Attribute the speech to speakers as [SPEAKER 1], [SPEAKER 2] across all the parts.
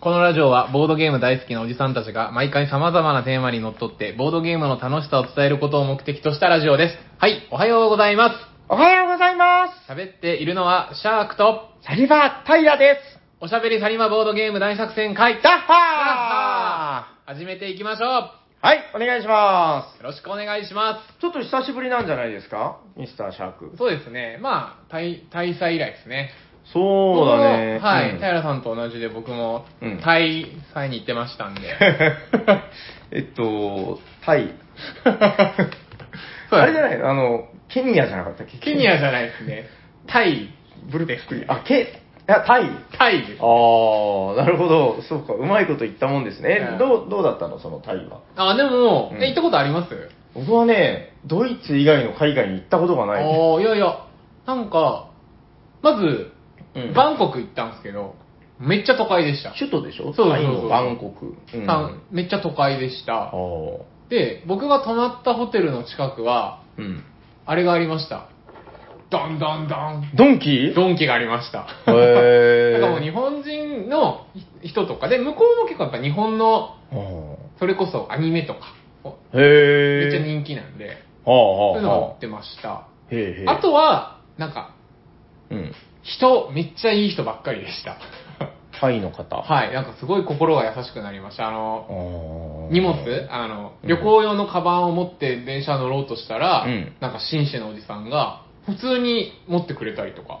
[SPEAKER 1] このラジオはボードゲーム大好きなおじさんたちが毎回様々なテーマにのっとってボードゲームの楽しさを伝えることを目的としたラジオです。はい、おはようございま
[SPEAKER 2] おはようございます
[SPEAKER 1] す。喋っているのはシャークと
[SPEAKER 2] サリバータイラです
[SPEAKER 1] おしゃべりサリマボードゲーム大作戦会
[SPEAKER 2] ダッ
[SPEAKER 1] ハ
[SPEAKER 2] ハ
[SPEAKER 1] ー始めていきましょうよ
[SPEAKER 2] ーはい、お願いしま。
[SPEAKER 1] ろしくお願いします
[SPEAKER 2] ちょっと久しぶりなんじゃないですかミスターシャーク
[SPEAKER 1] す。。そうですね。まあ、大大祭以来ですね。
[SPEAKER 2] そうだね。
[SPEAKER 1] 僕もはい、
[SPEAKER 2] うん
[SPEAKER 1] 平さんと同じで僕も
[SPEAKER 2] うん
[SPEAKER 1] 大祭に行ってましたん で。
[SPEAKER 2] えっと、タ イ。
[SPEAKER 1] そうだね
[SPEAKER 2] あれじゃないあの、ケニアじゃなかったっけ
[SPEAKER 1] ケニアじゃないですね。タイ、
[SPEAKER 2] ブルペックリ。あ、ケ、あ、タイ。
[SPEAKER 1] タイです。
[SPEAKER 2] ああ、なるほど。そうか、うまいこと言ったもんですね。
[SPEAKER 1] うん
[SPEAKER 2] どう、どうだったのそのタイは。
[SPEAKER 1] あ、でも、
[SPEAKER 2] うん
[SPEAKER 1] え行ったことあります
[SPEAKER 2] 僕はね、ドイツ以外の海外に行ったことがない。
[SPEAKER 1] おーいやいや、なんか、まず、
[SPEAKER 2] うん
[SPEAKER 1] バンコク行ったんですけど、めっちゃ都会でした。
[SPEAKER 2] 首都でし
[SPEAKER 1] そ
[SPEAKER 2] ょ
[SPEAKER 1] うそうそうそう
[SPEAKER 2] タイのバンコク。うん
[SPEAKER 1] あめっちゃ都会でした
[SPEAKER 2] あ。ー
[SPEAKER 1] で、僕が泊まったホテルの近くは、
[SPEAKER 2] うん。
[SPEAKER 1] あれがありました。ダンダンダン。
[SPEAKER 2] ドンキー
[SPEAKER 1] ドンキがありました。な
[SPEAKER 2] へー
[SPEAKER 1] んかもう日本人の人とかで、向こうも結構やっぱ日本の、それこそアニメとか、
[SPEAKER 2] あーへ
[SPEAKER 1] め
[SPEAKER 2] え。
[SPEAKER 1] っちゃ人気なんで、
[SPEAKER 2] はあ
[SPEAKER 1] そう
[SPEAKER 2] は
[SPEAKER 1] いう
[SPEAKER 2] あ
[SPEAKER 1] のが売
[SPEAKER 2] は
[SPEAKER 1] ってました。
[SPEAKER 2] あ。へえへえ。
[SPEAKER 1] あ、とは、なんか、
[SPEAKER 2] うん。
[SPEAKER 1] 人、めっちゃいい人ばっかりでした。
[SPEAKER 2] タイの方。い。
[SPEAKER 1] はい、なんかすごい心が優しくなりました。あの、荷
[SPEAKER 2] 荷
[SPEAKER 1] 物あの、
[SPEAKER 2] うん
[SPEAKER 1] 旅行用のカバンを持って電車乗ろうとしたら、
[SPEAKER 2] うん
[SPEAKER 1] なんか紳士のおじさんが、普通に持ってくれたりとか。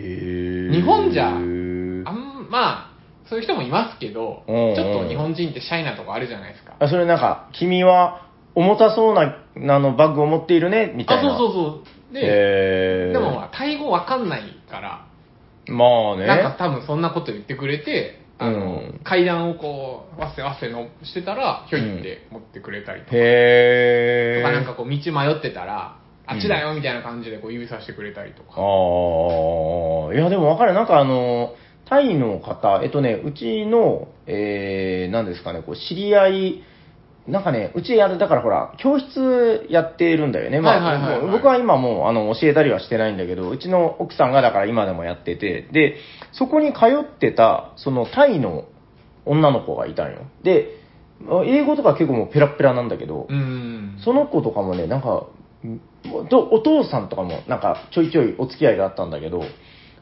[SPEAKER 2] へえ。
[SPEAKER 1] 日本じゃあ
[SPEAKER 2] あ
[SPEAKER 1] んまあ、そういう人もいますけど、ち
[SPEAKER 2] うん
[SPEAKER 1] ょ
[SPEAKER 2] うん
[SPEAKER 1] っと日本人ってシャイなとこあるじゃないですか。
[SPEAKER 2] それなんか、君は重たそうな、あの、バッグを持っているね、みた
[SPEAKER 1] あ、
[SPEAKER 2] い
[SPEAKER 1] そ
[SPEAKER 2] な。
[SPEAKER 1] うそう
[SPEAKER 2] う
[SPEAKER 1] そう。で、
[SPEAKER 2] へえ。
[SPEAKER 1] でもまあ、タイ語わかんないから、
[SPEAKER 2] まあね。
[SPEAKER 1] なんか多分そんなこと言ってくれて、あの、
[SPEAKER 2] うん
[SPEAKER 1] 階段をこう、わっせわっせのしてたら、ひょいって持ってくれたりとか、
[SPEAKER 2] へえ。
[SPEAKER 1] とかなんかこう道迷ってたら、
[SPEAKER 2] うん
[SPEAKER 1] あっちだよみたいな感じでこう指さしてくれたりとか。
[SPEAKER 2] ああ、いや、でも分かる。なんかあの、タイの方、えっとね、うちの、えー、なんですかね、こう、知り合い、なんかね、うち、あれ、だからほら、教室やってるんだよね。まあ、
[SPEAKER 1] はいはいはいはい
[SPEAKER 2] もう僕は今もう、あの、教えたりはしてないんだけど、うちの奥さんがだから今でもやってて、で、そこに通ってた、その、タイの女の子がいたんよ。で、英語とか結構もうペラッペラなんだけど、
[SPEAKER 1] うん。
[SPEAKER 2] その子とかもね、なんか、んとお父さんとかも、なんか、ちょいちょいお付き合いがあったんだけど、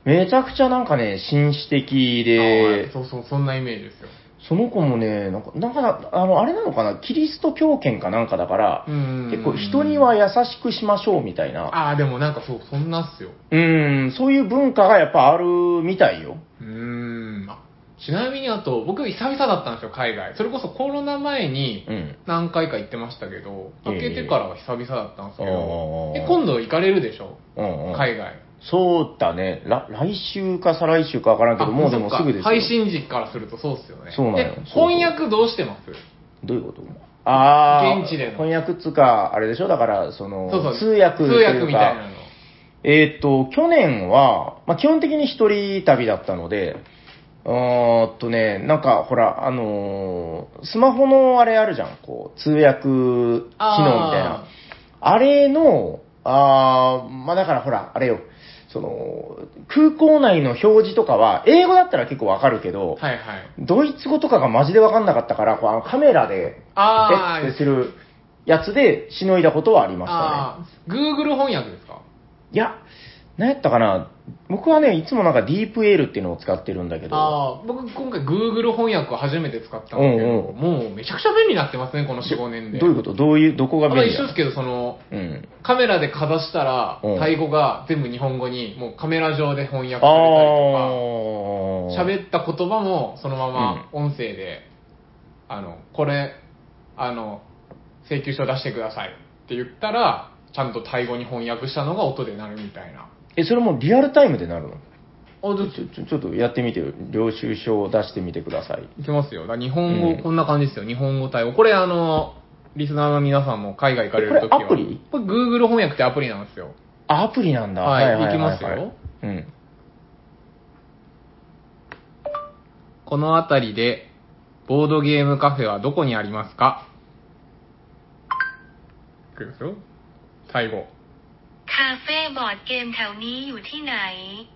[SPEAKER 2] めちゃくちゃなんかね、紳士的
[SPEAKER 1] あ
[SPEAKER 2] で、
[SPEAKER 1] そうそう、そんなイメージですよ。
[SPEAKER 2] その子もね、なんか、なんか、あの、あれなのかな、キリスト教圏かなんかだから
[SPEAKER 1] う、ん。
[SPEAKER 2] 結構人には優しくしましょうみたいな、
[SPEAKER 1] ああ、でもなんかそう、そんなっすよ。
[SPEAKER 2] うん、そういう文化がやっぱあるみたいよ。
[SPEAKER 1] うーん。あちなみにあと、僕久々だったんですよ、海外。それこそコロナ前に
[SPEAKER 2] うん。
[SPEAKER 1] 何回か行ってましたけど、
[SPEAKER 2] ええ
[SPEAKER 1] 開けてからは久々だったんですけど、
[SPEAKER 2] おー
[SPEAKER 1] え今度行かれるでしょ
[SPEAKER 2] うん、うん。
[SPEAKER 1] 海外。
[SPEAKER 2] そうだね。ら来週か再来週かわからんけど、もうでも
[SPEAKER 1] そっ
[SPEAKER 2] す
[SPEAKER 1] か
[SPEAKER 2] ぐですよ。
[SPEAKER 1] 配信時からするとそうっすよね。
[SPEAKER 2] そうなのよ
[SPEAKER 1] で
[SPEAKER 2] そうそう
[SPEAKER 1] 翻訳どうしてます
[SPEAKER 2] どういうことああ、
[SPEAKER 1] 現地での
[SPEAKER 2] 翻訳っつうか、あれでしょだから、その、
[SPEAKER 1] そうそう。
[SPEAKER 2] 通訳と
[SPEAKER 1] 通
[SPEAKER 2] いうか
[SPEAKER 1] 訳みたいなの。
[SPEAKER 2] えーっと、去年は、まあ、基本的に一人旅だったので、うーんとね、なんか、ほら、あのースマホのあれあるじゃん、こう、通訳機能みたいな。あれの、あーまあ、だからほら、あれよ、その、空港内の表示とかは、英語だったら結構わかるけど、
[SPEAKER 1] はいはい。
[SPEAKER 2] ドイツ語とかがマジで分かんなかったから、こうあのカメラで、
[SPEAKER 1] あー
[SPEAKER 2] ペッてするやつでしのいだことはありましたね。
[SPEAKER 1] ああ、Google 翻訳ですか
[SPEAKER 2] いや、何やったかな僕はね、いつもなんかディープエールっていうのを使ってるんだけど、
[SPEAKER 1] ああ、僕今回 Google 翻訳を初めて使ったんですけど、
[SPEAKER 2] うんうん
[SPEAKER 1] もうめちゃくちゃ便利になってますね、この4、5年で。
[SPEAKER 2] どういうことどういう、どこが
[SPEAKER 1] あと
[SPEAKER 2] 便利
[SPEAKER 1] 一
[SPEAKER 2] な
[SPEAKER 1] 緒
[SPEAKER 2] の
[SPEAKER 1] ですけど、その、
[SPEAKER 2] うん。
[SPEAKER 1] カメラでかざしたら、
[SPEAKER 2] うん
[SPEAKER 1] タイ語が全部日本語に、もうカメラ上で翻
[SPEAKER 2] あ
[SPEAKER 1] 訳され
[SPEAKER 2] あ
[SPEAKER 1] たりとか、喋った言葉もそのまま音声で、あの、これ、あの、請求書出してくださいって言ったら、ちゃんとタイ語に翻訳したのが音で鳴るみたいな。
[SPEAKER 2] え、それもリアルタイムでなるの
[SPEAKER 1] あ、どっ
[SPEAKER 2] ちょちょちょっとやってみてよ。領収書を出してみてください。
[SPEAKER 1] いきますよ。だから日本語、
[SPEAKER 2] うん
[SPEAKER 1] こんな感じですよ。日本語対応。これ、あの、リスナーの皆さんも海外行かれるときは。
[SPEAKER 2] えこれアプリ
[SPEAKER 1] これ Google 翻訳ってアプリなんですよ。
[SPEAKER 2] あ、アプリなんだ。
[SPEAKER 1] はい
[SPEAKER 2] はい
[SPEAKER 1] いきますよ。
[SPEAKER 2] うん。
[SPEAKER 1] この辺りで、ボードゲームカフェはどこにありますかいきますよ。最後。も
[SPEAKER 3] คาเฟ่บอร์ดเกมแถวนี้อยู่ที่ไหน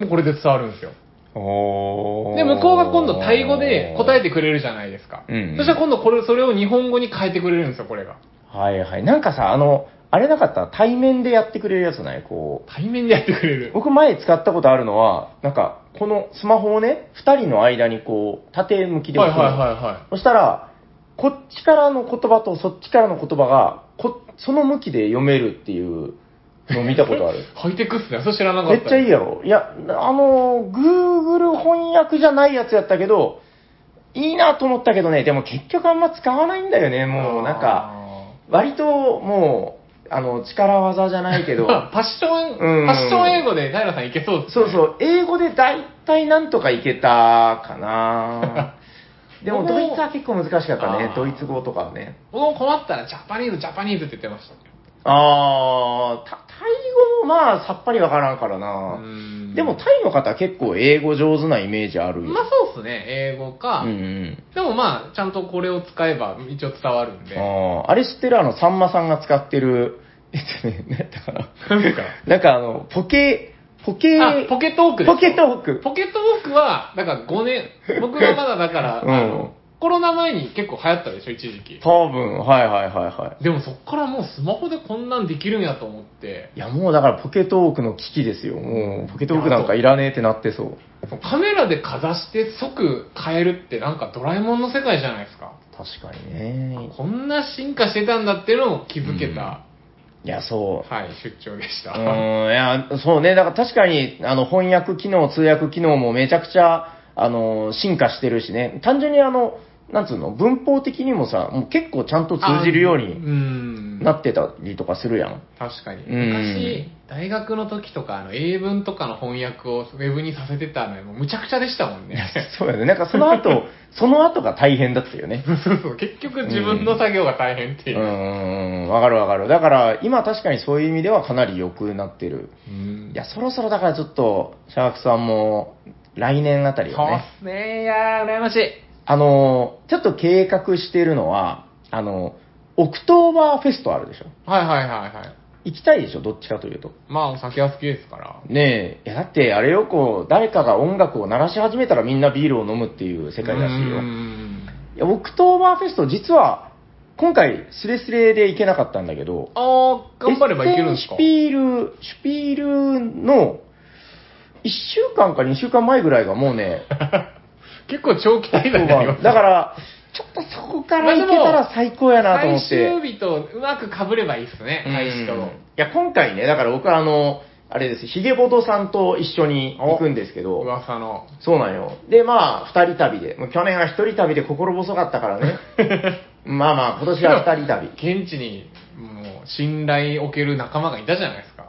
[SPEAKER 1] うこれで伝わるんですよ。
[SPEAKER 2] おー
[SPEAKER 1] でも、向こうが今度タイ語で答えてくれるじゃないですか。
[SPEAKER 2] うんうん
[SPEAKER 1] そしたら今度これ、それを日本語に変えてくれるんですよ、これが。
[SPEAKER 2] はいはい。なんかさ、あの、あれなかった対面でやってくれるやつないこ
[SPEAKER 1] 対面でやってくれ
[SPEAKER 2] う。
[SPEAKER 1] る。
[SPEAKER 2] 僕前使ったことあるのは、なんか、このスマホをね、二人の間にこう、縦向きで
[SPEAKER 1] はい
[SPEAKER 2] 置
[SPEAKER 1] は
[SPEAKER 2] く
[SPEAKER 1] い
[SPEAKER 2] の
[SPEAKER 1] は
[SPEAKER 2] そしたら、こっちからの言葉とそっちからの言葉が、こその向きで読めるっていうのを見たことある
[SPEAKER 1] い。。ハイテクっすね。それ知 らなか
[SPEAKER 2] め
[SPEAKER 1] った。
[SPEAKER 2] っちゃいいやろ。いや、あの、Google 翻訳じゃないやつやったけど、いいなと思ったけどね、でも結局あんま使わないんだよね、もうなんか、
[SPEAKER 1] か。
[SPEAKER 2] 割ともう、あの、力技じゃない けど、
[SPEAKER 1] まあパッション、
[SPEAKER 2] うん
[SPEAKER 1] パッション英語で平さんいけそうっす
[SPEAKER 2] そ
[SPEAKER 1] ね。
[SPEAKER 2] うそう、英語で大体なんとかいけたか なでもドイツは結構難しかったね
[SPEAKER 1] あ、ー
[SPEAKER 2] ドイツ語とかはね。
[SPEAKER 1] 僕も困ったらジャパニーズ、ジャパニーズって言ってましたね。
[SPEAKER 2] あー、タタイ語もまあさっぱりわからんからな、
[SPEAKER 1] うん
[SPEAKER 2] でもタイの方結構英語上手なイメージあるよ。
[SPEAKER 1] まあそうっすね、英語か。
[SPEAKER 2] うんうん
[SPEAKER 1] でもまあ、ちゃんとこれを使えば一応伝わるんで。
[SPEAKER 2] あーあれ知ってるあの、さんまさんが使ってる、 えっとね、なんやったかな。
[SPEAKER 1] なんですか
[SPEAKER 2] なんかあの、ポケ、ポケ、
[SPEAKER 1] あ、ポケットウォークです。
[SPEAKER 2] ポケットウォーク。
[SPEAKER 1] ポケットウォークは、だから5年、 僕がまだだから、
[SPEAKER 2] うん
[SPEAKER 1] あの、コロナ前に結構流行ったでしょ、一時期。
[SPEAKER 2] 多分、はいはいはいは
[SPEAKER 1] でもそっからもうスマホでこんなんできるんやと思って、
[SPEAKER 2] い。いやもうだからポケットウォークの危機ですよ。もうポケットウォークなんかいらねえってなってそう。
[SPEAKER 1] カメラでかざして即変えるってなんかドラえもんの世界じゃないですか。
[SPEAKER 2] 確かにね。
[SPEAKER 1] こんな進化してたんだっていうのを気づけた、
[SPEAKER 2] いや、そう。
[SPEAKER 1] はい、出張でした。
[SPEAKER 2] うーん、いや、そうね。だから確かに、あの、翻訳機能、通訳機能もめちゃくちゃ、あの、進化してるしね。単純にあの、なんつうの、文法的にもさ、もう結構ちゃんと通じるよう
[SPEAKER 1] あう
[SPEAKER 2] に
[SPEAKER 1] ん。
[SPEAKER 2] なってたりとかする やん。
[SPEAKER 1] 確かに。
[SPEAKER 2] うん
[SPEAKER 1] 昔、大学の時とか、あの、英文とかの翻訳をウェブにさせてたのに、もうむちゃくちゃでしたもんね。
[SPEAKER 2] そうやね。なんかその 後、その後が大変だったよね。
[SPEAKER 1] そうそう、結局自分の作業が大変ってい
[SPEAKER 2] うー
[SPEAKER 1] う。
[SPEAKER 2] ん、わかるわかる。だから、今確かにそういう意味ではかなり良くなってる。
[SPEAKER 1] うん
[SPEAKER 2] いや、そろそろだからちょっと、シャークさんも、来年あたり
[SPEAKER 1] そ
[SPEAKER 2] は
[SPEAKER 1] う
[SPEAKER 2] ね。
[SPEAKER 1] っすね。いやー、羨ましい。
[SPEAKER 2] あの、ちょっと計画してるのは、あの、オクトーバーフェストあるでしょ。
[SPEAKER 1] はいはいはいはい。
[SPEAKER 2] 行きたいでしょ、どっちかというと。
[SPEAKER 1] まあ、お酒は好きですから。
[SPEAKER 2] ねえ、いやだってあれよ、こう、誰かが音楽を鳴らし始めたらみんなビールを飲むっていう世界らしいよ
[SPEAKER 1] う。ん
[SPEAKER 2] いや、オクトーバーフェスト、実は、今回、スレスレで行けなかったんだけど、
[SPEAKER 1] あー、頑張ればいけるんですか
[SPEAKER 2] エッセンシュピール、シュピールの、1週間か2週間前ぐらいがもうね、
[SPEAKER 1] 結構長期滞在になりますね
[SPEAKER 2] だから、ちょっとそこから行けたら最高やなと思って。
[SPEAKER 1] 最終日とうまく被ればいいっすね、開始
[SPEAKER 2] うん
[SPEAKER 1] と。
[SPEAKER 2] いや、今回ね、だから僕はあの、あれです、ヒゲボドさんと一緒に行くんですけど、
[SPEAKER 1] 噂の。
[SPEAKER 2] そうなんよ。で、まあ、二人旅で、もう去年は一人旅で心細かったから ね。まあまあ、今年は二人旅。
[SPEAKER 1] 現地に、もう、信頼を置ける仲間がいたじゃないですか。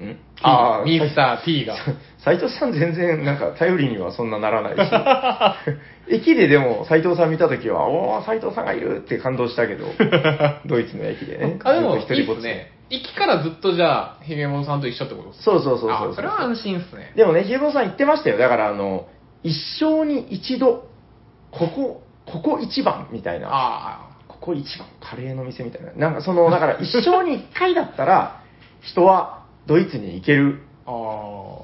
[SPEAKER 2] んー
[SPEAKER 1] ミスター T が。
[SPEAKER 2] 斉藤さん全然なんか頼りにはそんなならないし 駅ででも斉藤さん見た時はおお斉藤さんがいるって感動した けどドイツの駅でね
[SPEAKER 1] あ、でも、い
[SPEAKER 2] ずっと
[SPEAKER 1] いっ
[SPEAKER 2] ぼ
[SPEAKER 1] す
[SPEAKER 2] ち
[SPEAKER 1] ね。行きからずっとじゃあ、ヒゲモンさんと一緒ってことっすか
[SPEAKER 2] そうそうそうそう
[SPEAKER 1] あ、それは安心っすね。
[SPEAKER 2] でもねひげぼうさん言ってましたよだからあの一生に一度ここここ一番みたいな
[SPEAKER 1] あ
[SPEAKER 2] ここ一番カレーの店みたいななんかそのだから一生に一回だったら人はドイツに行ける
[SPEAKER 1] あ。あ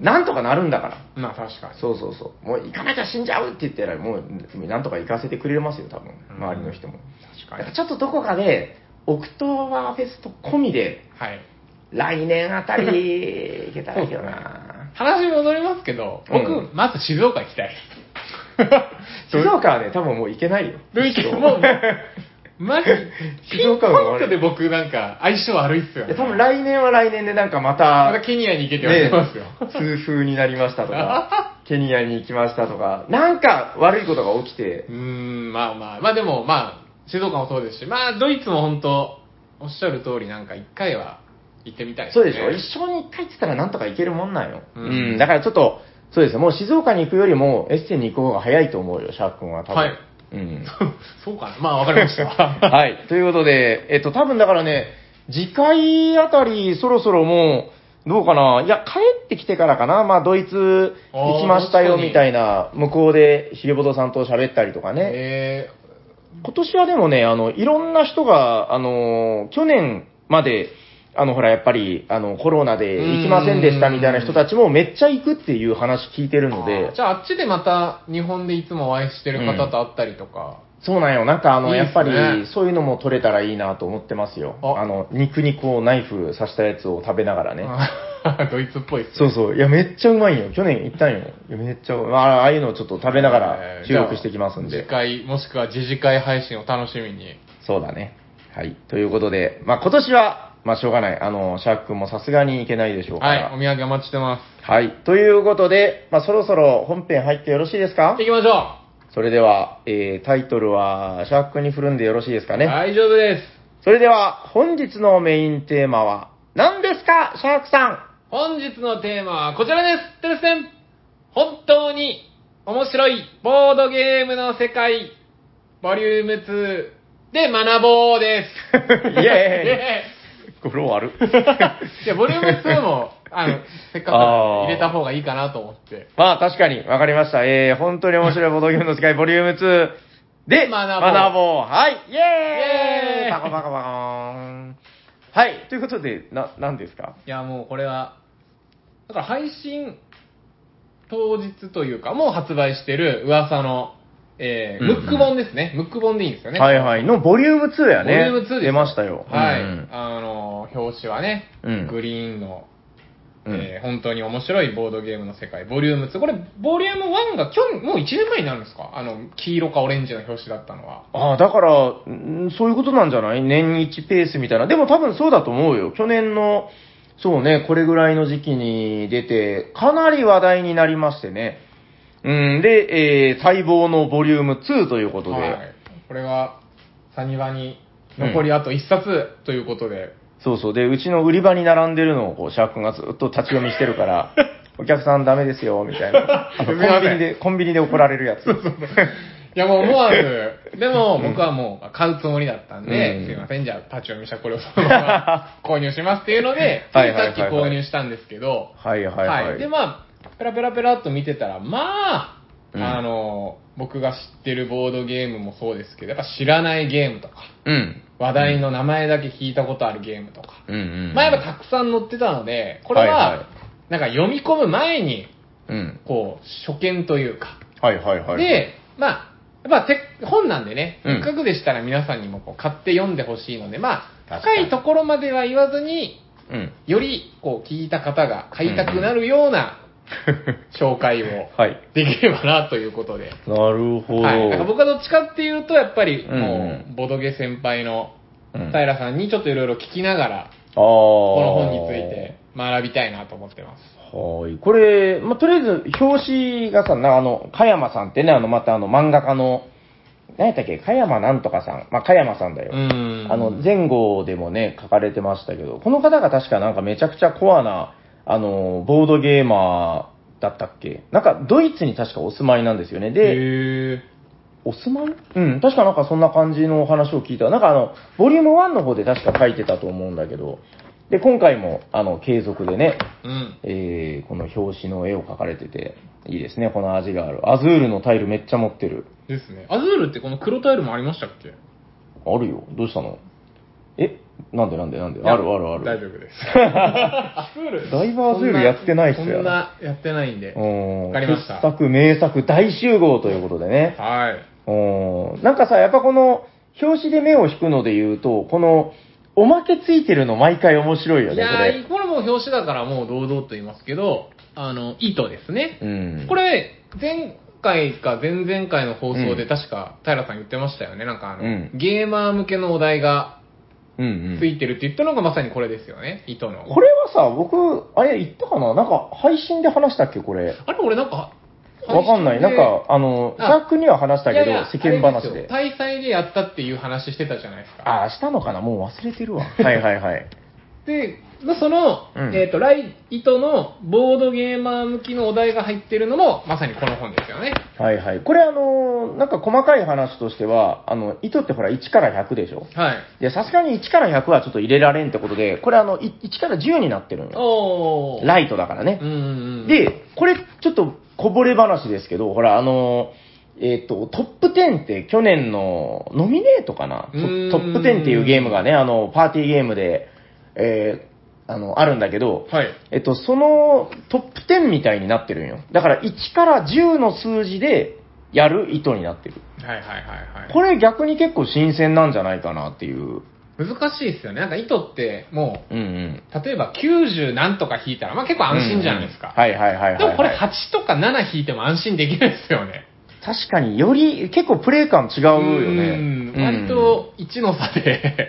[SPEAKER 2] なんとかなるんだから
[SPEAKER 1] あ。まあ確かに。
[SPEAKER 2] そうそうそう。もう行かなきゃ死んじゃうって言ったら、もう、なんとか行かせてくれますよ、多分。
[SPEAKER 1] うん
[SPEAKER 2] 周りの人も。だ
[SPEAKER 1] 確
[SPEAKER 2] か
[SPEAKER 1] からに。
[SPEAKER 2] ちょっとどこかで、オクトーバーフェスト込みで、
[SPEAKER 1] はい。
[SPEAKER 2] 来年あたり、行けたらいいよな。
[SPEAKER 1] 話戻りますけど、僕、
[SPEAKER 2] うん
[SPEAKER 1] まず静岡行きたい。
[SPEAKER 2] 静岡はね、多分もう行けないよ。
[SPEAKER 1] どういうこともう、マジ、
[SPEAKER 2] 静岡の
[SPEAKER 1] ピンポイントで僕なんか相性悪いっすよ
[SPEAKER 2] い
[SPEAKER 1] ね。
[SPEAKER 2] や多分来年は来年でなんかま
[SPEAKER 1] ま
[SPEAKER 2] た、
[SPEAKER 1] たケニアに行けって言われ
[SPEAKER 2] ね
[SPEAKER 1] てますよ。
[SPEAKER 2] 痛風になりましたとか、ケニアに行きましたとか、なんか悪いことが起きて
[SPEAKER 1] う、ーん、まあまあ、まあでも、まあ、静岡もそうですし、まあ、ドイツも本当おっしゃる通り、なんか一回は行ってみたい
[SPEAKER 2] そうでしょ、
[SPEAKER 1] ね
[SPEAKER 2] 一生に一回って言ったらなんとかいけるもんなんよ。
[SPEAKER 1] う
[SPEAKER 2] うんん、だからちょっと、そうですね、もう静岡に行くよりもエッセンに行く方が早いと思うよ、シャーク君は多分。
[SPEAKER 1] はい
[SPEAKER 2] うん。
[SPEAKER 1] そうかな。まあ、わかりました。は
[SPEAKER 2] はい、ということで、えっと、多分だからね、次回あたり、そろそろもう、どうかな、いや、帰ってきてからかな、まあ、ドイツ行きました
[SPEAKER 1] あー
[SPEAKER 2] よ
[SPEAKER 1] 確かに
[SPEAKER 2] みたいな、向こうでひげぼとさんと喋ったりとか ね。
[SPEAKER 1] え
[SPEAKER 2] 今年はでもね、あの、いろんな人が、あのー去年まで、あの、ほら、やっぱり、あの、コロナで行きませんでしたみたいな人たちもめっちゃ行くっていう話聞いてるので
[SPEAKER 1] じ、ゃああっちでまた日本でいつもお会いしてる方と会ったりとか、
[SPEAKER 2] そうなんよ。なんか、あの、
[SPEAKER 1] いいっすね
[SPEAKER 2] やっぱり、そういうのも取れたらいいなと思ってますよ。
[SPEAKER 1] あ
[SPEAKER 2] あの、肉にこう、ナイフ刺したやつを食べながらね。
[SPEAKER 1] ドイツっぽいっすね
[SPEAKER 2] そうそう。いや、めっちゃうまいよ。去年行ったんよ。いやめっちゃ、まあ、ああいうのをちょっと食べなが
[SPEAKER 1] えー
[SPEAKER 2] ら収録してきますん
[SPEAKER 1] じゃあ
[SPEAKER 2] で
[SPEAKER 1] 次。回、もしくは次次回配信を楽しみに。
[SPEAKER 2] そうだね。はい。ということで、まあ、今年は、まあ、しょうがない。あの、シャーク君もさすがに行けないでしょうか
[SPEAKER 1] はい、
[SPEAKER 2] ら。
[SPEAKER 1] お土産お待ちしてま
[SPEAKER 2] はい。ということで、まあ、そろそろ本編入ってよろしいですか
[SPEAKER 1] す。行きましょ
[SPEAKER 2] それでは、えー、タイトルは、シャークに振るんでよろしいですか
[SPEAKER 1] う、
[SPEAKER 2] ね。
[SPEAKER 1] 大丈夫です
[SPEAKER 2] それでは、本日のメインテーマは、何ですか、シャー クさん
[SPEAKER 1] 本日のテーマはこちらですてるせん本当に面白いボードゲームの世界、ボリューム2で学ぼうです
[SPEAKER 2] イ
[SPEAKER 1] イ
[SPEAKER 2] エ
[SPEAKER 1] エ
[SPEAKER 2] ーイフロ ーある
[SPEAKER 1] ーイいや、ボリューム2も、あ の、せっかくなんで入れた方がいいかなと思って。
[SPEAKER 2] まあ確かに、わかりました。えー、本当に面白いボードゲームの世界、ボリューム2で、
[SPEAKER 1] 学ぼう
[SPEAKER 2] 学ぼうはいイ
[SPEAKER 1] イエー
[SPEAKER 2] エー
[SPEAKER 1] イ
[SPEAKER 2] イパコパコパコーンはい、ということで、な、何ですか
[SPEAKER 1] いや、もうこれは、だから配信当日というか、もう発売してる噂の、えー
[SPEAKER 2] うんうん
[SPEAKER 1] ムック本ですね。ムック本でいいんですよね。
[SPEAKER 2] はいはい、のボリューム2や
[SPEAKER 1] ボ
[SPEAKER 2] ね。
[SPEAKER 1] リューム2です。
[SPEAKER 2] 出ましたよ。
[SPEAKER 1] はい。
[SPEAKER 2] うん
[SPEAKER 1] あの、表紙はね、
[SPEAKER 2] うん
[SPEAKER 1] グリーンの、
[SPEAKER 2] うん
[SPEAKER 1] えー本当に面白いボードゲームの世界、ボリューム2。これ、ボリューム1が去年、もう1年前になるんですかあの、黄色かオレンジの表紙だったのは。
[SPEAKER 2] ああ、だから、んそういうことなんじゃない年一ペースみたいな。でも多分そうだと思うよ。去年の、そうね、これぐらいの時期に出て、かなり話題になりましてね。うん、で、えー、待望のボリューム2ということで、
[SPEAKER 1] はい。これは、サニバに残りあと1冊ということで、
[SPEAKER 2] そうそう。で、うちの売り場に並んでるのを、こう、シャークがずっと立ち読みして るから、お客さんダメですよ、みたいな。あの
[SPEAKER 1] すいません
[SPEAKER 2] コンビニで、コンビニで怒られるやつ。
[SPEAKER 1] いやもう思わ ず、でも僕はもう買うつもりだったんで、
[SPEAKER 2] うん
[SPEAKER 1] すいません、じゃあ立ち読みしたこれをそのまま 購入しますっていうので、つ
[SPEAKER 2] はい
[SPEAKER 1] い
[SPEAKER 2] は
[SPEAKER 1] さっ
[SPEAKER 2] いはい
[SPEAKER 1] き
[SPEAKER 2] はい
[SPEAKER 1] 購入したんですけど、
[SPEAKER 2] はいはいはい。
[SPEAKER 1] でまあ、ペラペラペラっと見てたら、まあ、
[SPEAKER 2] うん
[SPEAKER 1] あの、僕が知ってるボードゲームもそうですけど、やっぱ知らないゲームとか、
[SPEAKER 2] うん。
[SPEAKER 1] 話題の名前だけ聞いたことあるゲームとか、
[SPEAKER 2] うんうん。
[SPEAKER 1] まあやっぱたくさん載ってたので、これ
[SPEAKER 2] はいは
[SPEAKER 1] は、なんか読み込む前に、
[SPEAKER 2] うん。
[SPEAKER 1] こう、初見というか、
[SPEAKER 2] はいはいはい。
[SPEAKER 1] で、まあ、やっぱせ本なんでね、
[SPEAKER 2] う
[SPEAKER 1] せ
[SPEAKER 2] ん
[SPEAKER 1] っかくでしたら皆さんにもこう買って読んでほしいので、まあ、
[SPEAKER 2] 確か
[SPEAKER 1] 深
[SPEAKER 2] に
[SPEAKER 1] いところまでは言わずに、
[SPEAKER 2] うん。
[SPEAKER 1] よりこう聞いた方が買いたくなるような紹介を
[SPEAKER 2] はい。
[SPEAKER 1] できればなということで。
[SPEAKER 2] なるほど。
[SPEAKER 1] はい。なんか僕はどっちかっていうと、やっぱりも
[SPEAKER 2] うんう
[SPEAKER 1] う、ボドゲ先輩の
[SPEAKER 2] うん
[SPEAKER 1] 平さんにちょっといろいろ聞きながら、
[SPEAKER 2] あこ
[SPEAKER 1] この本について。学びたいなと思ってます。
[SPEAKER 2] はい。これ、まあ、とりあえず、表紙がさ、なあの、加山さんってね、あの、またあの、漫画家の、何やったっけ、加山なんとかさん。まあ、加山さんだよ。
[SPEAKER 1] ん
[SPEAKER 2] あの、前後でもね、書かれてましたけど、この方が確かなんかめちゃくちゃコアな、あの、ボードゲーマーだったっけなんか、ドイツに確かお住まいなんですよね。で、
[SPEAKER 1] へー
[SPEAKER 2] お住まいうん、確かなんかそんな感じのお話を聞いた。なんかあの、ボリューム1の方で確か書いてたと思うんだけど、で、今回も、あの、継続でね、
[SPEAKER 1] うん。
[SPEAKER 2] えー、この表紙の絵を描かれてて、いいですね、この味がある。アズールのタイルめっちゃ持ってる。
[SPEAKER 1] ですね。アズールってこの黒タイルもありましたっけ
[SPEAKER 2] あるよ。どうしたのえなんでなんでなんであるあるある。
[SPEAKER 1] 大丈夫です。アズー ル
[SPEAKER 2] だいぶアズールやってないっすよ
[SPEAKER 1] そんなやってないんで。は
[SPEAKER 2] うん
[SPEAKER 1] わかりました
[SPEAKER 2] 傑作、名作、大集合ということでね。
[SPEAKER 1] い。
[SPEAKER 2] うんなんかさ、やっぱこの、表紙で目を引くので言うと、この、おまけついてるの毎回面白いよ
[SPEAKER 1] い
[SPEAKER 2] ね、こ
[SPEAKER 1] や
[SPEAKER 2] れ
[SPEAKER 1] ー。これもう表紙だからもう堂々と言いますけど、あの、糸ですね。
[SPEAKER 2] うん。
[SPEAKER 1] これ、前回か前々回の放送
[SPEAKER 2] う
[SPEAKER 1] で
[SPEAKER 2] ん
[SPEAKER 1] 確か平さん言ってましたよね。なんかあの、
[SPEAKER 2] うん
[SPEAKER 1] ゲーマー向けのお題が
[SPEAKER 2] うんうん、
[SPEAKER 1] ついてるって言ったのがまさにこれですよね。糸の。
[SPEAKER 2] これはさ、僕、あれ言ったかななんか、配信で話したっけ、これ。
[SPEAKER 1] あれ俺なんか、
[SPEAKER 2] わかんない。なんか、あの、
[SPEAKER 1] あ
[SPEAKER 2] シャークには話したけど、
[SPEAKER 1] いやいや
[SPEAKER 2] 世間話
[SPEAKER 1] あれす
[SPEAKER 2] で
[SPEAKER 1] よ。大祭でやったっていう話してたじゃないですか。
[SPEAKER 2] ああ、したのかなもう忘れてるわ。はいはいはい。
[SPEAKER 1] で、まあその、
[SPEAKER 2] うん
[SPEAKER 1] えっ、と、ライトのボードゲーマー向きのお題が入ってるのも、まさにこの本ですよね。
[SPEAKER 2] はいはい。これあの、なんか細かい話としては、あの、糸ってほら1から100でしょ
[SPEAKER 1] はい。
[SPEAKER 2] で、さすがに1から100はちょっと入れられんってことで、これあの、い1から10になってるんよ。
[SPEAKER 1] おー。
[SPEAKER 2] ライトだからね
[SPEAKER 1] う。んうんうん。、
[SPEAKER 2] で、これちょっとこぼれ話ですけど、ほら、あの、えっ、と、トップ10って去年のノミネートかなト
[SPEAKER 1] うーん
[SPEAKER 2] トップ10っていうゲームがね、あの、パーティーゲームで、えーあの、あるんだけど、
[SPEAKER 1] はい。
[SPEAKER 2] えっと、そのトップ10みたいになってるんよ。だから1から10の数字でやる糸になってる。
[SPEAKER 1] はいはいはい
[SPEAKER 2] これ逆に結構新鮮なんじゃないかなっていう。
[SPEAKER 1] はい。難しいですよね。なんか糸って、も
[SPEAKER 2] うんうん。
[SPEAKER 1] う、例えば90何とか引いたら、まあ結構安心じゃないですか。
[SPEAKER 2] うんうんはいはいはいはいはい。
[SPEAKER 1] でもこれ8とか7引いても安心できないですよね。
[SPEAKER 2] 確かにより、結構プレイ感違うよね。
[SPEAKER 1] うん割と1の差で。
[SPEAKER 2] うん。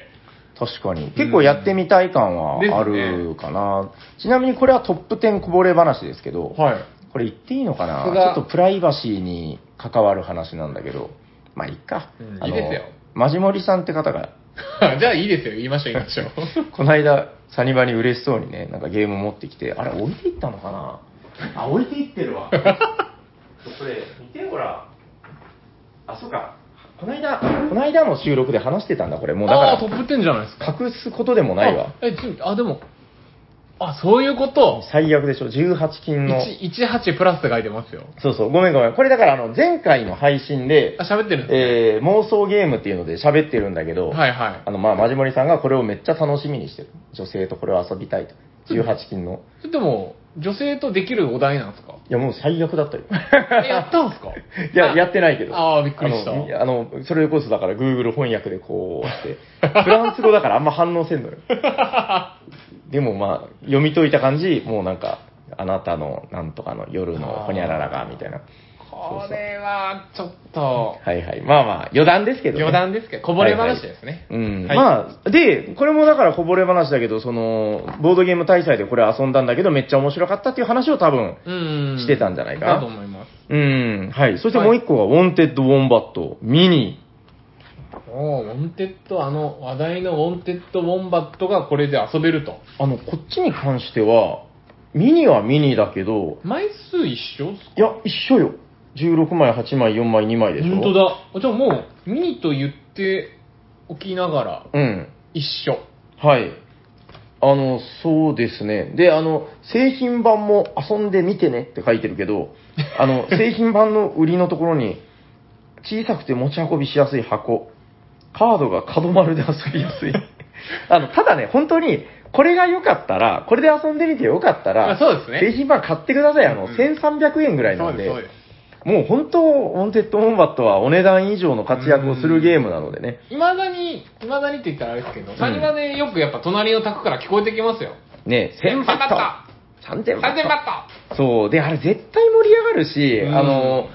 [SPEAKER 2] 確かに。結構やってみたい感はあるかな。ちなみにこれはトップ10こぼれ話ですけど、
[SPEAKER 1] はい。
[SPEAKER 2] これ言っていいのか
[SPEAKER 1] さ
[SPEAKER 2] な
[SPEAKER 1] すが
[SPEAKER 2] ちょっとプライバシーに関わる話なんだけど、まあいいか。
[SPEAKER 1] うん
[SPEAKER 2] あの
[SPEAKER 1] いいですよ
[SPEAKER 2] マジモリさんって方が、
[SPEAKER 1] じゃあいいですよ。言いましょう言いましょう。
[SPEAKER 2] この間、サニバに嬉しそうにね、なんかゲーム持ってきて、あれ置いていったのかなあ、置いていって るわ。これ、見てほら。あ、そうか。この間、この間の収録で話してたんだ、これ。もうだ
[SPEAKER 1] ああー、
[SPEAKER 2] か
[SPEAKER 1] トップ10じゃないですか。
[SPEAKER 2] ら、隠すことでもないわ
[SPEAKER 1] あ。。え、ちょあ、でも、あ、そういうこと。
[SPEAKER 2] 最悪でしょ、18金の。
[SPEAKER 1] 1 18プラスって書いてますよ。
[SPEAKER 2] そうそう、ごめんごめん。これだから、あの、前回の配信で
[SPEAKER 1] あ、、喋ってるんで
[SPEAKER 2] えー、妄想ゲームっていうので喋ってるんだけど、
[SPEAKER 1] すはいはい
[SPEAKER 2] あ。の、まあ、マジモリさんがこれをめっちゃ楽しみにしてる。女性とこれを遊びたいと。18金の。
[SPEAKER 1] それでも、女性とできるお題なんです か
[SPEAKER 2] いや、もう最悪だったよ。
[SPEAKER 1] えやったんですか
[SPEAKER 2] いや、
[SPEAKER 1] あ
[SPEAKER 2] やってないけど。
[SPEAKER 1] あーびっくりした
[SPEAKER 2] あのみあの、それこそだから Google 翻訳でこうして、フランス語だからあんま反応せ んのよ。でもまあ、読み解いた感じ、もうなんか、あなたのなんとかの夜のほにゃららが、みたいな。
[SPEAKER 1] これは、ちょっと、
[SPEAKER 2] はいはい。まあまあ、余談ですけど、ね。
[SPEAKER 1] 余談ですけど、こぼれ話ですね。
[SPEAKER 2] うん。
[SPEAKER 1] はい
[SPEAKER 2] まあ、で、これもだからこぼれ話だけど、その、ボードゲーム大祭でこれ遊んだんだけど、めっちゃ面白かったっていう話を多分、
[SPEAKER 1] うん。
[SPEAKER 2] してたんじゃないかな
[SPEAKER 1] だと思います。
[SPEAKER 2] うん、はい。そしてもう一個は、ウォンテッド・ウォンバット、ミニ。
[SPEAKER 1] おーウォンテッド、あの話題のウォンテッド・ウォンバットがこれで遊べると。
[SPEAKER 2] あの、こっちに関しては、ミニはミニだけど、
[SPEAKER 1] 枚数一緒っすか
[SPEAKER 2] いや、一緒よ。16枚、8枚、4枚、2枚でしょ。
[SPEAKER 1] 本当だ。あじゃあもう、ミニと言っておきながら、
[SPEAKER 2] うん。
[SPEAKER 1] 一緒。
[SPEAKER 2] はい。あの、そうですね。で、あの、製品版も遊んでみてねって書いてるけ ど、あの、製品版の売りのところに、小さくて持ち運びしやすい箱、カードが角丸で遊びや すい。あの、ただね、本当に、これが良かったら、これで遊んでみて良かった
[SPEAKER 1] ま
[SPEAKER 2] ら、
[SPEAKER 1] あそうですね
[SPEAKER 2] 製品版買ってください。あの、
[SPEAKER 1] うんうん
[SPEAKER 2] 1300円ぐらい
[SPEAKER 1] そ
[SPEAKER 2] な
[SPEAKER 1] うんです、そうで
[SPEAKER 2] で、
[SPEAKER 1] す。
[SPEAKER 2] もう本当、オンテッド・オンバットはお値段以上の活躍をするゲームなのでね。
[SPEAKER 1] いまだに、いまだにって言ったらあれですけど、
[SPEAKER 2] ん
[SPEAKER 1] サニバでよくやっぱ隣の宅から聞こえてきますよ。
[SPEAKER 2] ね、1000バット !3000
[SPEAKER 1] 3000
[SPEAKER 2] バット
[SPEAKER 1] バ
[SPEAKER 2] そう。で、あれ絶対盛り上がるし、
[SPEAKER 1] うん
[SPEAKER 2] あの、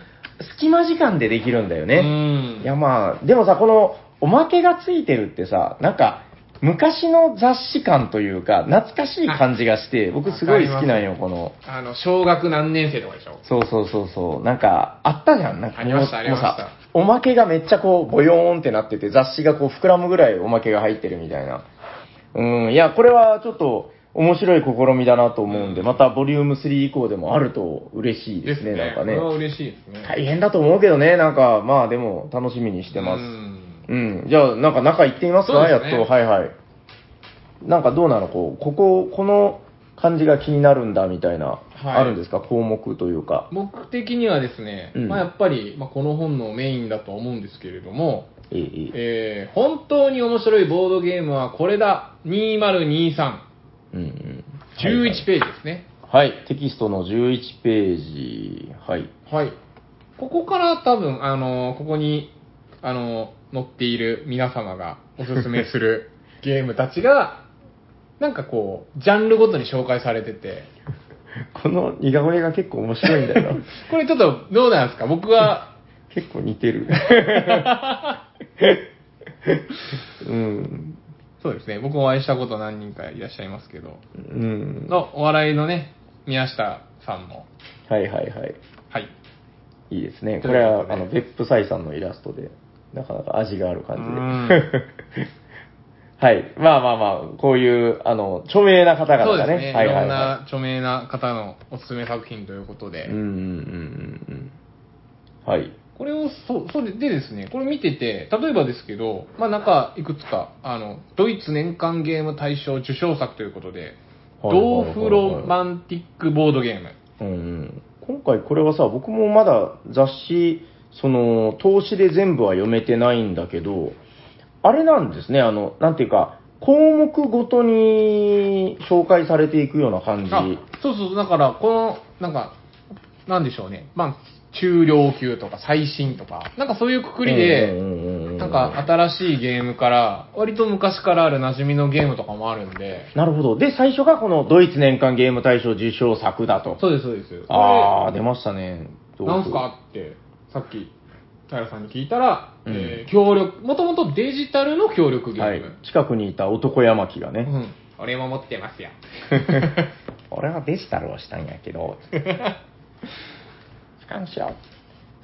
[SPEAKER 2] 隙間時間でできるんだよ
[SPEAKER 1] ットう
[SPEAKER 2] ね。
[SPEAKER 1] ん。
[SPEAKER 2] いやまあ、でもさ、この、おまけがついてるってさ、なんか、昔の雑誌感というか、懐かしい感じがして、僕すごい好きなんよ、この。
[SPEAKER 1] あの、小学何年生とかでしょ。
[SPEAKER 2] そうそうそうそう。なんか、あったじゃん。なんか
[SPEAKER 1] ありました
[SPEAKER 2] もう
[SPEAKER 1] ありました
[SPEAKER 2] もうさおまけがめっちゃこう、ボヨーンってなってて、雑誌がこう、膨らむぐらいおまけが入ってるみたいな。うん、いや、これはちょっと、面白い試みだなと思うんで、またボリューム3以降でもあると嬉しいですね、なんか
[SPEAKER 1] これは
[SPEAKER 2] ね。
[SPEAKER 1] 嬉しいですね。
[SPEAKER 2] 大変だと思うけどね、なんか、まあでも、楽しみにしてます
[SPEAKER 1] う。ん
[SPEAKER 2] うん、じゃあ、なんか中行ってみます
[SPEAKER 1] そう
[SPEAKER 2] か、
[SPEAKER 1] で
[SPEAKER 2] や
[SPEAKER 1] す
[SPEAKER 2] っ
[SPEAKER 1] ね
[SPEAKER 2] と。はいはい。なんかどうなのこう、ここ、この感じが気になるんだ、みたいな、
[SPEAKER 1] はい
[SPEAKER 2] あるんですか項目というか。
[SPEAKER 1] 僕的にはですね、
[SPEAKER 2] うん
[SPEAKER 1] まあ、やっぱり、まあ、この本のメインだと思うんですけれども、
[SPEAKER 2] えええ
[SPEAKER 1] え
[SPEAKER 2] え
[SPEAKER 1] ー本当に面白いボードゲームはこれだ !2023。
[SPEAKER 2] うんうん
[SPEAKER 1] 11ページですね。
[SPEAKER 2] はい、はいテキストの11ページ。はい。
[SPEAKER 1] はい。ここから多分、あのーここに、あのー載っている皆様がおすすめす るゲームたちが、なんかこう、ジャンルごとに紹介されてて、
[SPEAKER 2] この似顔絵が結構面白いんだよ な。
[SPEAKER 1] これちょっとどうなんですか僕は、
[SPEAKER 2] 結構似 てる。うん。
[SPEAKER 1] そうですね、僕お会いしたこと何人かいらっしゃいますけど、
[SPEAKER 2] うん。は
[SPEAKER 1] の、お笑いのね、宮下さんも、
[SPEAKER 2] いはいはい。
[SPEAKER 1] はい。
[SPEAKER 2] いいですね。
[SPEAKER 1] と
[SPEAKER 2] こ
[SPEAKER 1] いうことで
[SPEAKER 2] れは、あの、別府イさんのイラストで、なかなか味がある感じで。 はい。まあまあまあ、こういう、あの、著名な方
[SPEAKER 1] そう
[SPEAKER 2] 々
[SPEAKER 1] で
[SPEAKER 2] が
[SPEAKER 1] すね、
[SPEAKER 2] ね。
[SPEAKER 1] い
[SPEAKER 2] はいは
[SPEAKER 1] ろん
[SPEAKER 2] いは
[SPEAKER 1] な著名な方のおすすめ作品ということで、
[SPEAKER 2] い。うんうんうんうんうん。はい。
[SPEAKER 1] これをそそれでですねこれ見てて例えばですけど、まあ、なんかいくつかあのドイツ年間ゲーム大賞受賞作ということで「
[SPEAKER 2] はいはいはい
[SPEAKER 1] ド
[SPEAKER 2] はい
[SPEAKER 1] ーフロマンティックボードゲーム
[SPEAKER 2] うんうん今回これはさ、僕もまだ雑誌、その、投資で全部は読めてないんだけど、あれなんですね、あの、なんていうか、項目ごとに紹介されていくような感じ。
[SPEAKER 1] あそうそう、だから、この、なんか、なんでしょうね。まあ、中量級とか最新とか、なんかそういうくくり
[SPEAKER 2] う
[SPEAKER 1] で、
[SPEAKER 2] んうんうんうん
[SPEAKER 1] なんか新しいゲームから、割と昔からある馴染みのゲームとかもあるんで、
[SPEAKER 2] なるほど。で、最初がこのドイツ年間ゲーム大賞受賞作だと。
[SPEAKER 1] そうです、そうです。
[SPEAKER 2] あー、出ましたね。
[SPEAKER 1] これなんすかって、さっき、平さんに聞いたら、
[SPEAKER 2] うん
[SPEAKER 1] えー協力、もともとデジタルの協力ゲーム。
[SPEAKER 2] はい。近くにいた男山木が
[SPEAKER 1] う
[SPEAKER 2] ね。
[SPEAKER 1] ん。俺も持ってます よ。
[SPEAKER 2] 俺はデジタルをしたんやけ ど。感謝。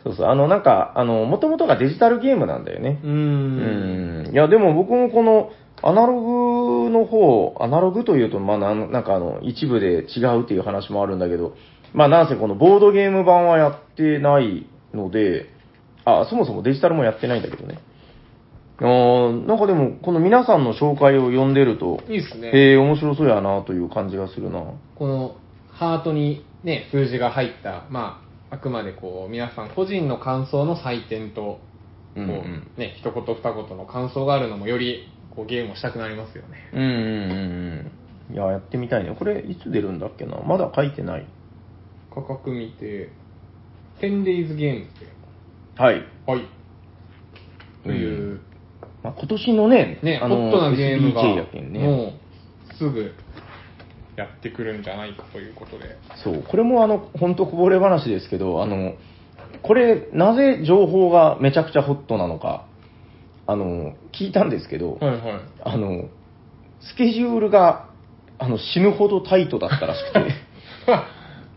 [SPEAKER 2] そうそう、あの、なんか、あの、もともとがデジタルゲームなんだよね
[SPEAKER 1] う。ー。
[SPEAKER 2] うんん。いや、でも僕もこの、アナログの方、アナログというと、まあ、なんなんかあの、一部で違うっていう話もあるんだけど、まあ、なんせこのボードゲーム版はやってないので、あ、そもそもデジタルもやってないんだけどね。あーなんかでも、この皆さんの紹介を読んでると、
[SPEAKER 1] いいっすね。
[SPEAKER 2] へえ、面白そうやなという感じがするな。
[SPEAKER 1] このハートにね、数字が入った、まあ、あくまでこう、皆さん個人の感想の採点と、こう、
[SPEAKER 2] うんうん
[SPEAKER 1] ね、一言二言の感想があるのもより、こう、ゲームをしたくなりますよね。
[SPEAKER 2] うんうんうんうん。いや、やってみたいね。これ、いつ出るんだっけなまだ書いてない。
[SPEAKER 1] 価格見て、10days ゲームって。
[SPEAKER 2] はい。
[SPEAKER 1] はい。という、
[SPEAKER 2] うまあ、今年のね、
[SPEAKER 1] ね、ホ
[SPEAKER 2] あの
[SPEAKER 1] ットなゲームが、
[SPEAKER 2] SBJ やけんね。
[SPEAKER 1] もう、すぐ、やってくるんじゃないかということで。
[SPEAKER 2] そう、これもあの、ほんとこぼれ話ですけど、あの、これ、なぜ情報がめちゃくちゃホットなのか、あの、聞いたんですけど、
[SPEAKER 1] はいはい。
[SPEAKER 2] あの、スケジュールが、あの、死ぬほどタイトだったらしく て。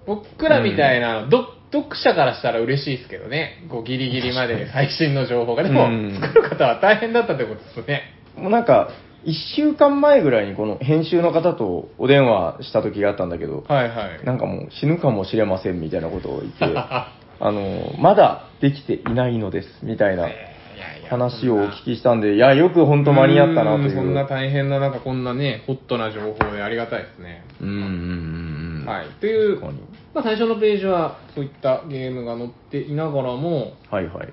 [SPEAKER 1] 僕らみたいな、ど読者からしたら嬉しいですけどね、こうギリギリまで最新の情報が、でも、
[SPEAKER 2] うん
[SPEAKER 1] 作る方は大変だったってことですね。
[SPEAKER 2] もうなんか、一週間前ぐらいにこの編集の方とお電話した時があったんだけど、
[SPEAKER 1] はいはい。
[SPEAKER 2] なんかもう死ぬかもしれませんみたいなことを 言って、あ
[SPEAKER 1] あ
[SPEAKER 2] の、まだできていないのですみたい
[SPEAKER 1] い
[SPEAKER 2] な
[SPEAKER 1] やいや
[SPEAKER 2] 話をお聞きしたんで、いや、よく本当間に合ったなというう。
[SPEAKER 1] んそんな大変な、なんかこんなね、ホットな情報でありがたいですね。
[SPEAKER 2] うんうんうんうん。。
[SPEAKER 1] はいい。という
[SPEAKER 2] 確かに、
[SPEAKER 1] まあ、最初のページは、そういったゲームが載っていながらも、
[SPEAKER 2] はいはい。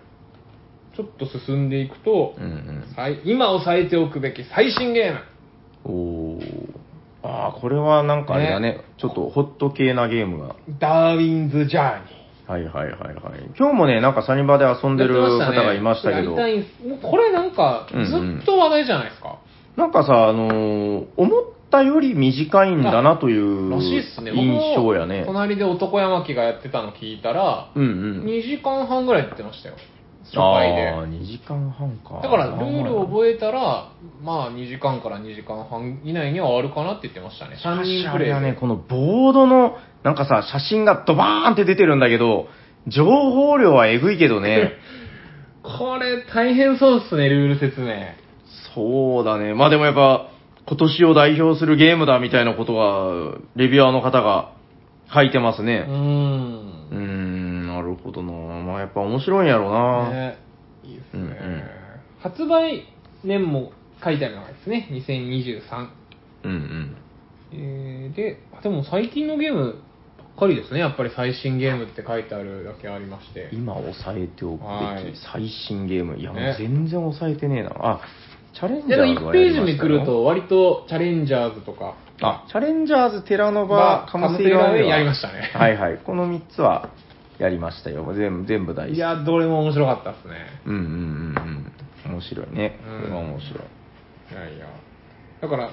[SPEAKER 1] ちょっと進んでいくと
[SPEAKER 2] う、ん
[SPEAKER 1] はい今押さえておくべき最新ゲーム。
[SPEAKER 2] うん。おー。ああ、これはなんかあれだねちょっとホット系なゲームが。
[SPEAKER 1] ダーウィンズ・ジャーニー。
[SPEAKER 2] はいはいはいはい。今日もね、なんかサニバで遊んでる方がいましたけ
[SPEAKER 1] や
[SPEAKER 2] ど。
[SPEAKER 1] りたいんすもうこれなんか、
[SPEAKER 2] うんうん
[SPEAKER 1] ずっと話題じゃないですか。
[SPEAKER 2] なんかさ、あのー思ったより短いんだなという
[SPEAKER 1] らしいっすね。僕も
[SPEAKER 2] 印象やね。
[SPEAKER 1] 隣で男山木がやってたの聞いたら、
[SPEAKER 2] うんうん。
[SPEAKER 1] 2時間半ぐらいやってましたよ。初回
[SPEAKER 2] ああ
[SPEAKER 1] で。
[SPEAKER 2] ー、2時間半か。
[SPEAKER 1] だから、ルールを覚えたら、まあ、2時間から2時間半以内には終わるかなって言ってましたね。3人プレイ
[SPEAKER 2] ね、
[SPEAKER 1] で。
[SPEAKER 2] このボードの、なんかさ、写真がドバーンって出てるんだけど、情報量はえぐいけど ね。
[SPEAKER 1] これ、大変そうっすね、ルール説明。
[SPEAKER 2] そうだね。まあでもやっぱ、今年を代表するゲームだみたいなことは、レビュアーの方が書いてます
[SPEAKER 1] うー
[SPEAKER 2] ね。
[SPEAKER 1] ん
[SPEAKER 2] うー。ん、なるほどな。まあやっぱ面白いんやろうな。
[SPEAKER 1] ね、いいですね、
[SPEAKER 2] うんうん
[SPEAKER 1] 発売年も書いてあるのがですね、2023。
[SPEAKER 2] うんうん。
[SPEAKER 1] えーで、あでも最近のゲームばっかりですね。やっぱり最新ゲームって書いてあるだけありまして。
[SPEAKER 2] 今押さえておくべき
[SPEAKER 1] はい
[SPEAKER 2] 最新ゲーム。いや、もう
[SPEAKER 1] ね
[SPEAKER 2] 全然押さえてねえな。あ、チャレンジ
[SPEAKER 1] で
[SPEAKER 2] ャ
[SPEAKER 1] も
[SPEAKER 2] ーズ
[SPEAKER 1] 1
[SPEAKER 2] は
[SPEAKER 1] ペ
[SPEAKER 2] や
[SPEAKER 1] ージ
[SPEAKER 2] りま
[SPEAKER 1] め
[SPEAKER 2] した
[SPEAKER 1] く
[SPEAKER 2] よ
[SPEAKER 1] ると割とチャレンジャーズとか、
[SPEAKER 2] あ、チャレンジャーズ、テラノバ、カムセイ
[SPEAKER 1] カ
[SPEAKER 2] ラ
[SPEAKER 1] ムセイラウェイ
[SPEAKER 2] は
[SPEAKER 1] やりましたね
[SPEAKER 2] はいはい。この3つはやりましたよ。全部、全部大好き。
[SPEAKER 1] いや、どれも面白かったですね。
[SPEAKER 2] うんうんうんうん。面白いね。
[SPEAKER 1] うん
[SPEAKER 2] これは面白い。
[SPEAKER 1] いやいや。だから、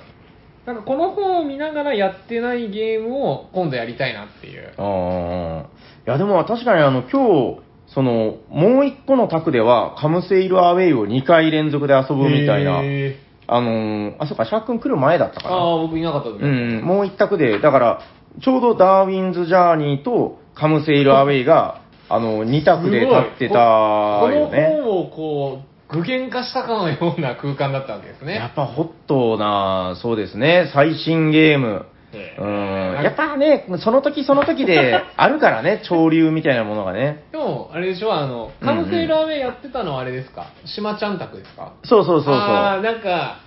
[SPEAKER 1] なんかこの本を見ながらやってないゲームを今度やりたいなっていう。
[SPEAKER 2] ああ。いや、でも確かにあの、今日、その、もう一個の卓では、カムセイルアウェイを2回連続で遊ぶみたいな。
[SPEAKER 1] へー
[SPEAKER 2] あのーあ、そうか、シャーク君来る前だったかな。
[SPEAKER 1] ああ、僕いなかった時、
[SPEAKER 2] うん、もう一択で、だから、ちょうどダーウィンズ・ジャーニーとカム・セイル・アウェイが、あの、二択で立ってた
[SPEAKER 1] この
[SPEAKER 2] よね。
[SPEAKER 1] 本をこう、具現化したかのような空間だったわけです
[SPEAKER 2] や
[SPEAKER 1] ね
[SPEAKER 2] っ。ぱホットな、そうですね、最新ゲーム。
[SPEAKER 1] ええ
[SPEAKER 2] うん、やっぱね、その時その 時であるからね、潮流みたいなものがね。
[SPEAKER 1] でも、あれでしょ、あの、カムセイラーメンやってたのはあれですか、島ちゃん宅ですか
[SPEAKER 2] そうそうそうそう。
[SPEAKER 1] ああ、なんか、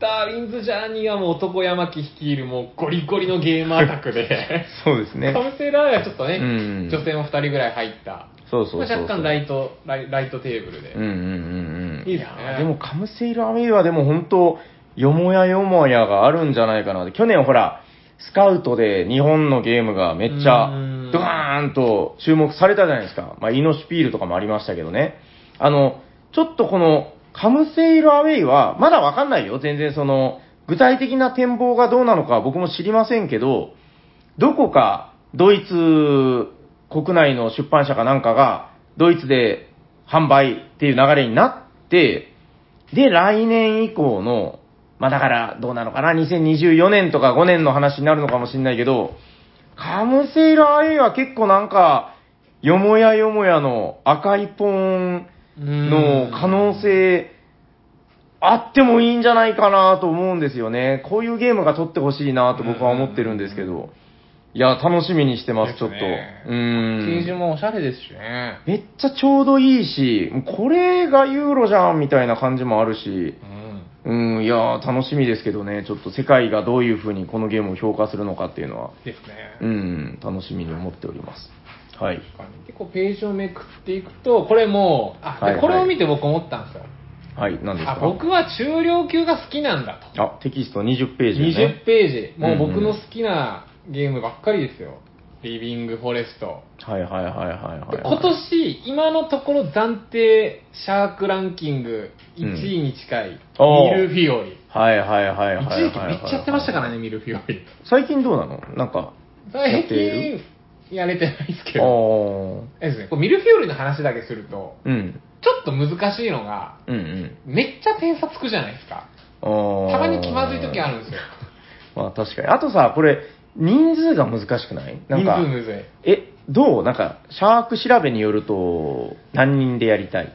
[SPEAKER 1] ダーウィンズ・ジャーニーはもう男山木率いるもうゴリゴリのゲーマー宅で、
[SPEAKER 2] そうですね
[SPEAKER 1] カ。ムセイラーメンはちょっとね、
[SPEAKER 2] うん
[SPEAKER 1] 女性も2人ぐらい入った、
[SPEAKER 2] そうそうそう
[SPEAKER 1] ま
[SPEAKER 2] そ
[SPEAKER 1] あ
[SPEAKER 2] う。
[SPEAKER 1] 若干ライトライライトテーブルで、
[SPEAKER 2] うんうんうんうん。
[SPEAKER 1] いいですね
[SPEAKER 2] やでもカムセイルアウェイはでも本当、よもやよもやがあるんじゃないかなって。去年ほら、スカウトで日本のゲームがめっちゃ
[SPEAKER 1] うーん
[SPEAKER 2] ドカーンと注目されたじゃないですか。まあ、イノシピールとかもありましたけどね。あの、ちょっとこの、カムセイルアウェイは、まだわかんないよ。全然その、具体的な展望がどうなのかは僕も知りませんけど、どこかドイツ国内の出版社かなんかが、ドイツで販売っていう流れになって、で、来年以降の、まあだから、どうなのかな、2024年とか5年の話になるのかもしれないけど、カムセイラー A は結構なんか、よもやよもやの赤いポンの可能性、あってもいいんじゃないかなと思うんですよね。こういうゲームが撮ってほしいなと僕は思ってるんですけ
[SPEAKER 1] うんうん
[SPEAKER 2] ど。いや、楽しみにしてます、
[SPEAKER 1] です
[SPEAKER 2] ちょっと。
[SPEAKER 1] ね
[SPEAKER 2] う
[SPEAKER 1] ケ
[SPEAKER 2] ん。
[SPEAKER 1] ージもおしゃれですしね。
[SPEAKER 2] めっちゃちょうどいいし、これがユーロじゃんみたいな感じもあるし、
[SPEAKER 1] うん。
[SPEAKER 2] うん、いやー、楽しみですけどね、ちょっと世界がどういうふうにこのゲームを評価するのかっていうのは、
[SPEAKER 1] ですね。
[SPEAKER 2] うん、楽しみに思っております。はい。
[SPEAKER 1] 結構ページをめくっていくと、これもう、あ、で
[SPEAKER 2] はいはい
[SPEAKER 1] これを見て僕思ったんですよ。
[SPEAKER 2] はい、何ですか
[SPEAKER 1] あ、僕は中量級が好きなんだと。
[SPEAKER 2] あテキスト20ページ、ね
[SPEAKER 1] 20。ページ。もう
[SPEAKER 2] うんう
[SPEAKER 1] 僕
[SPEAKER 2] ん
[SPEAKER 1] の好きなゲームばっかりですよ。リビングフォレスト。
[SPEAKER 2] はいはいはいはい
[SPEAKER 1] で
[SPEAKER 2] はい。
[SPEAKER 1] 今年、今のところ暫定シャークランキング1位に近い、
[SPEAKER 2] おー
[SPEAKER 1] ミルフィオリ。
[SPEAKER 2] はいはいはいはいはいはい
[SPEAKER 1] 一
[SPEAKER 2] はい。
[SPEAKER 1] 時期めっちゃやってましたからね、ミルフィオリ。
[SPEAKER 2] 最近どうなのなんか、や
[SPEAKER 1] 最
[SPEAKER 2] ってい
[SPEAKER 1] 近、やれてないですけ
[SPEAKER 2] あ
[SPEAKER 1] ど。
[SPEAKER 2] ー
[SPEAKER 1] あれですね、こうミルフィオリの話だけすると、
[SPEAKER 2] うん、
[SPEAKER 1] ちょっと難しいのが、
[SPEAKER 2] うんうん。
[SPEAKER 1] めっちゃ点差つくじゃないですか。
[SPEAKER 2] あー
[SPEAKER 1] たまに気まずい時あるんですよ。
[SPEAKER 2] まあ確かに。あとさ、これ、人数が難しくないなん
[SPEAKER 1] 人
[SPEAKER 2] か、
[SPEAKER 1] 数むずい。
[SPEAKER 2] え、どうなんか、シャーク調べによると、何人でやりたい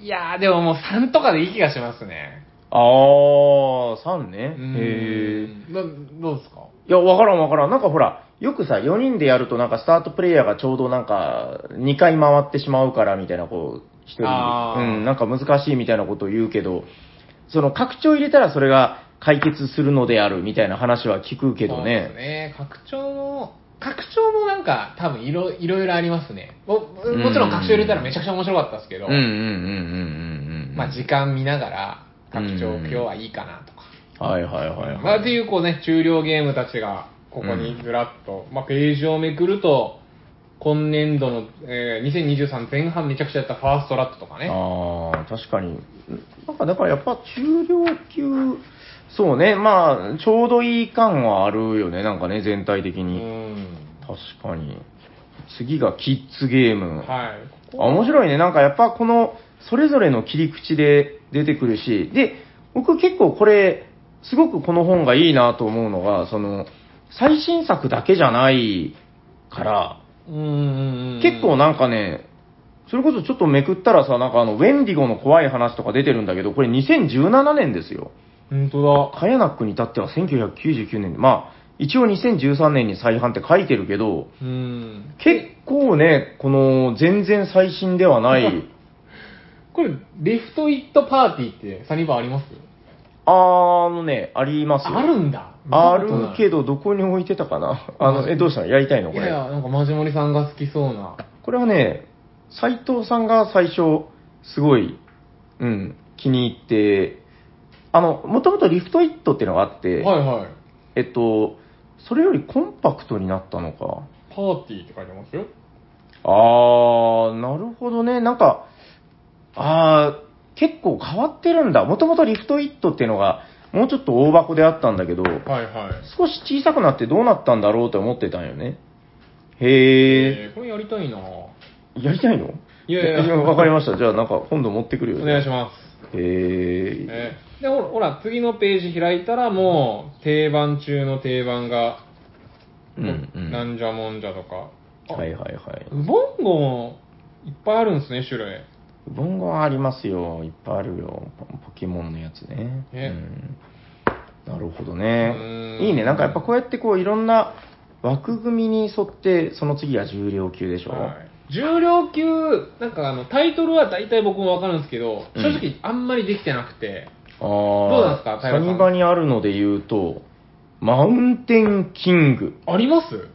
[SPEAKER 1] いやー、でももう3とかでいい気がしますね。
[SPEAKER 2] あー、3ね。
[SPEAKER 1] うん
[SPEAKER 2] へー。
[SPEAKER 1] どどうですか
[SPEAKER 2] いや、わからんわからん。なんかほら、よくさ、4人でやるとなんかスタートプレイヤーがちょうどなんか、2回回ってしまうからみたいな、こう、一人、
[SPEAKER 1] あー
[SPEAKER 2] うん、なんか難しいみたいなことを言うけど、その拡張入れたらそれが解決するのであるみたいな話は聞くけど
[SPEAKER 1] そうです
[SPEAKER 2] ね。
[SPEAKER 1] ね。拡張も、拡張もなんか多分いろいろいろありますねも。もちろん拡張入れたらめちゃくちゃ面白かったですけど、
[SPEAKER 2] うんうんうんうんうんうん。
[SPEAKER 1] まあ時間見ながら拡張
[SPEAKER 2] うん
[SPEAKER 1] 今日はいいかなとか。
[SPEAKER 2] はいはいはい、はい。
[SPEAKER 1] まあっていうこうね、中量ゲームたちがここにずらっと、まあページをめくると、今年度の、えー2023前半めちゃくちゃやったファーストラットとかね。
[SPEAKER 2] ああ、確かに。なんか、だからやっぱ中量級、そうね、まあ、ちょうどいい感はあるよね、なんかね、全体
[SPEAKER 1] う
[SPEAKER 2] 的に。
[SPEAKER 1] ん。
[SPEAKER 2] 確かに。次がキッズゲーム。あ、
[SPEAKER 1] はい。ここは
[SPEAKER 2] 面白いね。なんかやっぱこの、それぞれの切り口で出てくるし、で、僕結構これ、すごくこの本がいいなと思うのが、その、最新作だけじゃないから、
[SPEAKER 1] うんうんうん
[SPEAKER 2] 結構なんかね、それこそちょっとめくったらさ、なんかあの、ウェンディゴの怖い話とか出てるんだけど、これ2017年ですよ。
[SPEAKER 1] 本当
[SPEAKER 2] カヤナックに至っては1999年で、まあ、一応2013年に再販って書いてるけど、
[SPEAKER 1] だ。うん。
[SPEAKER 2] 結構ね、この、全然最新ではない、
[SPEAKER 1] これ、レフトイットパーティーってサニバーあります
[SPEAKER 2] あーあのね、ありますよ。
[SPEAKER 1] あるんだ。
[SPEAKER 2] あるけ
[SPEAKER 1] ど。
[SPEAKER 2] ど、どこに置いてたかなあの、え、どうしたのやりたいの
[SPEAKER 1] い
[SPEAKER 2] こ
[SPEAKER 1] やい
[SPEAKER 2] れ。
[SPEAKER 1] や、なんかマジモリさんが好きそうな。
[SPEAKER 2] これはね、斎藤さんが最初、すごい、うん、気に入って、あの、もともとリフトイットっていうのがあって、
[SPEAKER 1] はいはい。
[SPEAKER 2] えっと、それよりコンパクトになったのか。
[SPEAKER 1] パーティーって書いてますよ。
[SPEAKER 2] あー、なるほどね。なんか、あー、結構変わってるんだ。もともとリフトイットっていうのが、もうちょっと大箱であったんだけど、
[SPEAKER 1] はいはい。
[SPEAKER 2] 少し小さくなってどうなったんだろうって思ってたんよね。
[SPEAKER 1] え
[SPEAKER 2] へ
[SPEAKER 1] ーこれやりたいなぁ
[SPEAKER 2] ー、やりたいの
[SPEAKER 1] いやいや
[SPEAKER 2] わかりました。じゃあなんか今度持ってくるよ。
[SPEAKER 1] お願いします。
[SPEAKER 2] へー
[SPEAKER 1] えーで、ほら、ほら次のページ開いたらもう、定番中の定番が、
[SPEAKER 2] うんうん。
[SPEAKER 1] なんじゃもんじゃとか。あ
[SPEAKER 2] はいはいはい。
[SPEAKER 1] ウボンゴもいっぱいあるんですね、種類。
[SPEAKER 2] 文豪はありますよ。いっぱいあるよ。ポポケモンのやつね。
[SPEAKER 1] ね
[SPEAKER 2] うん、なるほどね
[SPEAKER 1] う。ん
[SPEAKER 2] いいね。なんかやっぱこうやってこういろんな枠組みに沿って、その次は重量級でしょ。
[SPEAKER 1] はい、重量級、なんかあのタイトルは大体僕もわかるんですけど、
[SPEAKER 2] うん
[SPEAKER 1] 正直あんまりできてなくて、
[SPEAKER 2] ああ。
[SPEAKER 1] うなんですか平
[SPEAKER 2] サ
[SPEAKER 1] さん
[SPEAKER 2] ニバにあるので言うと、マウンテンキング
[SPEAKER 1] あります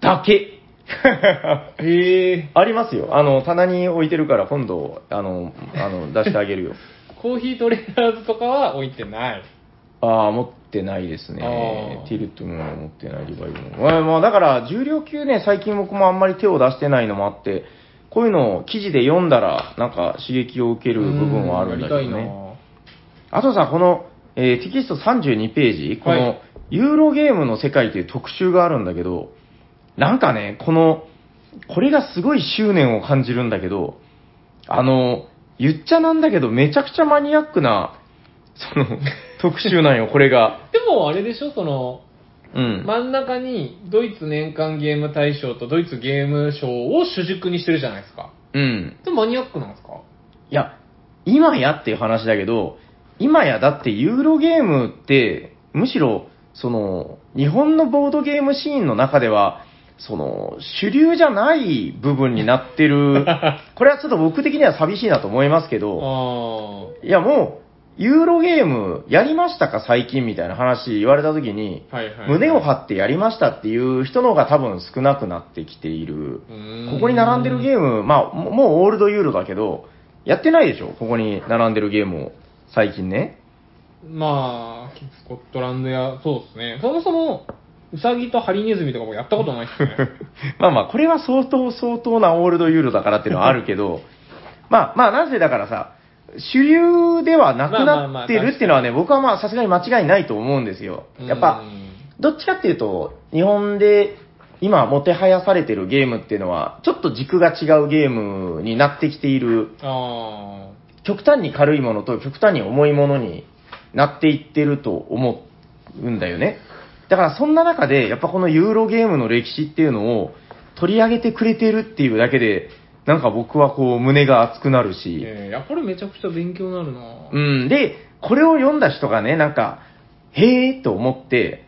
[SPEAKER 2] だけ。
[SPEAKER 1] へえ。
[SPEAKER 2] ありますよ。あの、棚に置いてるから今度、あの、あの出してあげるよ。
[SPEAKER 1] コーヒートレーラーズとかは置いてない。
[SPEAKER 2] ああ、持ってないですね
[SPEAKER 1] あ。ー
[SPEAKER 2] ティルトも持ってない、リバイブも。まあ、まあ、だから、重量級ね、最近僕もあんまり手を出してないのもあって、こういうのを記事で読んだら、なんか刺激を受ける部分はあるんだけど
[SPEAKER 1] やりたい
[SPEAKER 2] ね。
[SPEAKER 1] な
[SPEAKER 2] あとさ、この、えーテキスト32ページ、この、
[SPEAKER 1] はい
[SPEAKER 2] ユーロゲームの世界という特集があるんだけど、なんかね、この、これがすごい執念を感じるんだけど、あの、言っちゃなんだけど、めちゃくちゃマニアックな、その、特集なんよ、これが。
[SPEAKER 1] でもあれでしょ、その、
[SPEAKER 2] うん。
[SPEAKER 1] 真ん中にドイツ年間ゲーム大賞とドイツゲーム賞を主軸にしてるじゃないですか。
[SPEAKER 2] うん。
[SPEAKER 1] でマニアックなんですか
[SPEAKER 2] いや、今やっていう話だけど、今やだってユーロゲームって、むしろ、その、日本のボードゲームシーンの中では、その、主流じゃない部分になって る。これはちょっと僕的には寂しいなと思いますけ
[SPEAKER 1] あ
[SPEAKER 2] ど、
[SPEAKER 1] あ。
[SPEAKER 2] いやもう、ユーロゲームやりましたか最近みたいな話言われた時に、
[SPEAKER 1] はいはい。
[SPEAKER 2] 胸を張
[SPEAKER 1] っ
[SPEAKER 2] ってやりましたっていう人の方が多分少なくなってきている。こ
[SPEAKER 1] こ
[SPEAKER 2] こに並んでる
[SPEAKER 1] ー
[SPEAKER 2] ゲーム、まあ、ももうオールドユーロだけど、やってないでしょここに並んでるゲームを。最近 ね。
[SPEAKER 1] ムまあ、スコットランドや、そうですね。そもそも、ウサギとハリネズミとかもやったことないですね。
[SPEAKER 2] まあまあ、これは相当相当なオールドユーロだからっていうのはある けど、まあまあ、なぜだからさ、主流ではなく
[SPEAKER 1] まあまあま
[SPEAKER 2] な
[SPEAKER 1] あ
[SPEAKER 2] ってるっていうのはね、僕はまあさすがに間違いないと思うんですよ。 やっぱ
[SPEAKER 1] う、ん
[SPEAKER 2] どっちかっていうと、日本で今もてはやされてるゲームっていうのは、ちょっと軸が違うゲームになってきている
[SPEAKER 1] あ
[SPEAKER 2] 極端に軽いものと極端に重いものになっていってると思うんだよね。だからそんな中で、やっぱこのユーロゲームの歴史っていうのを取り上げてくれてるっていうだけで、なんか僕はこう胸が熱くなる
[SPEAKER 1] ー
[SPEAKER 2] し、
[SPEAKER 1] えーいや、これめちゃくちゃ勉強になるな
[SPEAKER 2] うん。で、これを読んだ人がね、なんか、へーと思って、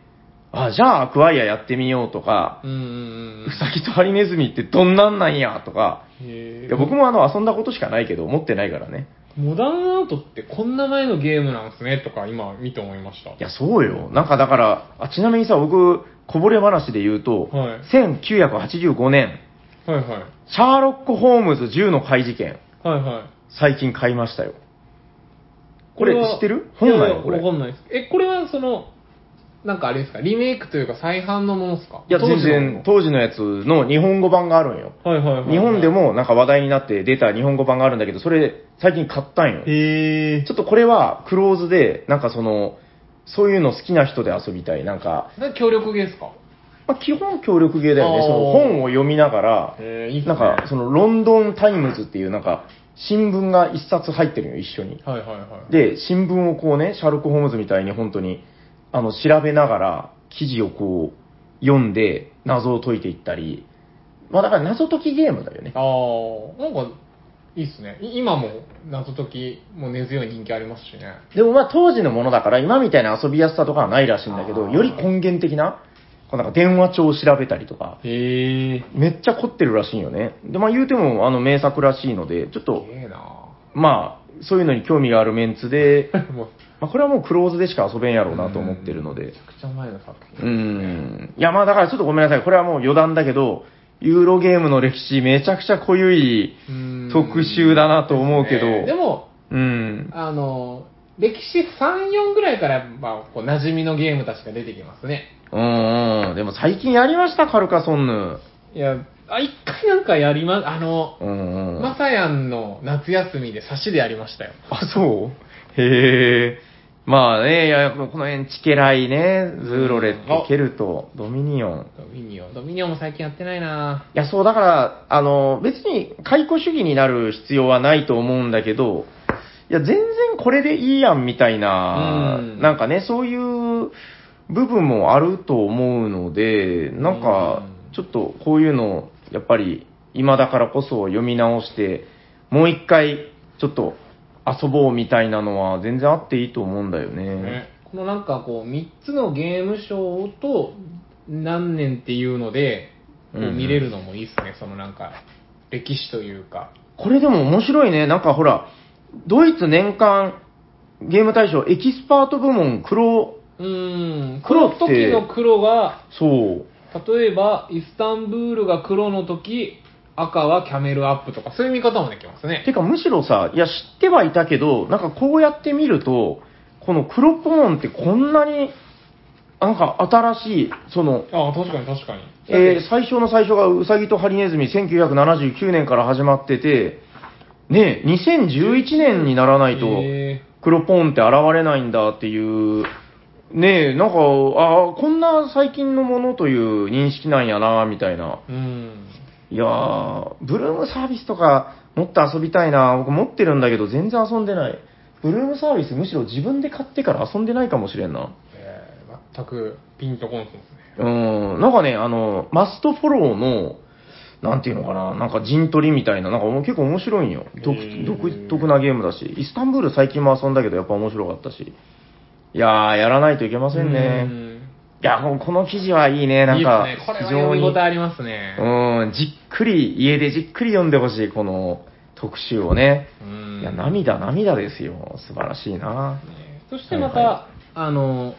[SPEAKER 2] あ、じゃあアクワイアやってみようとか、
[SPEAKER 1] うんうんうん。
[SPEAKER 2] ウサギとハリネズミってどんなんなんやとか、
[SPEAKER 1] へー
[SPEAKER 2] いや僕もあの遊んだことしかないけど、持ってないからね。
[SPEAKER 1] モダンアートってこんな前のゲームなんですねとか今見て思いました。
[SPEAKER 2] いや、そうよ。なんかだから、あちなみにさ、僕、こぼれ話で言うと、
[SPEAKER 1] はい
[SPEAKER 2] 1985年、
[SPEAKER 1] はいはい。
[SPEAKER 2] シャーロック・ホームズ銃の怪事件、
[SPEAKER 1] はいはい。
[SPEAKER 2] 最近買いましたよ。これ
[SPEAKER 1] は
[SPEAKER 2] 知ってる本なの
[SPEAKER 1] いやいや
[SPEAKER 2] これ
[SPEAKER 1] わかんないです。え、これはその、なんかあれですかリメイクというか再販のものですか
[SPEAKER 2] いや、全然、
[SPEAKER 1] 然。
[SPEAKER 2] 当時のやつの日本語版があるんよ。
[SPEAKER 1] はいはいはい。
[SPEAKER 2] 日本で。もなんか話題になって出た日本語版があるんだけど、それ、最近買ったんよ。
[SPEAKER 1] へえ。
[SPEAKER 2] ちょっとこれは、クローズで、なんかその、そういうの好きな人で遊びたい。なんか、
[SPEAKER 1] なんか協力ゲーですか
[SPEAKER 2] まあ、基本協力ゲーだよね。
[SPEAKER 1] あー
[SPEAKER 2] その本を読みながら、
[SPEAKER 1] へえ、いいっす
[SPEAKER 2] な
[SPEAKER 1] ね。
[SPEAKER 2] んか、そのロンドンタイムズっていうなんか、新聞が一冊入ってるよ、一緒に。
[SPEAKER 1] はいはいはい。
[SPEAKER 2] で、新聞をこうね、シャーロック・ホームズみたいに本当に、あの、調べながら、記事をこう、読んで、謎を解いていったり、まあだから謎解きゲームだよね。
[SPEAKER 1] ああ、なんか、いいっすね。い今も謎解き、もう根強い人気ありますしね。
[SPEAKER 2] でもまあ当時のものだから、今みたいな遊びやすさとかはないらしいんだけど、
[SPEAKER 1] あー
[SPEAKER 2] より根源的な、こうなんか電話帳を調べたりとか、
[SPEAKER 1] へえ。
[SPEAKER 2] めっちゃ凝ってるらしいんよね。で、まあ言うても、あの、名作らしいので、ちょっ
[SPEAKER 1] す
[SPEAKER 2] と、
[SPEAKER 1] げえな
[SPEAKER 2] まあ、そういうのに興味があるメンツで、
[SPEAKER 1] もう
[SPEAKER 2] まあ、これはもうクローズでしか遊べんやろうなと思ってるので
[SPEAKER 1] めち。ゃくちゃ前の作
[SPEAKER 2] う
[SPEAKER 1] 品。
[SPEAKER 2] ん。いや、まあだからちょっとごめんなさい。これはもう余談だけど、ユーロゲームの歴史めちゃくちゃ濃ゆい。
[SPEAKER 1] うん
[SPEAKER 2] 特集だなと思うけど
[SPEAKER 1] ですねでも、
[SPEAKER 2] うん。
[SPEAKER 1] あの、歴史3、4ぐらいから、まあ、こう、馴染みのゲームたちが出てきますね。
[SPEAKER 2] うんうん。でも最近やりました、カルカソンヌ。
[SPEAKER 1] いや、あ、一回なんかやりま、あの、
[SPEAKER 2] うんうん。
[SPEAKER 1] まさやんの夏休みで差しでやりましたよ。
[SPEAKER 2] あ、そうへえ。まあね、いや、この辺、チケライね、ズーロレット
[SPEAKER 1] あ、
[SPEAKER 2] ケルト、ドミニオン。
[SPEAKER 1] ドミニオン。ドミニオンも最近やってないない
[SPEAKER 2] や、そう、だから、あの、別に解雇主義になる必要はないと思うんだけど、いや、全然これでいいやんみたいな、
[SPEAKER 1] うん
[SPEAKER 2] なんかね、そういう部分もあると思うので、なんか
[SPEAKER 1] う、ん
[SPEAKER 2] ちょっとこういうの、やっぱり、今だからこそ読み直して、もう一回、ちょっと遊ぼうみたいなのは全然あっていいと思うんだよ
[SPEAKER 1] ぁ、
[SPEAKER 2] ね。
[SPEAKER 1] このなんかこう、3つのゲーム賞と何年っていうので、こ
[SPEAKER 2] うん
[SPEAKER 1] う
[SPEAKER 2] うん
[SPEAKER 1] 見れるのもいいっすね。そのなんか、歴史というか。
[SPEAKER 2] これでも面白いね。なんかほら、ドイツ年間ゲーム大賞エキスパート部門黒、
[SPEAKER 1] うーん、
[SPEAKER 2] 黒
[SPEAKER 1] 黒
[SPEAKER 2] って
[SPEAKER 1] 時の黒が、
[SPEAKER 2] そう。
[SPEAKER 1] 例えば、イスタンブールが黒の時、赤はキャメルアップとか、そういう見方もできますね。
[SPEAKER 2] てか、むしろさ、いや、知ってはいたけど、なんかこうやって見ると、この黒ポーンってこんなに、なんか新しい、その、
[SPEAKER 1] ああ、確かに確かに。
[SPEAKER 2] えー最初の最初がウサギとハリネズミ1979年から始まってて、ねえ、2011年にならないと、
[SPEAKER 1] え
[SPEAKER 2] 黒ポンって現れないんだっていう、ねえ、なんか、ああ、こんな最近のものという認識なんやな、みたいな。
[SPEAKER 1] ーうん。
[SPEAKER 2] いやー、ブルームサービスとかもっと遊びたいな。僕持ってるんだけど全然遊んでない。ブルームサービスむしろ自分で買ってから遊んでないかもしれんな。
[SPEAKER 1] えー全くピンとこんすもんね。
[SPEAKER 2] うーん、なんかね、あの、マストフォローの、なんていうのかな、なんか陣取りみたいな、なんかもう結構面白いんよ。独
[SPEAKER 1] へー
[SPEAKER 2] 独特なゲームだし、イスタンブール最近も遊んだけどやっぱ面白かったし。いやー、やらないといけませんね。
[SPEAKER 1] うん
[SPEAKER 2] いや、もうこの記事はいいね、なんか、
[SPEAKER 1] いいですね。これ
[SPEAKER 2] 非
[SPEAKER 1] は
[SPEAKER 2] 常
[SPEAKER 1] 読み
[SPEAKER 2] に
[SPEAKER 1] 応え。ありますね。
[SPEAKER 2] うん、じっくり、家でじっくり読んでほしい、この特集をね。
[SPEAKER 1] うん
[SPEAKER 2] いや、涙、涙ですよ。素晴らしいな。
[SPEAKER 1] ねそしてまた、
[SPEAKER 2] はいは
[SPEAKER 1] あの、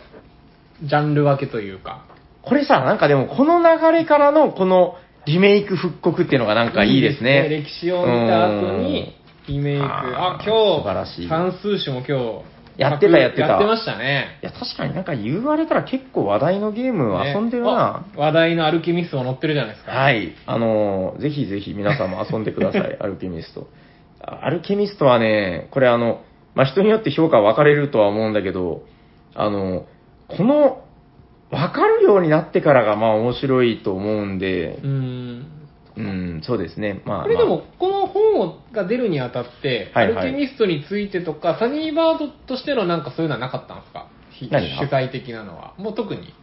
[SPEAKER 1] ジャンル分けというか。
[SPEAKER 2] これさ、なんかでも、この流れからの、この、リメイク復刻っていうのがなんかいいですね。
[SPEAKER 1] 歴史を見た後に、リメイク。
[SPEAKER 2] あ
[SPEAKER 1] あ
[SPEAKER 2] ー、素晴
[SPEAKER 1] 今
[SPEAKER 2] らしい
[SPEAKER 1] 日、算数種も今日、
[SPEAKER 2] やってたやってた
[SPEAKER 1] やってましたね。
[SPEAKER 2] いや、確かになんか言われたら結構話題のゲームを遊んでるな。
[SPEAKER 1] ねあ話題のアルキミストも載ってるじゃないですか。
[SPEAKER 2] は。い。あのーぜひぜひ皆さんも遊んでくだ さい、アルケミスト。あアルケミストはね、これあの、まあ、人によって評価分かれるとは思うんだけど、あの、この、分かるようになってからがまあ面白いと思うんで
[SPEAKER 1] う、ん。
[SPEAKER 2] うん、そうですね。まあ、
[SPEAKER 1] これで
[SPEAKER 2] ま
[SPEAKER 1] も、この本が出るにあたって、
[SPEAKER 2] はいはい
[SPEAKER 1] アルケミストについてとか、サニーバードとしてのなんかそういうのはなかったんですかひ
[SPEAKER 2] 何が
[SPEAKER 1] 取材的なのは。もう特に。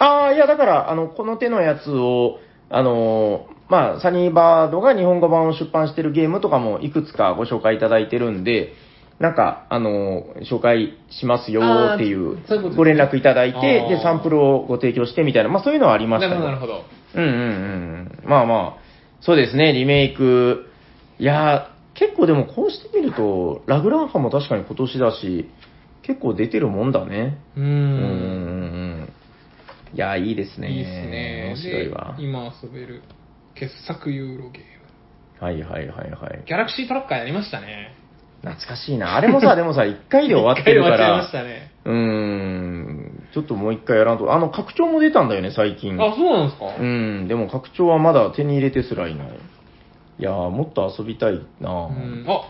[SPEAKER 2] あ、あーいや、だから、あの、この手のやつを、あのーまあ、サニーバードが日本語版を出版してるゲームとかもいくつかご紹介いただいてるんで、なんか、あのー紹介しますよーっていう
[SPEAKER 1] あーそういうことですね
[SPEAKER 2] ご連絡いただいて、
[SPEAKER 1] あー
[SPEAKER 2] で、サンプルをご提供してみたいな、まあそういうのはありま
[SPEAKER 1] な
[SPEAKER 2] した
[SPEAKER 1] るほ
[SPEAKER 2] よ
[SPEAKER 1] ど、なるほど。
[SPEAKER 2] うんうんうん。まあまあ、そうですね、リメイク。いやー、結構でもこうしてみると、ラグランハも確かに今年だし、結構出てるもんだね。
[SPEAKER 1] う
[SPEAKER 2] うんうん
[SPEAKER 1] ん。
[SPEAKER 2] うんうん。いやー、いいですね。
[SPEAKER 1] いいですね。
[SPEAKER 2] 面白いわ
[SPEAKER 1] で。今遊べる傑作ユーロゲー
[SPEAKER 2] はいはいはいはい
[SPEAKER 1] ム。。ギャラクシートラッカーやりましたね。
[SPEAKER 2] 懐かしいな。あれ もさ、でもさ、一回で終わってるか
[SPEAKER 1] 一回で終わっちゃいま
[SPEAKER 2] ら
[SPEAKER 1] し、たね。
[SPEAKER 2] うーん、ちょっともう一回やらんと。あの、拡張も出たんだよね、最近。
[SPEAKER 1] あ、そうなんですか
[SPEAKER 2] うん、でも拡張はまだ手に入れてすらいない。いやー、もっと遊びたいな、
[SPEAKER 1] うんあ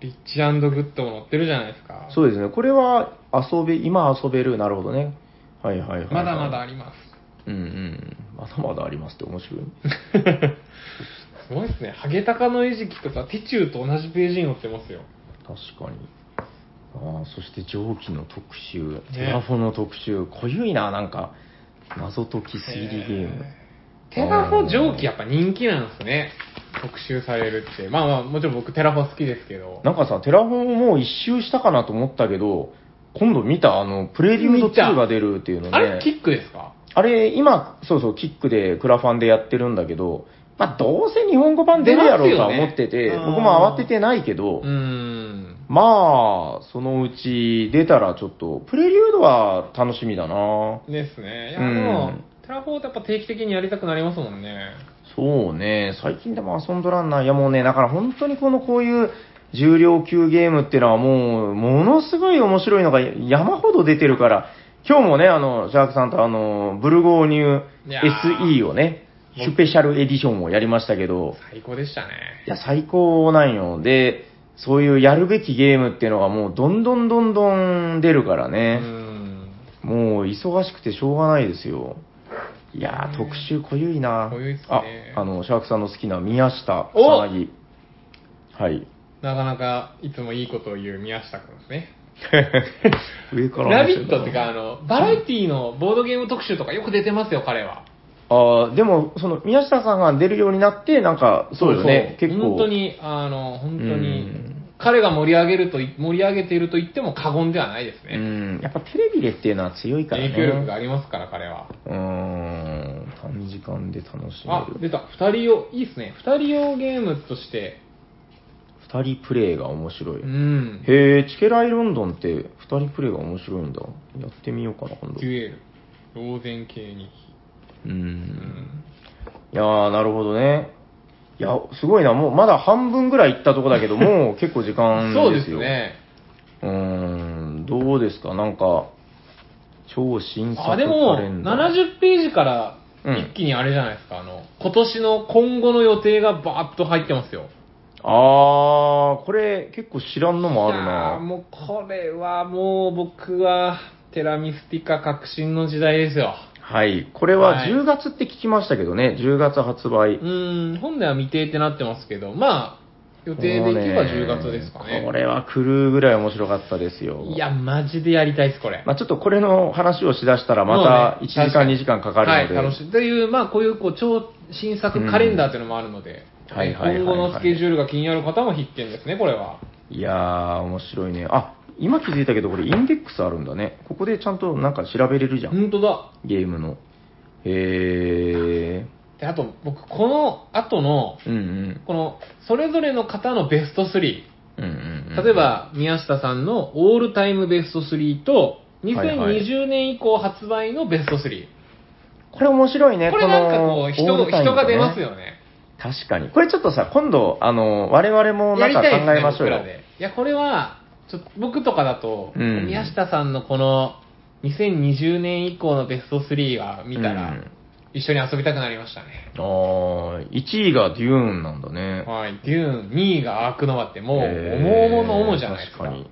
[SPEAKER 1] リッチグッドも載ってるじゃないですか。
[SPEAKER 2] そうですね。これは遊べ、今遊べる。なるほどね。はいはいはい、はい。
[SPEAKER 1] まだまだあ。ります。
[SPEAKER 2] うんうん。まだまだありますって面白い。
[SPEAKER 1] すごいですね。ハゲタカの餌食とか、ティチューと同じページに載ってますよ。
[SPEAKER 2] 確かに。ああ、そして蒸気の特集、
[SPEAKER 1] ね
[SPEAKER 2] テラフォの特集、濃ゆいな、なんか、謎解き推理ゲーム。
[SPEAKER 1] えーテラフォ蒸気やっぱ人気なんですね。特集されるって。まあまあ、もちろん僕テラフォ好きですけど。
[SPEAKER 2] なんかさ、テラフォンもう一周したかなと思ったけど、今度見た、あの、プレリュード
[SPEAKER 1] 見た
[SPEAKER 2] 2が出るっていうのね。
[SPEAKER 1] あれキックですか
[SPEAKER 2] あれ、今、そうそう、キックで、クラファンでやってるんだけど、まあ、どうせ日本語版出るやろうとは思って
[SPEAKER 1] 出
[SPEAKER 2] て、
[SPEAKER 1] ますよね
[SPEAKER 2] 僕も慌ててないけど、
[SPEAKER 1] うーん。
[SPEAKER 2] まあ、そのうち出たらちょっと、プレリュードは楽しみだな
[SPEAKER 1] ですね。いや、
[SPEAKER 2] うん
[SPEAKER 1] でも、テラフォってやっぱ定期的にやりたくなりますもんね。
[SPEAKER 2] そうね、最近でも遊んどらんな。いやもうね、だから本当にこのこういう重量級ゲームっていうのはもう、ものすごい面白いのが山ほど出てるから、今日もね、あの、シャークさんとあの、ブルゴーニュ
[SPEAKER 1] いやー
[SPEAKER 2] SE をね、スペシャルエディションをやりましたけど、
[SPEAKER 1] 最高でしたね。
[SPEAKER 2] いや、最高なんよ。で、そういうやるべきゲームっていうのがもうどんどんどんどん出るから
[SPEAKER 1] う
[SPEAKER 2] ね、
[SPEAKER 1] ん。
[SPEAKER 2] もう忙しくてしょうがないですよ。いやー、特集濃ゆいな。
[SPEAKER 1] 濃ゆいっす
[SPEAKER 2] あ
[SPEAKER 1] ね、
[SPEAKER 2] あの、シャークさんの好きな宮下草
[SPEAKER 1] お
[SPEAKER 2] 薙。はい。
[SPEAKER 1] なかなかいつもいいことを言う宮下くんですね。
[SPEAKER 2] 上から
[SPEAKER 1] ラ
[SPEAKER 2] 話
[SPEAKER 1] ビ
[SPEAKER 2] してん
[SPEAKER 1] ッ
[SPEAKER 2] だ
[SPEAKER 1] トってか、あの、バラエティのボードゲーム特集とかよく出てますよ、彼は。
[SPEAKER 2] あーでも、その、宮下さんが出るようになって、なんか、そうよね。
[SPEAKER 1] そうそう
[SPEAKER 2] 結構。
[SPEAKER 1] 本当。に、あの、本当
[SPEAKER 2] う
[SPEAKER 1] に
[SPEAKER 2] ん、
[SPEAKER 1] 彼が盛り上げるとい、盛り上げていると言っても過言ではないです
[SPEAKER 2] う
[SPEAKER 1] ね。
[SPEAKER 2] ん。やっぱテレビでっていうのは強いからね。
[SPEAKER 1] 影響力がありますから、彼は。
[SPEAKER 2] うーん。短時間で楽し
[SPEAKER 1] あ、
[SPEAKER 2] め
[SPEAKER 1] 出
[SPEAKER 2] る。
[SPEAKER 1] た。二人用、いいですね。二人用ゲームとして、
[SPEAKER 2] 二人プレイが面白い。
[SPEAKER 1] うん。
[SPEAKER 2] へえ、チケライロンドンって二人プレイが面白いんだ。やってみようかな、今度
[SPEAKER 1] デ。ュエル。当然系に。
[SPEAKER 2] う。
[SPEAKER 1] うんん。
[SPEAKER 2] いやー、なるほどね。いや、すごいな。もうまだ半分ぐらい行ったとこだけど、もう 結構時間ですよ。
[SPEAKER 1] そうですね。
[SPEAKER 2] うーん、どうですかなんか、超新作カ
[SPEAKER 1] あ、でも、
[SPEAKER 2] レンダー。
[SPEAKER 1] 70ページから一気にあれじゃないですか、あの、今年の今後の予定がバーッと入ってますよ。
[SPEAKER 2] あー、これ結構知らんのもある
[SPEAKER 1] いやー
[SPEAKER 2] な。
[SPEAKER 1] もうこれはもう僕は、テラミスティカ革新の時代ですよ。
[SPEAKER 2] はい。これは10月って聞きましたけどね。10月発売
[SPEAKER 1] う。ーん、本では未定ってなってますけど、まあ、予定でいけば10月ですか
[SPEAKER 2] こ
[SPEAKER 1] ね。
[SPEAKER 2] れは狂うぐらい面白かったですよ。
[SPEAKER 1] いや、マジでやりたいです、これ。
[SPEAKER 2] まあちょっとこれの話をしだしたらまた1時
[SPEAKER 1] もう
[SPEAKER 2] 間
[SPEAKER 1] ね
[SPEAKER 2] 2時間かかるので。
[SPEAKER 1] はい、楽しい。という、まあ、こういう、こう、超新作カレンダーというのもあるので、
[SPEAKER 2] うんはいはいはいはい
[SPEAKER 1] 今後のスケジュールが気になる方も必見ですね、これは。
[SPEAKER 2] いやー、面白いね。あ、今気づいたけど、これインデックスあるんだね。ここでちゃんとなんか調べれるじゃん。
[SPEAKER 1] 本当だ。
[SPEAKER 2] ゲームの。へ
[SPEAKER 1] で、あと、僕、この後の、
[SPEAKER 2] ー。うんうん。
[SPEAKER 1] この、それぞれの方のベスト3。例
[SPEAKER 2] うんうんうん、
[SPEAKER 1] え、ば、宮下さんのオールタイムベスト3と、
[SPEAKER 2] はいはい
[SPEAKER 1] 2020年以降発売のベスト3。
[SPEAKER 2] これ面白いね。
[SPEAKER 1] これなんかこう、
[SPEAKER 2] のオー
[SPEAKER 1] 人、
[SPEAKER 2] ルタイム
[SPEAKER 1] 人が出
[SPEAKER 2] とね
[SPEAKER 1] ます。よね。
[SPEAKER 2] 確かに。これちょっとさ、今度、あの、我々
[SPEAKER 1] や
[SPEAKER 2] もなん
[SPEAKER 1] り
[SPEAKER 2] か
[SPEAKER 1] た
[SPEAKER 2] 考
[SPEAKER 1] いですね、
[SPEAKER 2] えましょ
[SPEAKER 1] 僕
[SPEAKER 2] うよ
[SPEAKER 1] ら。で。いや、これは、ちょっと僕とかだと、
[SPEAKER 2] うん
[SPEAKER 1] 宮下さんのこの2020年以降のベスト3は見たら、
[SPEAKER 2] うん
[SPEAKER 1] 一緒に遊びたくなりましたね。
[SPEAKER 2] あー、1位がデューンなんだね。
[SPEAKER 1] はい、デューン、2位がアークノアって、もう、
[SPEAKER 2] へー
[SPEAKER 1] 重々の重じゃないですか。
[SPEAKER 2] 確に。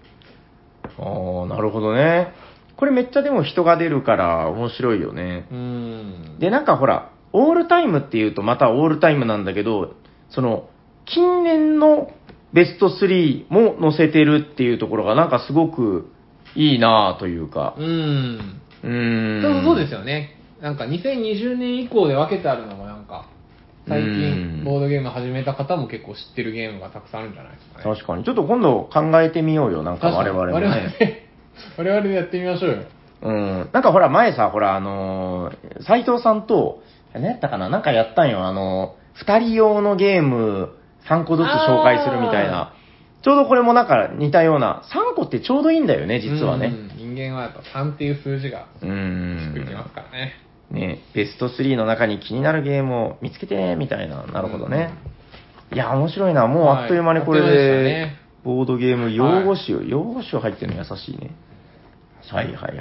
[SPEAKER 2] ああ、なるほどね。これめっちゃでも人が出るから面白いよね。
[SPEAKER 1] うーん。
[SPEAKER 2] で、なんかほら、オールタイムっていうとまたオールタイムなんだけど、その、近年のベスト3も載せてるっていうところがなんかすごくいいなあというか
[SPEAKER 1] う。ーん。
[SPEAKER 2] うーん。
[SPEAKER 1] そうそうです
[SPEAKER 2] よ。
[SPEAKER 1] よね。なんか2020年以降で分けてあるのもなんか、最
[SPEAKER 2] う
[SPEAKER 1] 近
[SPEAKER 2] ん
[SPEAKER 1] ボードゲーム始めた方も結構知ってるゲームがたくさんあるんじゃないですかね。
[SPEAKER 2] 確かに。ちょっと今度考えてみようよ。なんか我々もね。
[SPEAKER 1] 我々で、我々でやってみましょうよ。
[SPEAKER 2] うん。なんかほら、前さ、ほら、あのー、斎藤さんと、何やったかななんかやったんよ。あのー、二人用のゲーム、3個ずつ紹介するみたいな。ちょうどこれもなんか似たような、3個ってちょうどいいんだよね、実は
[SPEAKER 1] う
[SPEAKER 2] ね。
[SPEAKER 1] ん人間はやっぱ3っていう数字が
[SPEAKER 2] う
[SPEAKER 1] しっ
[SPEAKER 2] ん
[SPEAKER 1] くりきますからね。
[SPEAKER 2] ね、ベスト3の中に気になるゲームを見つけてね、みたいな。なるほどね。いや、面白いな。もう
[SPEAKER 1] はい
[SPEAKER 2] あっという間にこれ
[SPEAKER 1] あっという間で
[SPEAKER 2] で、
[SPEAKER 1] したね
[SPEAKER 2] ボードゲーム用語集、用語集入ってるの優しいね。はいはいはいはい。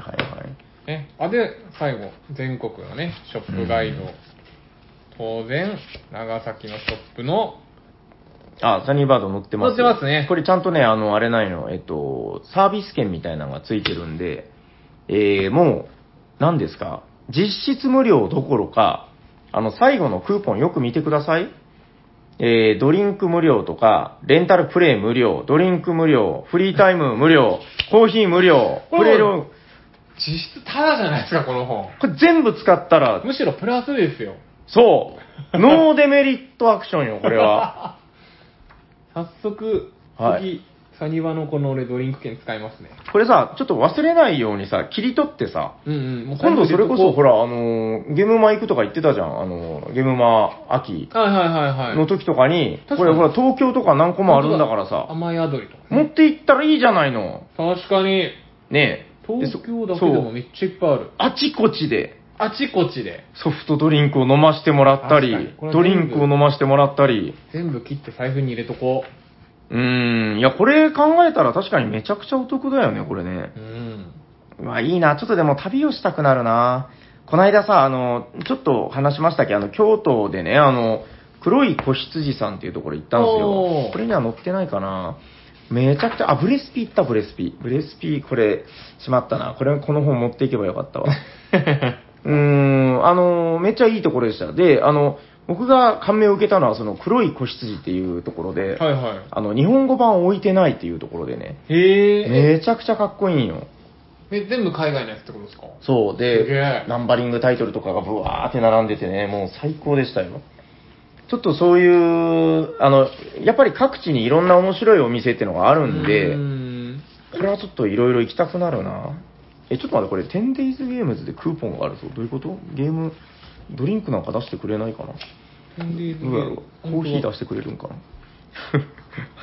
[SPEAKER 1] ねあで、最後、全国のね、ショップガイド。
[SPEAKER 2] うん
[SPEAKER 1] 当然、長崎のショップの、
[SPEAKER 2] あ、サニーバード乗ってます。
[SPEAKER 1] 乗ってますね
[SPEAKER 2] これちゃんとね、あの、あれないの、えっと、サービス券みたいなのがついてるんで、えー、もう、何ですか、実質無料どころか、あの、最後のクーポンよく見てください。えー、ドリンク無料とか、レンタルプレイ無料、ドリンク無料、フリータイム無 料、コーヒー無料、
[SPEAKER 1] これ
[SPEAKER 2] プレイ料、
[SPEAKER 1] 実質タダじゃないですか、この本。
[SPEAKER 2] これ全部使ったら、
[SPEAKER 1] むしろプラスですよ。
[SPEAKER 2] そう、ノーデメリットアクションよ、これ は。
[SPEAKER 1] 早速、
[SPEAKER 2] はい
[SPEAKER 1] 次、サニバのこの俺ドリンク券使いますね。
[SPEAKER 2] これさ、ちょっと忘れないようにさ、切り取ってさ、
[SPEAKER 1] うんうん。もう
[SPEAKER 2] 今度それこそ、ほ
[SPEAKER 1] ら。
[SPEAKER 2] ら、あのー、ゲームマ行くとか言ってたじゃん。あのー、ゲームマ秋
[SPEAKER 1] はいはいはいは
[SPEAKER 2] の
[SPEAKER 1] い。
[SPEAKER 2] 時とかに、
[SPEAKER 1] 確かに
[SPEAKER 2] これほら、東京とか何個もあるんだからさ、
[SPEAKER 1] 甘いアドリとかね。
[SPEAKER 2] 持って行ったらいいじゃないの。
[SPEAKER 1] 確かに、
[SPEAKER 2] ねえ。で
[SPEAKER 1] 東
[SPEAKER 2] そ
[SPEAKER 1] 京だけでも
[SPEAKER 2] そう
[SPEAKER 1] めっちゃいっぱいある。
[SPEAKER 2] あちこちで
[SPEAKER 1] あちこちで。
[SPEAKER 2] ソフトドリンクを飲ましてもらった
[SPEAKER 1] 確か
[SPEAKER 2] り
[SPEAKER 1] にこれ、
[SPEAKER 2] ド
[SPEAKER 1] 全部
[SPEAKER 2] リンクを飲ましてもらったり。
[SPEAKER 1] 全部切って財布に入れとこ
[SPEAKER 2] うーん、いや、これ考えたら確かにめちゃくちゃお得だよね、これね
[SPEAKER 1] う。。うん。
[SPEAKER 2] まあいいな、ちょっとでも旅をしたくなるな。こないださ、あの、ちょっと話しましたけど、あの、京都でね、あの、黒い子羊さんっていうところ行ったんです
[SPEAKER 1] お
[SPEAKER 2] よ
[SPEAKER 1] ー。
[SPEAKER 2] これには載ってないかな。めちゃくちゃ、あ、ブレスピ行った、ブレスピ。ブレスピ、これ、しまったな。これ、この本持っていけばよかったわ。 うーん、あの、めっちゃいいところでした。で、あの、僕が感銘を受けたのは、その、黒い子羊っていうところで、
[SPEAKER 1] はいは
[SPEAKER 2] あの、日本語版を置いてないっていうところでね、
[SPEAKER 1] い。へえ。
[SPEAKER 2] めちゃくちゃかっこいいんよ。
[SPEAKER 1] え、全部海外のやつってことですか
[SPEAKER 2] そう。
[SPEAKER 1] すげ
[SPEAKER 2] で
[SPEAKER 1] え、
[SPEAKER 2] ナンバリングタイトルとかがブワーって並んでてね、もう最高でしたよ。ちょっとそういう、あの、やっぱり各地にいろんな面白いお店ってのがあるんで、
[SPEAKER 1] うん
[SPEAKER 2] これはちょっといろいろ行きたくなるな。え、ちょっと待って、これ 10days ゲームズでクーポンがあるぞ。どういうことゲーム、ドリンクなんか出してくれないかなどうやろうコーヒー出してくれるんかな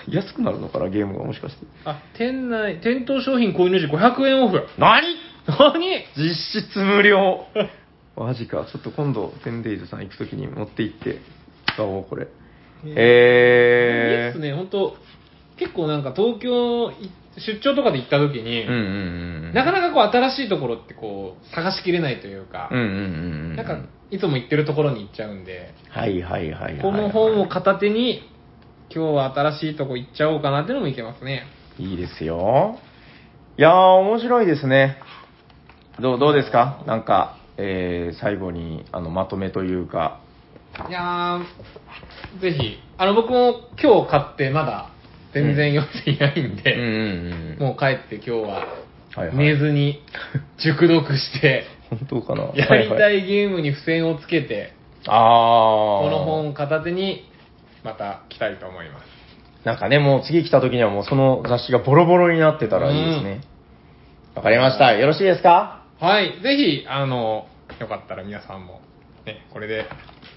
[SPEAKER 2] 安くなるのかなゲームがもしかして。
[SPEAKER 1] あ、店内、店頭商品購入時500円オフ。
[SPEAKER 2] 何
[SPEAKER 1] 何
[SPEAKER 2] 実質無 料マジかちょっと今度 10days さん行く時に持って行って使おうこれ
[SPEAKER 1] いい
[SPEAKER 2] へ
[SPEAKER 1] っす
[SPEAKER 2] え。
[SPEAKER 1] ね、本当結構なんか東京い、出張とかで行った時に、
[SPEAKER 2] うんうんうんうん。
[SPEAKER 1] なかなかこう新しいところってこう、探しきれないというか
[SPEAKER 2] うん、うんうんうん。
[SPEAKER 1] なんか、いつも行ってるところに行っちゃうんで、
[SPEAKER 2] はいはいはいはいはい。
[SPEAKER 1] この本を片手に、今日は新しいとこ行っちゃおうかなっていうのもいけますね。
[SPEAKER 2] いいですよ。いやー、面白いですね。どう、どうですかなんか、えー、最後に、あの、まとめというか。
[SPEAKER 1] いやー、ぜひ、あの、僕も今日買ってまだ全然読んでいないん
[SPEAKER 2] うんう
[SPEAKER 1] で、
[SPEAKER 2] んうん。
[SPEAKER 1] もう帰って今日は
[SPEAKER 2] はいはい
[SPEAKER 1] 寝ずに熟読して、
[SPEAKER 2] 本当かな
[SPEAKER 1] やり
[SPEAKER 2] はは
[SPEAKER 1] たいゲームに付箋をつけて、
[SPEAKER 2] あー。
[SPEAKER 1] この本を片手にまた来たいと思います。
[SPEAKER 2] なんかね、もう次来た時にはもうその雑誌がボロボロになってたらいいですね。わ、かりました。よろしいですか
[SPEAKER 1] はい、ぜひ、あの、よかったら皆さんも、ね、これで、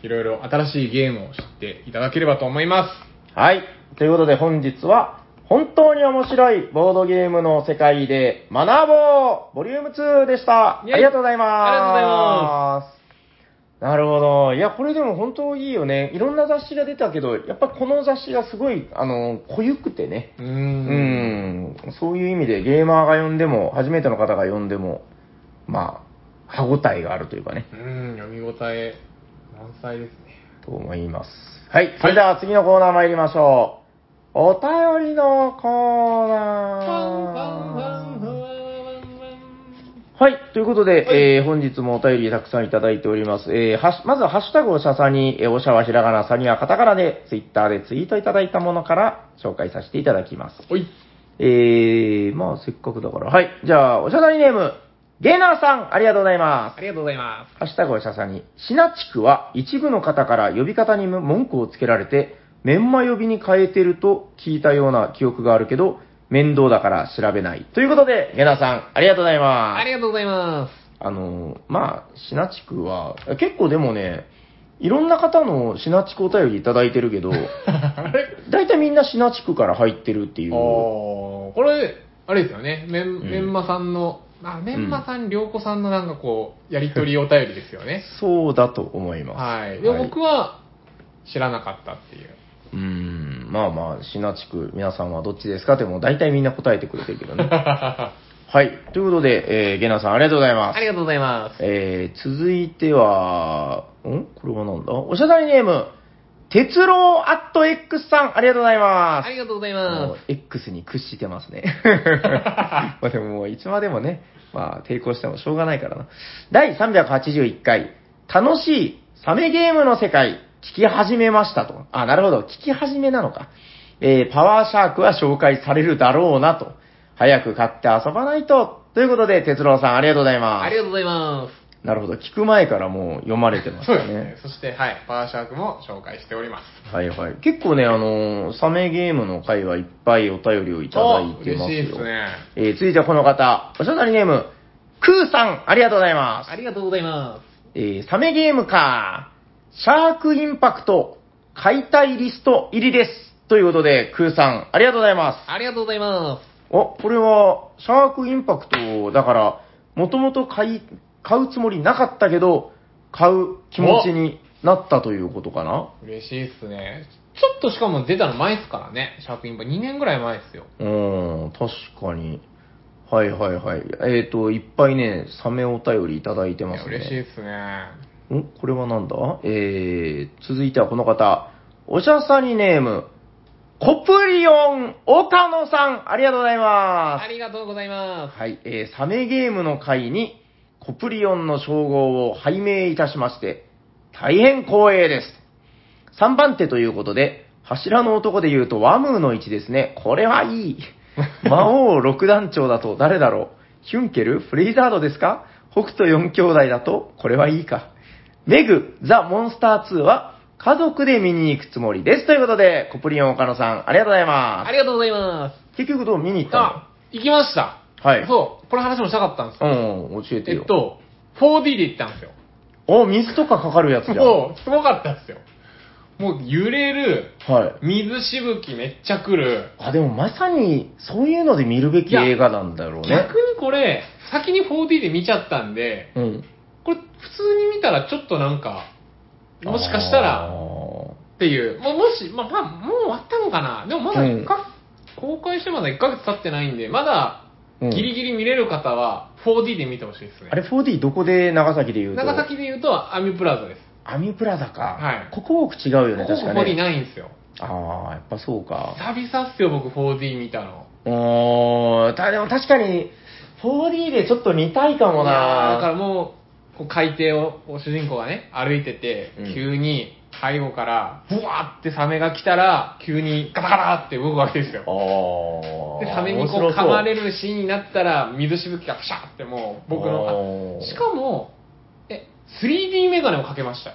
[SPEAKER 1] いろいろ新しいゲームを知っていただければと思います。
[SPEAKER 2] はい。ということで本日は、本当に面白いボードゲームの世界で学ぼうボリューム2でした。あ
[SPEAKER 1] イェイ
[SPEAKER 2] りがとうございます。。
[SPEAKER 1] ありがとうございます
[SPEAKER 2] なるほど。いや、これでも本当いいよね。いろんな雑誌が出たけど、やっぱこの雑誌がすごい、あの、濃ゆくてね。
[SPEAKER 1] う。
[SPEAKER 2] うんん、そういう意味でゲーマーが読んでも、初めての方が読んでも、まあ、歯応えがあるというかね、
[SPEAKER 1] うん、読み応え、満載ですね。
[SPEAKER 2] と思います。はい、それでは次のコーナー参りましょう。お便りのコーナー。はい。ということで、えー本日もお便りたくさんいただいております。えーはしまずはハッシュタグおしゃさに、えーおしゃはひらがな、さにはカタカナで、ツイッターでツイートいただいたものから紹介させていただきます。
[SPEAKER 1] おい。
[SPEAKER 2] えー、まあせっかくだから。はい。じゃあ、おしゃさにネーム、ゲーナーさん、ありがとうございます
[SPEAKER 1] あ。りがとうございま
[SPEAKER 2] ハッシュタグおしゃさに、シナ地区は一部の方から呼び方に文句をつけられて、メンマ呼びに変えてると聞いたような記憶があるけど、面倒だから調べない。ということで、ゲナさん、ありがとうござい
[SPEAKER 1] す。
[SPEAKER 2] ます。
[SPEAKER 1] ありがとうございま
[SPEAKER 2] あの、まあ、シナ地区は、結構でもね、いろんな方のシナ地区お便りいただいてる けど、
[SPEAKER 1] す。あれ
[SPEAKER 2] 大体みんなシナ地区から入ってるっていう。
[SPEAKER 1] おーこれ、あれですよね。メン、
[SPEAKER 2] ん
[SPEAKER 1] メンマさんの、あ、メンマさん、りょうこさんのなんかこう、やりとりお便りですよね。
[SPEAKER 2] そうだと思います。
[SPEAKER 1] はい。で、僕は知らなかったって いう。
[SPEAKER 2] うーん、まあまあ、シナ地区、皆さんはどっちですかって、もう大体みんな答えてくれてるけどね。 はい。ということで、えー、ゲナさんありがとうございます。
[SPEAKER 1] ありがとうございます。
[SPEAKER 2] えー、続いては、んこれはなんだおしゃだりネーム、鉄郎アット X さん、ありがとうございます
[SPEAKER 1] あ。りがとうござい
[SPEAKER 2] も
[SPEAKER 1] ま
[SPEAKER 2] う X に屈してます ね。まあでももういつまでもね、まあ抵抗してもしょうがないからな。第381回、楽しいサメゲームの世界、聞き始めましたと。あ、なるほど、聞き始めなのか。えー、パワーシャークは紹介されるだろうなと。早く買って遊ばないと。ということで、哲郎さんありがとうござい
[SPEAKER 1] す。
[SPEAKER 2] ま。
[SPEAKER 1] ありがとうございます
[SPEAKER 2] なるほど、聞く前からもう読まれてまし
[SPEAKER 1] す。そ
[SPEAKER 2] た
[SPEAKER 1] うです
[SPEAKER 2] ね
[SPEAKER 1] ね。。そして、はい。パワーシャークも紹介しております。
[SPEAKER 2] はいはい。結構ね、あのーサメゲームの回はいっぱいお便りをいただい
[SPEAKER 1] お
[SPEAKER 2] て
[SPEAKER 1] 嬉
[SPEAKER 2] ますよ。
[SPEAKER 1] しいですね。
[SPEAKER 2] えー続いてはこの方、おしゃなりネーム、クーさん、ありがとうございます
[SPEAKER 1] あ。りがとうございま
[SPEAKER 2] えーサメゲームか、シャークインパクト、解体リスト入りです。ということで、クーさん、ありがとうございます
[SPEAKER 1] す。。ありがとうございま
[SPEAKER 2] お、これは、シャークインパクト、だから、もともと買い、買うつもりなかったけど、買う気持ちになったということかな
[SPEAKER 1] す。嬉しいですね。ちょっとしかも出たの前ですからね。シャークインパ2年ぐらい前ですよ。
[SPEAKER 2] うーん、確かに。はいはいはい。えっ、と、いっぱいね、サメお便りいただいて
[SPEAKER 1] い
[SPEAKER 2] ま
[SPEAKER 1] や
[SPEAKER 2] すね。
[SPEAKER 1] 嬉しいですね。
[SPEAKER 2] お、これはなんだえー、続いてはこの方。おしゃさにネーム、コプリオン岡野さん、ありがとうございま。
[SPEAKER 1] ありがとうございます
[SPEAKER 2] はい、えー、サメゲームの会に、コプリオンの称号を拝命いたしまして、大変光栄です。3番手ということで、柱の男で言うとワムーの位置ですね。これは いい。魔王六団長だと誰だろうヒュンケルフレイザードですか北斗四兄弟だとこれはいいか。メグ、ザ・モンスター2は家族で見に行くつもりです。ということで、コプリオン岡野さん、ありがとうござい
[SPEAKER 1] す。あ
[SPEAKER 2] ま。
[SPEAKER 1] りがとうございます
[SPEAKER 2] 結局どう見に行っ
[SPEAKER 1] す。
[SPEAKER 2] たの
[SPEAKER 1] あ、行きました。
[SPEAKER 2] はい
[SPEAKER 1] そう。これ話もしたかったんですよ
[SPEAKER 2] うん、教えて
[SPEAKER 1] え
[SPEAKER 2] よ。
[SPEAKER 1] っと、4D で行ったんですよ。
[SPEAKER 2] お、水とかかかるやつじゃん。は
[SPEAKER 1] もう、すごかったですよ。もう、揺れる、
[SPEAKER 2] い。
[SPEAKER 1] 水しぶきめっちゃ来る。
[SPEAKER 2] あ、でもまさに、そういうので見るべき映画なんだろうね
[SPEAKER 1] 逆。にこれ、先に 4D で見ちゃったんで、
[SPEAKER 2] うん。
[SPEAKER 1] これ、普通に見たらちょっとなんか、もしかしたら、
[SPEAKER 2] あー
[SPEAKER 1] っていう、もうもし、まあ、まあ、もう終わったのかな。でもまだ
[SPEAKER 2] うん
[SPEAKER 1] 一か、公開してまだ1ヶ月経ってないんで、まだ
[SPEAKER 2] うん
[SPEAKER 1] ギリギリ見れる方は 4D で見てほしいですね。
[SPEAKER 2] あれ 4D どこで長崎で言うと
[SPEAKER 1] 長崎で言うとアミュプラザです。
[SPEAKER 2] アミュプラザか。
[SPEAKER 1] はい
[SPEAKER 2] ここ違うよね、
[SPEAKER 1] ここ
[SPEAKER 2] 確か
[SPEAKER 1] 4D
[SPEAKER 2] ね。
[SPEAKER 1] ないんですよ。
[SPEAKER 2] ああ、やっぱそうか。
[SPEAKER 1] 久々っすよ、僕 4D 見たの。
[SPEAKER 2] おー、たでも確かに、4D でちょっと見たいかも
[SPEAKER 1] いやーだか
[SPEAKER 2] な
[SPEAKER 1] らもう、こう海底をこう主人公がね、歩いてて
[SPEAKER 2] うん、
[SPEAKER 1] 急に背後から、ブワーってサメが来たら、急にガタガタって動くわけですよ。
[SPEAKER 2] あ
[SPEAKER 1] で、
[SPEAKER 2] あ。
[SPEAKER 1] サメにこう
[SPEAKER 2] 面白そ
[SPEAKER 1] 噛まれるシーンになったら、水しぶきがプシャーってもう、僕の、
[SPEAKER 2] お
[SPEAKER 1] あ
[SPEAKER 2] ー
[SPEAKER 1] しかも、え、3D メガネをかけました。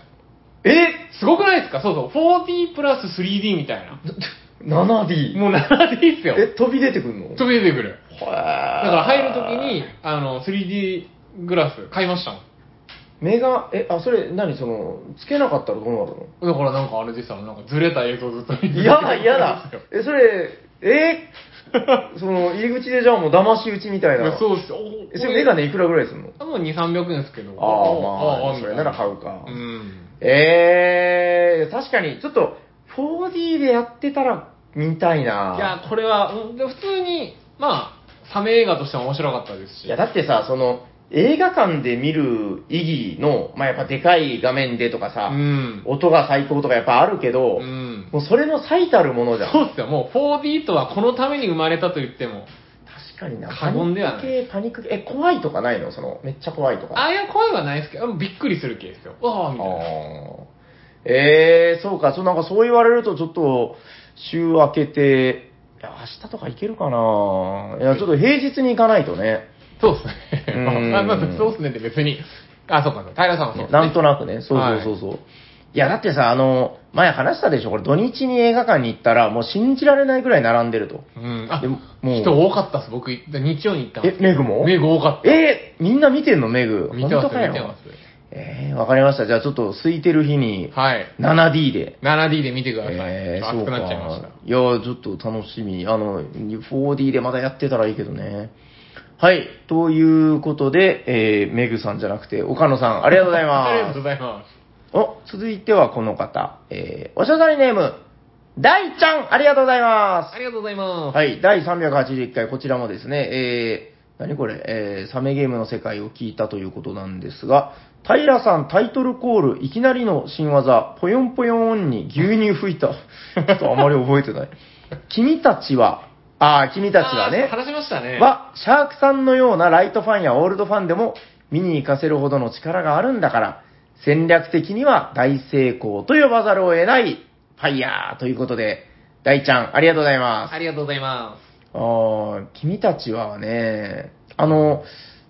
[SPEAKER 2] え
[SPEAKER 1] すごくないですかそうそう。4D プラス 3D みたい な。
[SPEAKER 2] ?7D?
[SPEAKER 1] もう 7D っすよ。
[SPEAKER 2] え、飛び出てくんの
[SPEAKER 1] 飛び出てくる。
[SPEAKER 2] だか
[SPEAKER 1] だから入るときに、あの、3D グラス買いましたもん。
[SPEAKER 2] 目が、え、あ、それ、何その、つけなかったらどうなるの
[SPEAKER 1] だからなんかあれでしたなんかずれた映像ずっと見て
[SPEAKER 2] 嫌だ、嫌だ。 え、それ、え その、入り口でじゃあもう騙し討ちみたい
[SPEAKER 1] いや
[SPEAKER 2] な。
[SPEAKER 1] そうっすよ。
[SPEAKER 2] え、それメガ
[SPEAKER 1] ネ
[SPEAKER 2] ネいくらぐらいするの
[SPEAKER 1] もう2、300円ですけど。
[SPEAKER 2] ああ、まあ、
[SPEAKER 1] み
[SPEAKER 2] そ
[SPEAKER 1] たい
[SPEAKER 2] れなら買うか。
[SPEAKER 1] うん。
[SPEAKER 2] ええ確かに、ちょっと、4D でやってたら見たいない
[SPEAKER 1] や、これは、うんで普通に、まあ、サメ映画としても面白かったですし。
[SPEAKER 2] いや、だってさ、その、映画館で見る意義の、まあ、やっぱでかい画面でとかさ、
[SPEAKER 1] うん。
[SPEAKER 2] 音が最高とかやっぱあるけど、
[SPEAKER 1] うん。
[SPEAKER 2] もうそれの最たるもの じゃん。
[SPEAKER 1] そうっすよ。もう 4D とはこのために生まれたと言っても。
[SPEAKER 2] 確かにな。
[SPEAKER 1] 過言ではない
[SPEAKER 2] パニック系、パニック系、え、怖いとかないのその、めっちゃ怖いとか。
[SPEAKER 1] ああいう声はないですけど、びっくりする系ですよ。わあみたいな。
[SPEAKER 2] あーえー、そうか、そう、なんかそう言われると、ちょっと、週明けて、いや、明日とか行けるかないや、ちょっと平日に行かないとね。
[SPEAKER 1] そうっすね。
[SPEAKER 2] うん
[SPEAKER 1] あまあそうっすねって別に。あ、そうかそう。平さんはそうっすね。
[SPEAKER 2] なんとなくね。そうそうそうそう。い、や、だってさ、あの、前話したでしょ、これ土日に映画館に行ったら、もう信じられないぐらい並んでると。
[SPEAKER 1] うん。あ、
[SPEAKER 2] でももう
[SPEAKER 1] 人多かったっす。僕、日曜に行ったんで
[SPEAKER 2] え
[SPEAKER 1] す、
[SPEAKER 2] メグも
[SPEAKER 1] メグ多かっ
[SPEAKER 2] えーみんな見てんの、メグ。
[SPEAKER 1] た。見てます
[SPEAKER 2] 本当
[SPEAKER 1] よ、
[SPEAKER 2] かよ
[SPEAKER 1] 見てますよ。
[SPEAKER 2] えー、わかりました。じゃあちょっと空いてる日に、
[SPEAKER 1] はい。
[SPEAKER 2] 7D で。
[SPEAKER 1] 7D で見てください。
[SPEAKER 2] えー、
[SPEAKER 1] ちょ
[SPEAKER 2] そ
[SPEAKER 1] っ
[SPEAKER 2] う
[SPEAKER 1] と熱くな
[SPEAKER 2] か。
[SPEAKER 1] っちゃいました。
[SPEAKER 2] いやー、ちょっと楽しみ。あの、4D でまだやってたらいいけどね。はい。ということで、えー、メグさんじゃなくて、岡野さん、ありがとうござい
[SPEAKER 1] ありが
[SPEAKER 2] ま
[SPEAKER 1] とうございます。
[SPEAKER 2] す。お、続いてはこの方、えー、おしゃさりネーム、大ちゃん、ありがとうございま。
[SPEAKER 1] ありがとうございます
[SPEAKER 2] はい。第381回、こちらもですね、えー、何これ、えー、サメゲームの世界を聞いたということなんですが、平さんタイトルコール、いきなりの新技、ぽよんぽよんに牛乳吹いた。 ちょっとあまり覚えてない。君たちは、あー、君
[SPEAKER 1] あ
[SPEAKER 2] たちはね
[SPEAKER 1] ー、話しましたね。
[SPEAKER 2] は、シャークさんのようなライトファンやオールドファンでも見に行かせるほどの力があるんだから、戦略的には大成功と呼ばざるを得ない、ファイヤーということで、大ちゃん、ありがとうございます。
[SPEAKER 1] ありがとうございま
[SPEAKER 2] ああ、君たちはね、あの、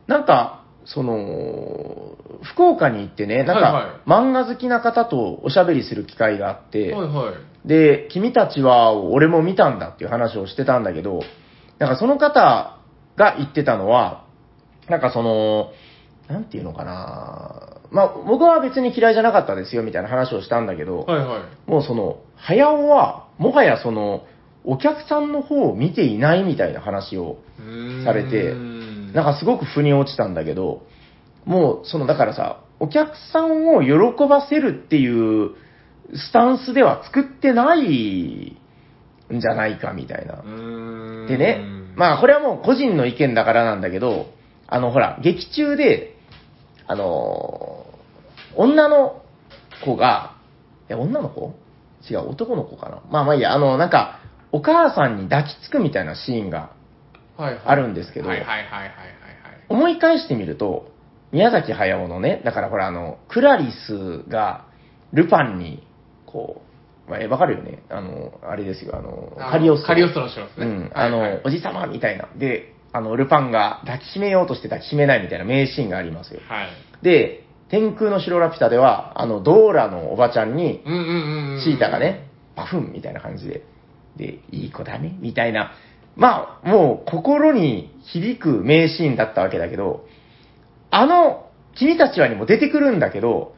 [SPEAKER 2] なんか、その、福岡に行ってね、なんか、
[SPEAKER 1] はいは
[SPEAKER 2] 漫画好きな方とおしゃべりする機会があっ
[SPEAKER 1] す。
[SPEAKER 2] て、
[SPEAKER 1] はいはい。
[SPEAKER 2] で、君たちは俺も見たんだっていう話をしてたんだけど、なんかその方が言ってたのは、なんかその、なんていうのかな、まあ僕は別に嫌いじゃなかったですよみたいな話をしたんだけど、
[SPEAKER 1] はいはい。
[SPEAKER 2] もうその、早尾は、もはやその、お客さんの方を見ていないみたいな話を、
[SPEAKER 1] うーん
[SPEAKER 2] されてなんかすごく腑に落ちたんだけど、もう、その、だからさ、お客さんを喜ばせるっていうスタンスでは作ってないんじゃないかみたいな
[SPEAKER 1] う。ーん
[SPEAKER 2] でね、まあこれはもう個人の意見だからなんだけど、あのほら、劇中で、あのー女の子が、え、女の子違う、男の子かな。まあまあいいや、あの、なんか、お母さんに抱きつくみたいなシーンが
[SPEAKER 1] はいはい
[SPEAKER 2] あるんですけど、
[SPEAKER 1] はいはいはいはいはい
[SPEAKER 2] 思い返してみると、宮崎駿のね、だからほらあの、クラリスがルパンに、こう、まあえ、わかるよねあの、あれですよ、あの、
[SPEAKER 1] はい。
[SPEAKER 2] カリオストロ
[SPEAKER 1] カリオストロの城です
[SPEAKER 2] う
[SPEAKER 1] ね。
[SPEAKER 2] ん、あの、
[SPEAKER 1] はいはい
[SPEAKER 2] おじさまみたいな。で、あの、ルパンが抱きしめようとして抱きしめないみたいな名シーンがありますよ。
[SPEAKER 1] はい。
[SPEAKER 2] で、天空の城ラピュタでは、あの、ドーラのおばちゃんに、
[SPEAKER 1] うんうんうんうん。
[SPEAKER 2] シータがね。、パフンみたいな感じで、で、いい子だね、みたいな。まあ、もう心に響く名シーンだったわけだけど、あの、君たちはにも出てくるんだけど、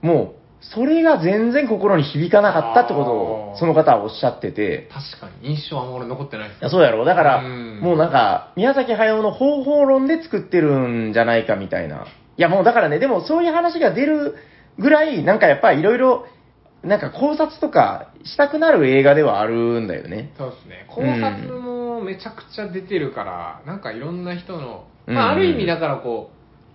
[SPEAKER 2] もう、それが全然心に響かなかったってことを
[SPEAKER 1] あ、ー
[SPEAKER 2] その方はおっしゃってて、
[SPEAKER 1] 確かに印象はあんま俺残ってないで
[SPEAKER 2] い
[SPEAKER 1] す。
[SPEAKER 2] やそうやろだから、
[SPEAKER 1] うん
[SPEAKER 2] もうなんか、宮崎駿の方法論で作ってるんじゃないかみたいな。いやもうだからね、でもそういう話が出るぐらい、なんかやっぱりいろいろ、なんか考察とかしたくなる映画ではあるんだよね。
[SPEAKER 1] そうですね。考察もめちゃくちゃ出てるから、なんかいろんな人の、
[SPEAKER 2] うん
[SPEAKER 1] まあある意味だからこ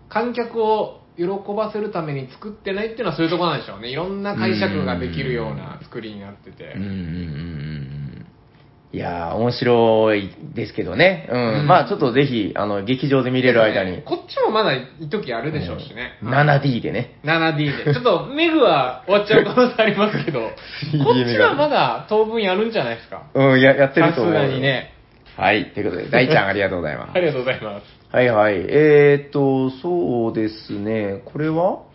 [SPEAKER 1] う、観客を喜ばせるために作ってないっていうのはそういうところなんでしょうね。いろんな解釈ができるような作りになってて
[SPEAKER 2] うん。うんうんうんいやー、面白いですけどね。うん。
[SPEAKER 1] うん
[SPEAKER 2] まあちょっとぜひ、あの、劇場で見れる間に。
[SPEAKER 1] こっちもまだ一時あるでしょうしね。
[SPEAKER 2] 7D でね。
[SPEAKER 1] 7D で。ちょっと、メグは終わっちゃう可能性あります けど、こっちはまだ当分やるんじゃないですか。
[SPEAKER 2] うん、ややってる
[SPEAKER 1] さ
[SPEAKER 2] と
[SPEAKER 1] す
[SPEAKER 2] 思う。
[SPEAKER 1] がに。ね。
[SPEAKER 2] はい。ということで、大ちゃんありがとうございます
[SPEAKER 1] あ。りがとうございます。
[SPEAKER 2] はいはい。えーっと、そうですね。これは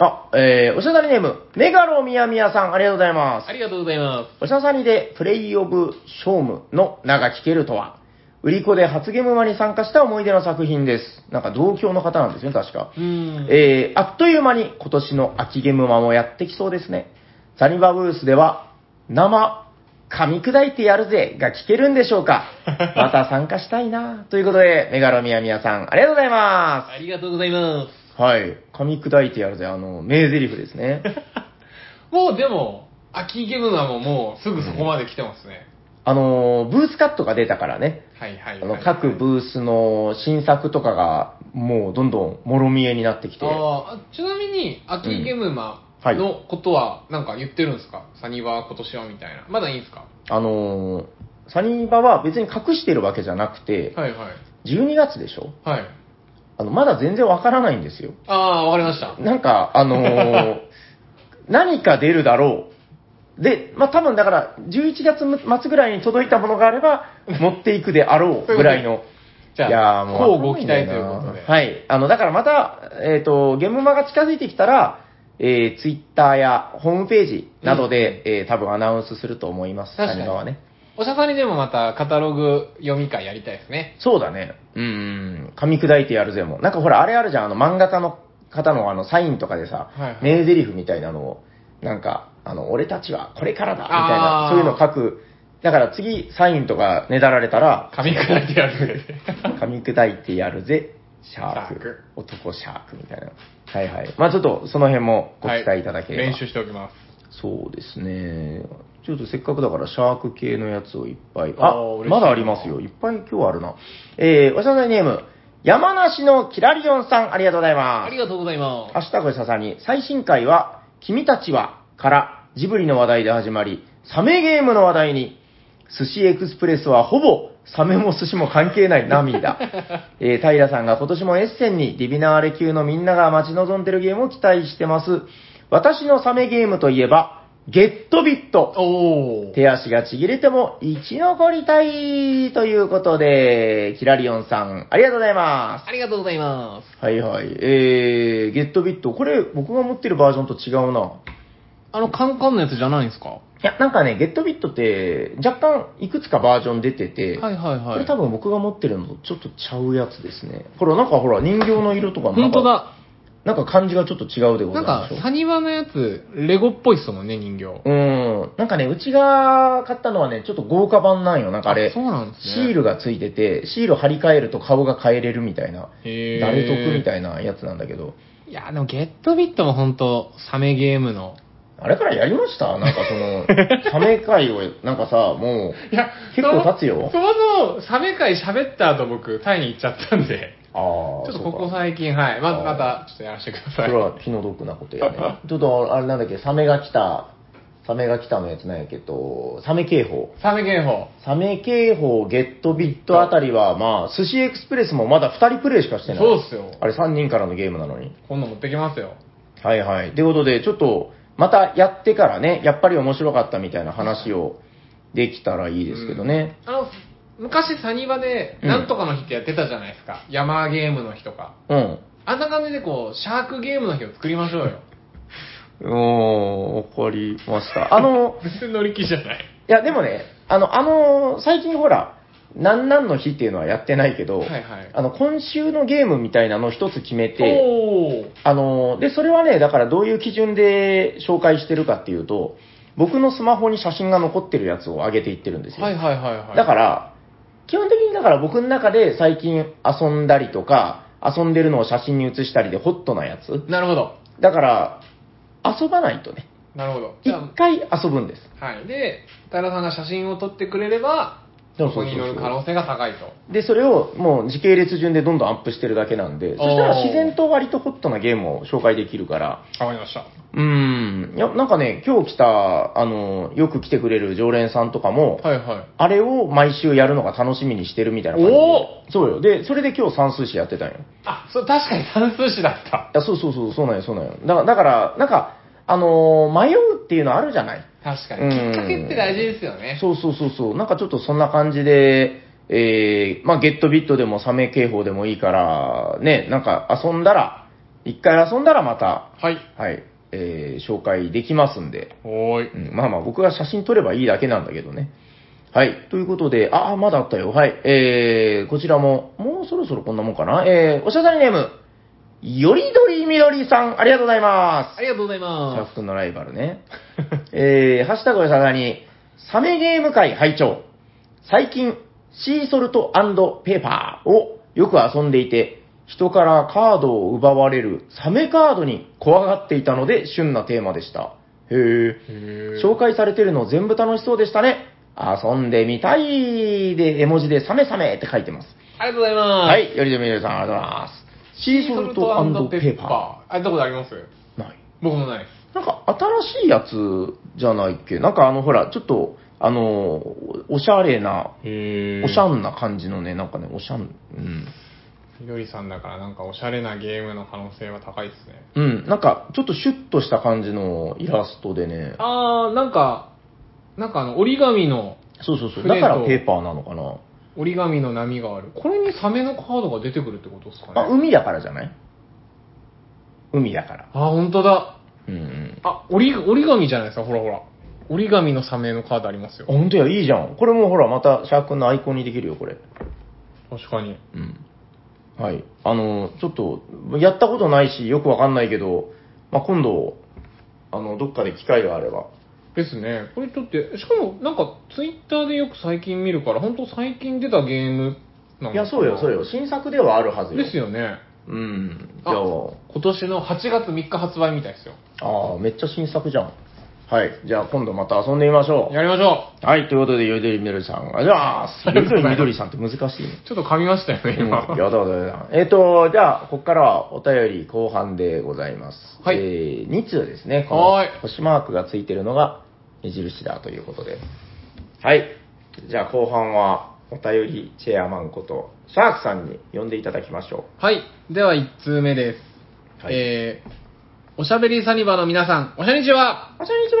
[SPEAKER 2] あ、えー、おしゃだりネーム、メガロミヤミヤさん、ありがとうございます
[SPEAKER 1] あ。りがとうございま
[SPEAKER 2] おしゃさにでプレイオブショームの名が聞けるとは、売り子で初ゲームマに参加した思い出の作品です。なんか同郷の方なんですね、確か。
[SPEAKER 1] す。うん。
[SPEAKER 2] えー、あっという間に今年の秋ゲームマもやってきそうですね。サニバブースでは、生、噛み砕いてやるぜが聞けるんでしょう かまた参加したいなということで、メガロミヤミヤさん、ありがとうございま
[SPEAKER 1] ありがとうございます。
[SPEAKER 2] す。はい。噛み砕いてやるぜ、あの、名台詞です ね。
[SPEAKER 1] もうでも、秋ゲームはもうもうすぐそこまで来てますね。
[SPEAKER 2] あのー、ブースカットが出たからね、
[SPEAKER 1] はいはい、
[SPEAKER 2] あ
[SPEAKER 1] は
[SPEAKER 2] の
[SPEAKER 1] い。
[SPEAKER 2] 各ブースの新作とかがもうどんどんもろ見えになってきて、
[SPEAKER 1] あーちなみに、秋ゲームマ
[SPEAKER 2] うんはい
[SPEAKER 1] のことはなんか言ってるんですか、サニバー今年はみたいな。まだいいんですか
[SPEAKER 2] あのーサニーバは別に隠してるわけじゃなくて、
[SPEAKER 1] はいはい。
[SPEAKER 2] 12月でしょ
[SPEAKER 1] はい。
[SPEAKER 2] あの、まだ全然わからないんですよ。
[SPEAKER 1] ああ、わかりました。
[SPEAKER 2] なんか、あの ー何か出るだろう。で、まあ、多分だから、11月末ぐらいに届いたものがあれば、持っていくであろうぐらい の。
[SPEAKER 1] じ
[SPEAKER 2] い
[SPEAKER 1] ゃ
[SPEAKER 2] や
[SPEAKER 1] あ、
[SPEAKER 2] ー
[SPEAKER 1] こう
[SPEAKER 2] もう
[SPEAKER 1] ご
[SPEAKER 2] わ
[SPEAKER 1] 期
[SPEAKER 2] かんな
[SPEAKER 1] 待と
[SPEAKER 2] いな
[SPEAKER 1] いうことで。
[SPEAKER 2] はい。あの、だからまた、えっ、と、ゲームマが近づいてきたら、えー、ツイッターやホームページなどで、えー、多分アナウンスすると思います。
[SPEAKER 1] 確かに
[SPEAKER 2] 谷川はね。
[SPEAKER 1] おしゃさにでもまたカタログ読み会やりたいですね。
[SPEAKER 2] そうだね。うん。噛み砕いてやるぜも。なんかほら、あれあるじゃん、あの、漫画家の方のあの、サインとかでさ、
[SPEAKER 1] はいはい
[SPEAKER 2] 名台詞みたいなのを、なんか、あの、俺たちはこれからだ、みたいな
[SPEAKER 1] あ、ー
[SPEAKER 2] そういうの書く。だから次、サインとかねだられたら、
[SPEAKER 1] 噛み砕いてやる。
[SPEAKER 2] 噛み砕いてやるぜ、シャー
[SPEAKER 1] シ
[SPEAKER 2] ク。
[SPEAKER 1] ャーク
[SPEAKER 2] 男シャークみたいな。はいはい。まあちょっとその辺もご期待いただければ。
[SPEAKER 1] はい練習しておきます。
[SPEAKER 2] そうですね。ちょっとせっかくだからシャーク系のやつをいっぱい。
[SPEAKER 1] あ
[SPEAKER 2] あ
[SPEAKER 1] ー嬉し、い
[SPEAKER 2] まだありますよ。いっぱい今日あるな。えー、おしゃさにネーム、山梨のキラリオンさん、ありがとうございます。
[SPEAKER 1] ありがとうございます。
[SPEAKER 2] 明日ごささに最新回は、君たちはからジブリの話題で始まり、サメゲームの話題に、寿司エクスプレスはほぼサメも寿司も関係ない涙。えー、平さんが今年もエッセンにディビナーレ級のみんなが待ち望んでるゲームを期待してます。私のサメゲームといえば、ゲットビット。
[SPEAKER 1] おー。
[SPEAKER 2] 手足がちぎれても生き残りたいということで、キラリオンさん、ありがとうございます。
[SPEAKER 1] ありがとうございます。
[SPEAKER 2] はいはい。えー、ゲットビット。これ、僕が持ってるバージョンと違うな。
[SPEAKER 1] あの、カンカンのやつじゃないんですかはい
[SPEAKER 2] や、なんかね、ゲットビットって、若干いくつかバージョン出てて、
[SPEAKER 1] いはい
[SPEAKER 2] こ
[SPEAKER 1] は
[SPEAKER 2] れ
[SPEAKER 1] い
[SPEAKER 2] 多。分僕が持ってるのとちょっとちゃうやつですね。これなんかほら、人形の色とかもな
[SPEAKER 1] 本
[SPEAKER 2] んか
[SPEAKER 1] 当だ。
[SPEAKER 2] なんか感じがちょっと違うでご
[SPEAKER 1] な
[SPEAKER 2] ざ
[SPEAKER 1] いん
[SPEAKER 2] ま
[SPEAKER 1] か
[SPEAKER 2] しょ、
[SPEAKER 1] サニバのやつ、レゴっぽいっすもんね、人形。
[SPEAKER 2] う。うん。なんかね、うちが買ったのはね、ちょっと豪華版なんよ。なんかあれ、
[SPEAKER 1] そうなんですね。
[SPEAKER 2] シールがついてて、シール貼り替えると顔が変えれるみたいな、
[SPEAKER 1] へー
[SPEAKER 2] 誰得みたいなやつなんだけど、
[SPEAKER 1] いや、でもゲットビットも本当サメゲームの。
[SPEAKER 2] あれからやりましたなんか その、サメ会を、なんかさ、も
[SPEAKER 1] い
[SPEAKER 2] う、
[SPEAKER 1] や
[SPEAKER 2] 結構経つよ
[SPEAKER 1] そもそも、サメ会喋った後僕、タイに行っちゃったんで、ち
[SPEAKER 2] ああ、
[SPEAKER 1] ょっと
[SPEAKER 2] そう
[SPEAKER 1] こ
[SPEAKER 2] か
[SPEAKER 1] こ最近、はい。ま
[SPEAKER 2] あー
[SPEAKER 1] また、ちょっとやらせてくだ
[SPEAKER 2] そ
[SPEAKER 1] さい。
[SPEAKER 2] れは気の毒なことやね。 ちょっと、あれなんだっけ、サメが来た、サメが来たのやつなんやけど、サメ警報。
[SPEAKER 1] サメ警報。
[SPEAKER 2] サメ警報、ゲットビットあたりは、まあ、寿司エクスプレスもまだ2人プレイしかしてない。
[SPEAKER 1] そうっすよ。
[SPEAKER 2] あれ3人からのゲームなのに。
[SPEAKER 1] 今度持ってきますよ。
[SPEAKER 2] はいはい。ということで、ちょっと、またやってからね、やっぱり面白かったみたいな話をできたらいいですけどね。
[SPEAKER 1] あの、昔サニバで、
[SPEAKER 2] うん
[SPEAKER 1] なんとかの日ってやってたじゃないですか。山ゲームの日とか。
[SPEAKER 2] うん。
[SPEAKER 1] あんな感じでこう、シャークゲームの日を作りましょう よ。
[SPEAKER 2] うーん、わかりました。あの、
[SPEAKER 1] 全然乗り気じゃない。
[SPEAKER 2] いや、でもね、あの、あの、最近ほら、なんなんの日っていうのはやってないけど、
[SPEAKER 1] はいはい。
[SPEAKER 2] あの、今週のゲームみたいなの一つ決めて、
[SPEAKER 1] おー。
[SPEAKER 2] あの、で、それはね、だからどういう基準で紹介してるかっていうと、僕のスマホに写真が残ってるやつを上げていってるんですよ。
[SPEAKER 1] はいはいはいはい。
[SPEAKER 2] だから、基本的にだから僕の中で最近遊んだりとか、遊んでるのを写真に写したりでホットなやつ。
[SPEAKER 1] なるほど。
[SPEAKER 2] だから、遊ばないとね。
[SPEAKER 1] なるほど。じゃ
[SPEAKER 2] 一回遊ぶんです。
[SPEAKER 1] あ、はい。で、平さんが写真を撮ってくれれば、
[SPEAKER 2] そう
[SPEAKER 1] そ
[SPEAKER 2] そうそうそう
[SPEAKER 1] こに乗る可能性が高いと。
[SPEAKER 2] で、それをもう時系列順でどんどんアップしてるだけなんで、そしたら自然と割とホットなゲームを紹介できるから、
[SPEAKER 4] わかりました。
[SPEAKER 2] うーん、いや、なんかね、今日来た、あの、よく来てくれる常連さんとかも、
[SPEAKER 1] はいはい。
[SPEAKER 2] あれを毎週やるのが楽しみにしてるみたいな感じで
[SPEAKER 1] お
[SPEAKER 2] そうよ。で、それで今日算数詞やってたんよ。
[SPEAKER 1] あ、そう、確かに算数詞だった。
[SPEAKER 2] いや、そうそうそう、そうなんよ、そうなんよ。だだから、なんか、あのー迷うっていうのあるじゃない
[SPEAKER 1] 確か
[SPEAKER 2] う
[SPEAKER 1] に。
[SPEAKER 2] ん
[SPEAKER 1] きっかけって大事ですよね。
[SPEAKER 2] そうそうそうそう。なんかちょっとそんな感じで、えー、まあゲットビットでもサメ警報でもいいから、ね、なんか遊んだら、一回遊んだらまた、
[SPEAKER 1] はい。
[SPEAKER 2] はい、えー、紹介できますんで。
[SPEAKER 1] おーい。
[SPEAKER 2] うん、まあまあ僕が写真撮ればいいだけなんだけどね。はい。ということで、ああ、まだあったよ。はい。えー、こちらも、もうそろそろこんなもんかな。えー、おしゃさりネーム、よりどりみどりさん、ありがとうございます
[SPEAKER 1] あ。りがとうござい
[SPEAKER 2] シャ
[SPEAKER 1] ま
[SPEAKER 2] フ君のライバルね。 えー、ハッシュタグおしゃさに、サメゲーム会拝聴最近、シーソルトペーパーをよく遊んでいて、人からカードを奪われるサメカードに怖がっていたので、旬なテーマでした。へ
[SPEAKER 1] す。
[SPEAKER 2] ー。
[SPEAKER 1] へ
[SPEAKER 2] 紹介されてるの全部楽しそうでしたね。遊んでみたいで、絵文字でサメサメって書いてます。
[SPEAKER 1] ありがとうございます。
[SPEAKER 2] は。い、よりどみよりさん、ありがとうございます。シーソルトペーパ
[SPEAKER 1] ー。あ、やったことあります
[SPEAKER 2] ー。ない。
[SPEAKER 1] 僕もないです。
[SPEAKER 2] なんか新しいやつじゃないっけなんかあの、ほら、ちょっと、あの、おおしゃれな、
[SPEAKER 1] へ
[SPEAKER 2] おしゃんな感じのね、なんかね、おしゃん、うん。
[SPEAKER 1] みどりさんだからなんかおしゃれなゲームの可能性は高いですね。
[SPEAKER 2] うん、なんか、ちょっとシュッとした感じのイラストでね。
[SPEAKER 1] あー、なんか、なんかあの折り紙の、
[SPEAKER 2] そうそうそう。だ
[SPEAKER 1] 船
[SPEAKER 2] か
[SPEAKER 1] と
[SPEAKER 2] らペーパーなのかな。
[SPEAKER 1] 折り紙の波がある。これにサメのカードが出てくるってことですかね。
[SPEAKER 2] あ、海だからじゃない海だから。
[SPEAKER 1] あ、本当だ。
[SPEAKER 2] うんうん。
[SPEAKER 1] あ、折り、折り紙じゃないですか、ほらほら。折り紙のサメのカードありますよ
[SPEAKER 2] あ、。本当や、いいじゃん。これもほら、また、シャークのアイコンにできるよ、これ。
[SPEAKER 1] 確かに。
[SPEAKER 2] うん。はい。あの、ちょっと、やったことないし、よくわかんないけど、まあ、今度、あの、どっかで機会があれば。
[SPEAKER 1] ですね。これちょっと、しかもなんかツイッターでよく最近見るから、本当最近出たゲームなのかない
[SPEAKER 2] や、そうよ、そう
[SPEAKER 1] よ。
[SPEAKER 2] よ。新作ではあるはずよ。
[SPEAKER 1] ですよね。
[SPEAKER 2] うん。じ
[SPEAKER 1] あ
[SPEAKER 2] ゃ
[SPEAKER 1] 今年の8月3日発売みたいですよ。
[SPEAKER 2] あ、ああ、めっちゃ新作じゃん。はい。じゃあ、今度また遊んでみましょ
[SPEAKER 1] やりましょ
[SPEAKER 2] う。はい。ということで、よりどりみどりさん、ありがとうございます。よりどりみどりさんって難しいね。
[SPEAKER 1] う。ちょっと噛みましたよね、
[SPEAKER 2] うん
[SPEAKER 1] 今。
[SPEAKER 2] やだやだやだ。えっ、と、じゃあ、ここからはお便り後半でございます。
[SPEAKER 1] はい
[SPEAKER 2] えー、2通ですね。こ
[SPEAKER 1] は
[SPEAKER 2] の
[SPEAKER 1] い
[SPEAKER 2] 星マークがついてるのが目印だということで。はい。じゃあ、後半はお便りチェアマンこと、シャークさんに呼んでいただきましょ
[SPEAKER 1] はい。では、1通目です。
[SPEAKER 2] はい
[SPEAKER 1] えー、おしゃべりサニバの皆さん、おしゃにちは
[SPEAKER 2] う。こんにち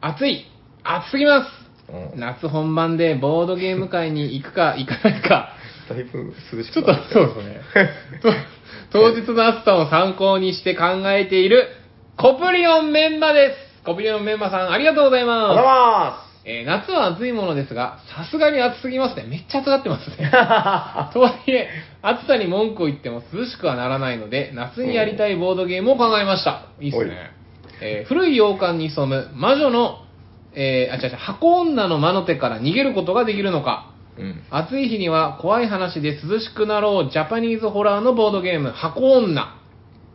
[SPEAKER 1] 暑い暑すぎます
[SPEAKER 2] はうん。
[SPEAKER 1] 夏本番でボードゲーム会に行く か行かないか、
[SPEAKER 2] だいぶ涼し
[SPEAKER 1] ちょ
[SPEAKER 2] く
[SPEAKER 1] っと
[SPEAKER 2] なって、
[SPEAKER 1] そう ですね。と当日の暑さを参考にして考えている、コプリオンメンマですコプリオンメンマさん、ありがとうござい
[SPEAKER 2] おはようござい
[SPEAKER 1] ま
[SPEAKER 2] ます
[SPEAKER 1] えー夏は暑いものですが、さすがに暑すぎますね。めっちゃ暑がってます ね。
[SPEAKER 2] す
[SPEAKER 1] とはいえ、暑さに文句を言っても涼しくはならないので、夏にやりたいボードゲームを考えました。いいっす
[SPEAKER 2] おい
[SPEAKER 1] ね。えー古い洋館に潜む魔女の、えーあ、違う違う、箱女の魔の手から逃げることができるのか。
[SPEAKER 2] うん。
[SPEAKER 1] 暑い日には怖い話で涼しくなろうジャパニーズホラーのボードゲーム、箱女。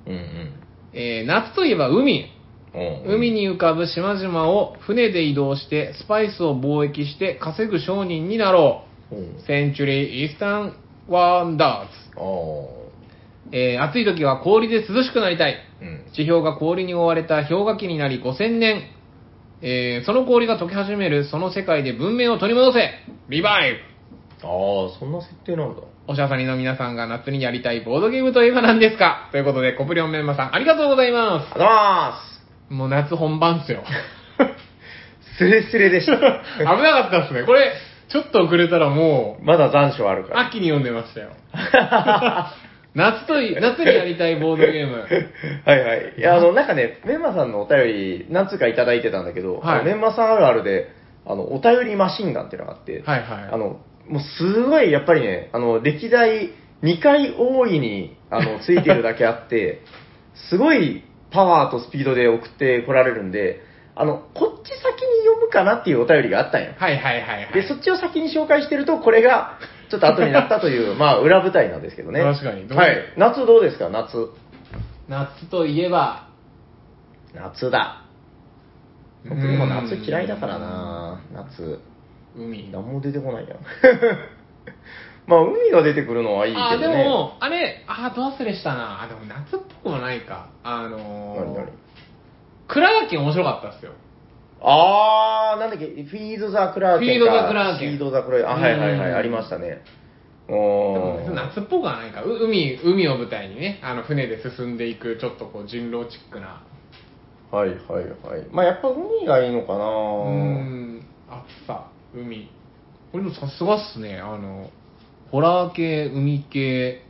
[SPEAKER 2] うん
[SPEAKER 1] えー夏といえば海。
[SPEAKER 2] うん。うん
[SPEAKER 1] 海。に浮かぶ島々を船で移動して、スパイスを貿易して稼ぐ商人になろ
[SPEAKER 2] うん
[SPEAKER 1] う。。センチュリー・イースタン・ワンダーズ。
[SPEAKER 2] あー
[SPEAKER 1] えー暑い時は氷で涼しくなりたい。
[SPEAKER 2] うん。
[SPEAKER 1] 地表が氷に覆われた氷河期になり5000年。えーその氷が溶け始めるその世界で文明を取り戻せリバイブ
[SPEAKER 2] ああ、そんな設定なんだ。
[SPEAKER 1] おしゃさにの皆さんが夏にやりたいボードゲームといえば何ですかということで、コプリオンメンマさん、ありがとうございま
[SPEAKER 2] ありがとうございます
[SPEAKER 1] すもう夏本番っすよ。
[SPEAKER 2] スレスレ でした。
[SPEAKER 1] 危なかったっすね。これ、ちょっと遅れたらもう、
[SPEAKER 2] まだ残暑あるから。
[SPEAKER 1] 秋に読んでました よ。夏とい、夏にやりたいボードゲーム。
[SPEAKER 2] はいはい。いや、あの、なんかね、メンマさんのお便り、何つうかいただいてたんだけど、
[SPEAKER 1] はい
[SPEAKER 2] メンマさんあるあるで、あの、お便りマシンガンっていうのがあって、
[SPEAKER 1] はいはい。
[SPEAKER 2] あの、もうすごい、やっぱりね、あの、歴代2回大いに、あの、ついてるだけあ って、すごいパワーとスピードで送ってこられるんで、あの、こっち先に読むかなっていうお便りがあったんよ。
[SPEAKER 1] はいはいはいはい。
[SPEAKER 2] で、そっちを先に紹介してると、これが、ちょっと後になった という、まあ、裏舞台なんですけどね。
[SPEAKER 1] 確かにどう
[SPEAKER 2] はい。夏どうですか夏。
[SPEAKER 1] 夏といえば、
[SPEAKER 2] 夏だ。僕も夏嫌いだからな夏。
[SPEAKER 1] 海。
[SPEAKER 2] 何も出てこないやん。 まあ、海が出てくるのはいいけ
[SPEAKER 1] あ、で
[SPEAKER 2] どね。
[SPEAKER 1] も、あれ、あ、ど忘れしたな。あ、でも夏っぽくもないか。あのー
[SPEAKER 2] 何々
[SPEAKER 1] クラーケン面白かったっすよ。
[SPEAKER 2] あー、なんだっけ、フィード・ザ・クラーケンか。
[SPEAKER 1] フィードザクラーケン
[SPEAKER 2] フィード・ザ・クラーケン。あ、はいはいは
[SPEAKER 1] う
[SPEAKER 2] い、
[SPEAKER 1] ん
[SPEAKER 2] ありましたね。
[SPEAKER 1] でも
[SPEAKER 2] お
[SPEAKER 1] 別
[SPEAKER 2] ー。
[SPEAKER 1] に夏っぽくはないか。う海、海を舞台にね、あの、船で進んでいく、ちょっとこう、人狼チックな。
[SPEAKER 2] はいはいはい。まあ、やっぱ海がいいのか
[SPEAKER 1] う
[SPEAKER 2] な
[SPEAKER 1] ーん、暑さ、海。これもさすがっすね。あの、ホラー系、海系、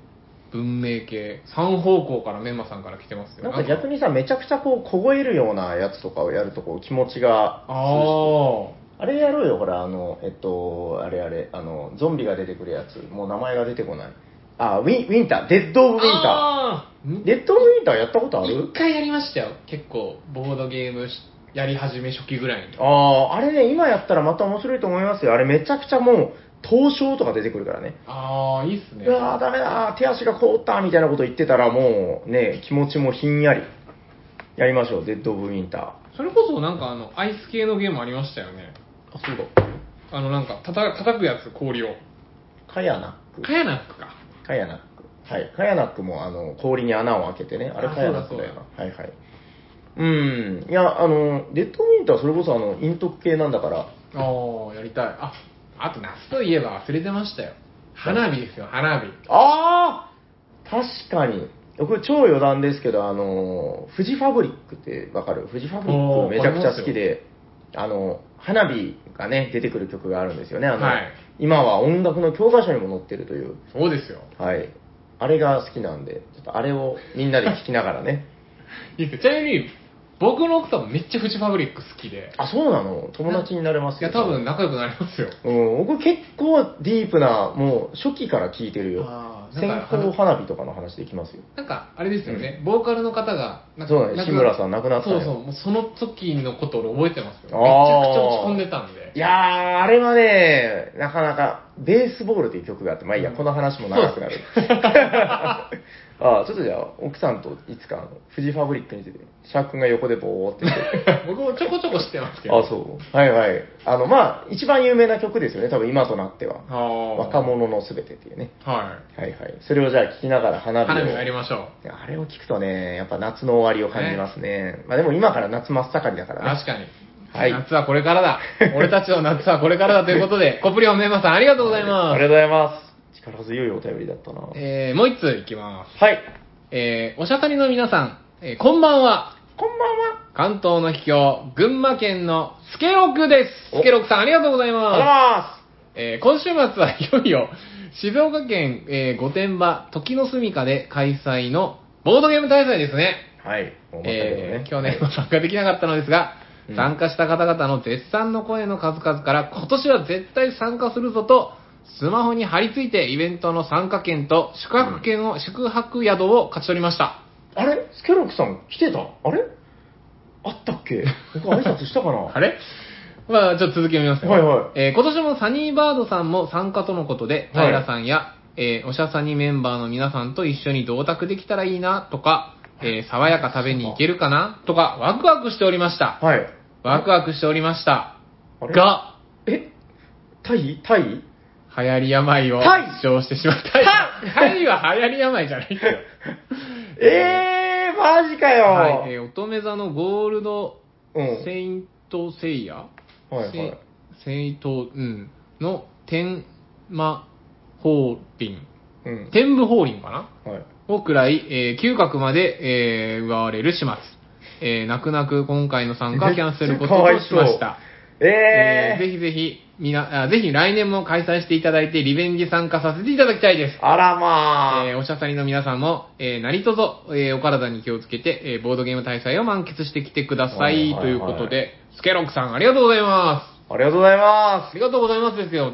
[SPEAKER 1] 文明系、3方向からメンマさんから来てますよ。
[SPEAKER 2] なんか逆
[SPEAKER 1] に。
[SPEAKER 2] にさ、めちゃくちゃこう、凍えるようなやつとかをやると、こう、気持ちが。
[SPEAKER 1] ああ。
[SPEAKER 2] あれやろうよ、ほら、あの、えっと、あれあれ、あの、ゾンビが出てくるやつ。もう名前が出てこない。あ、ウィン、ウィンター、デッド・オブ・ウィンタ
[SPEAKER 1] あー
[SPEAKER 2] ー。デッド・オブ・ウィンターやったことある
[SPEAKER 1] 一回やりましたよ結構ボードゲームしやり始め初期ぐらいに
[SPEAKER 2] ああ、あれね、今やったらまた面白いと思いますよ。あれめちゃくちゃもう、凍傷とか出てくるからね。
[SPEAKER 1] ああいいっすね
[SPEAKER 2] うわーダメだー、手足が凍ったみたいなこと言ってたらもうね、気持ちもひんやり。やりましょう、デッド・オブ・ウィンター。あ、
[SPEAKER 1] それこそなんかあのアイス系のゲームありましたよね
[SPEAKER 2] そうだ。
[SPEAKER 1] あのなんかたた叩くやつ氷を
[SPEAKER 2] カヤナッ
[SPEAKER 1] カヤナックか
[SPEAKER 2] ク。カヤナック。はい。カヤナックもあの氷に穴を開けてね。あれ
[SPEAKER 1] あ
[SPEAKER 2] カヤナックだ
[SPEAKER 1] そ
[SPEAKER 2] よ
[SPEAKER 1] うだ
[SPEAKER 2] な。はいはい。うん。いや、あの、デッド・オブ・ウィンターはそれこそあの、陰徳系なんだから、
[SPEAKER 1] ああやりたいああと夏といえば忘れてましたよ花火ですよ花火
[SPEAKER 2] ああ確かに。これ超余談ですけど、あのー、フジファブリックってわかるフジファブリッ
[SPEAKER 1] お
[SPEAKER 2] ク
[SPEAKER 1] ー
[SPEAKER 2] めちゃくちゃ好きで、あの、花火がね、出てくる曲があるんですよね。あの、
[SPEAKER 1] はい
[SPEAKER 2] 今は音楽の教科書にも載ってるという。
[SPEAKER 1] そうですよ
[SPEAKER 2] はい。あれが好きなんで、ちょっとあれをみんなで聴きながらね。
[SPEAKER 1] いいっすよちなみに僕の奥さんもめっちゃフジファブリック好きで
[SPEAKER 2] あ、そうなの友達になれます
[SPEAKER 1] い
[SPEAKER 2] よ。
[SPEAKER 1] や多分。仲良くなりますよ
[SPEAKER 2] うん、僕結構ディープな、もう初期から聴いてるよ。
[SPEAKER 1] あー
[SPEAKER 2] 線
[SPEAKER 1] なんかあの
[SPEAKER 2] 香花火とかの話できますよ。
[SPEAKER 1] なんか、あれですよね、ボーカルの方が、なんか
[SPEAKER 2] そうだ
[SPEAKER 1] 亡
[SPEAKER 2] ね
[SPEAKER 1] くなっ
[SPEAKER 2] 志村さん亡くなった
[SPEAKER 1] そ
[SPEAKER 2] よ
[SPEAKER 1] うそう、もうその時のことを俺覚えてますよ。めちゃくち
[SPEAKER 2] あー
[SPEAKER 1] ゃ落ち込んでたんで
[SPEAKER 2] い。やー、あれはね、なかなか、ベースボールという曲があって、まあいいや、
[SPEAKER 1] うん
[SPEAKER 2] この話も長くなる。 あーちょっとじゃあ、奥さんといつか、あの、フジファブリックに出て、シャーク君が横でボーって 言って。
[SPEAKER 1] 僕もちょこちょこ知ってますけど。
[SPEAKER 2] あ、そう。はいはい。あの、まあ、一番有名な曲ですよね、多分今となっては。
[SPEAKER 1] あー
[SPEAKER 2] 若。者のすべてっていうね。
[SPEAKER 1] は
[SPEAKER 2] はいはい。それをじゃあ聞きながら
[SPEAKER 1] い。
[SPEAKER 2] 花火を。
[SPEAKER 1] 花火をやりましょう。
[SPEAKER 2] あれを聞くとね、やっぱ夏の終わりを感じますね。まあでも今から夏真っ盛りだからね。
[SPEAKER 1] 確かに。
[SPEAKER 2] はい
[SPEAKER 1] 夏はこれ からだ。俺たちの夏はこれからだということで、コプリオンメンバーさんありがとうござい
[SPEAKER 2] あ
[SPEAKER 1] ます。
[SPEAKER 2] りがとうございます。力強いお便りだったな。
[SPEAKER 1] えー、もう一通いきます。
[SPEAKER 2] はい。
[SPEAKER 1] えー、おしゃかりの皆さん、えーこんばんは。
[SPEAKER 2] こんばんは。
[SPEAKER 1] 関東の秘境、群馬県のスケロクです。
[SPEAKER 2] お
[SPEAKER 1] スケロクさんありがとうござい
[SPEAKER 2] あ
[SPEAKER 1] ま
[SPEAKER 2] りがと
[SPEAKER 1] す
[SPEAKER 2] うござい。ます。
[SPEAKER 1] えー今週末はいよいよ静岡県、えー御殿場時の住処で開催のボードゲーム大祭ですね。
[SPEAKER 2] はい。思ったけど
[SPEAKER 1] え
[SPEAKER 2] ね
[SPEAKER 1] ー。去年は参加できなかったのですが、
[SPEAKER 2] うん
[SPEAKER 1] 参加した方々の絶賛の声の数々から今年は絶対参加するぞと、スマホに貼り付いてイベントの参加券と宿泊券を、宿泊宿を勝ち取りました。
[SPEAKER 2] あれスケロクさん来てたあれあったっけ僕挨拶したかな
[SPEAKER 1] あれまあ、ちょっと続きを見ますね。
[SPEAKER 2] はいはい
[SPEAKER 1] えー今年もサニーバードさんも参加とのことで、
[SPEAKER 2] はい
[SPEAKER 1] 平さんや、えーおしゃさにメンバーの皆さんと一緒に同卓できたらいいな、とか、えー爽やか食べに行けるかな、とか、ワクワクしておりました。
[SPEAKER 2] はい。
[SPEAKER 1] ワクワクしておりました。
[SPEAKER 2] あれ
[SPEAKER 1] が、
[SPEAKER 2] えタイタイ
[SPEAKER 1] 流行り病を
[SPEAKER 2] タイ
[SPEAKER 1] 発症してしまった。タイは流行り病じゃないけど。
[SPEAKER 2] えー、マジかよ、
[SPEAKER 1] はい、えー乙女座のゴールド
[SPEAKER 2] うん。
[SPEAKER 1] セイントセイヤ
[SPEAKER 2] はいはい
[SPEAKER 1] せ聖刀、うん、の天魔法輪、
[SPEAKER 2] うん。
[SPEAKER 1] 天武法輪かな
[SPEAKER 2] はい。
[SPEAKER 1] をくらい、えー嗅覚まで、えー奪われる始末。えー泣く泣く今回の参加はキャンセルこととしました。えー
[SPEAKER 2] えー、
[SPEAKER 1] ぜひぜひ、みな、あぜひ来年も開催していただいて、リベンジ参加させていただきたいです。
[SPEAKER 2] あらまあ、
[SPEAKER 1] えーおしゃさりの皆さんも、えー何卒えーお体に気をつけて、えーボードゲーム大祭を満喫してきてくださ
[SPEAKER 2] はい
[SPEAKER 1] い。
[SPEAKER 2] はいはい
[SPEAKER 1] ということで、スケロクさんありがとうございます。
[SPEAKER 2] ありがとうございま
[SPEAKER 1] ありがとうございますですよ。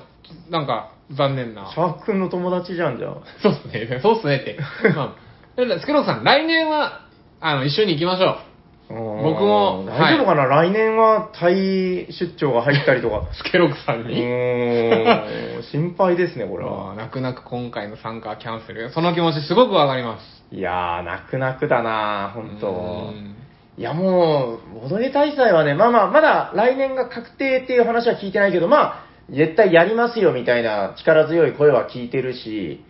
[SPEAKER 1] なんか、残念な
[SPEAKER 2] す。シ。ャーク君の友達じゃんじゃん。
[SPEAKER 1] そうっすね。そうっすね って。まあ、だからスケロクさん、来年は、あの、一緒に行きましょ
[SPEAKER 2] 僕
[SPEAKER 1] も
[SPEAKER 2] 大丈夫かな、来年はタイ出張が入ったりと か。
[SPEAKER 1] う。スケロクさん
[SPEAKER 2] う
[SPEAKER 1] に。
[SPEAKER 2] ーん、心配ですね、これは
[SPEAKER 1] まあ。泣く泣く今回の参加はキャンセル。その気持ちすごくわかります。
[SPEAKER 2] いやー、泣く泣くだな、本当
[SPEAKER 1] うん
[SPEAKER 2] いやもう、ボドゲ大祭はね、まあまあ、まだ来年が確定っていう話は聞いてないけど、まあ、絶対やりますよみたいな力強い声は聞いてるし、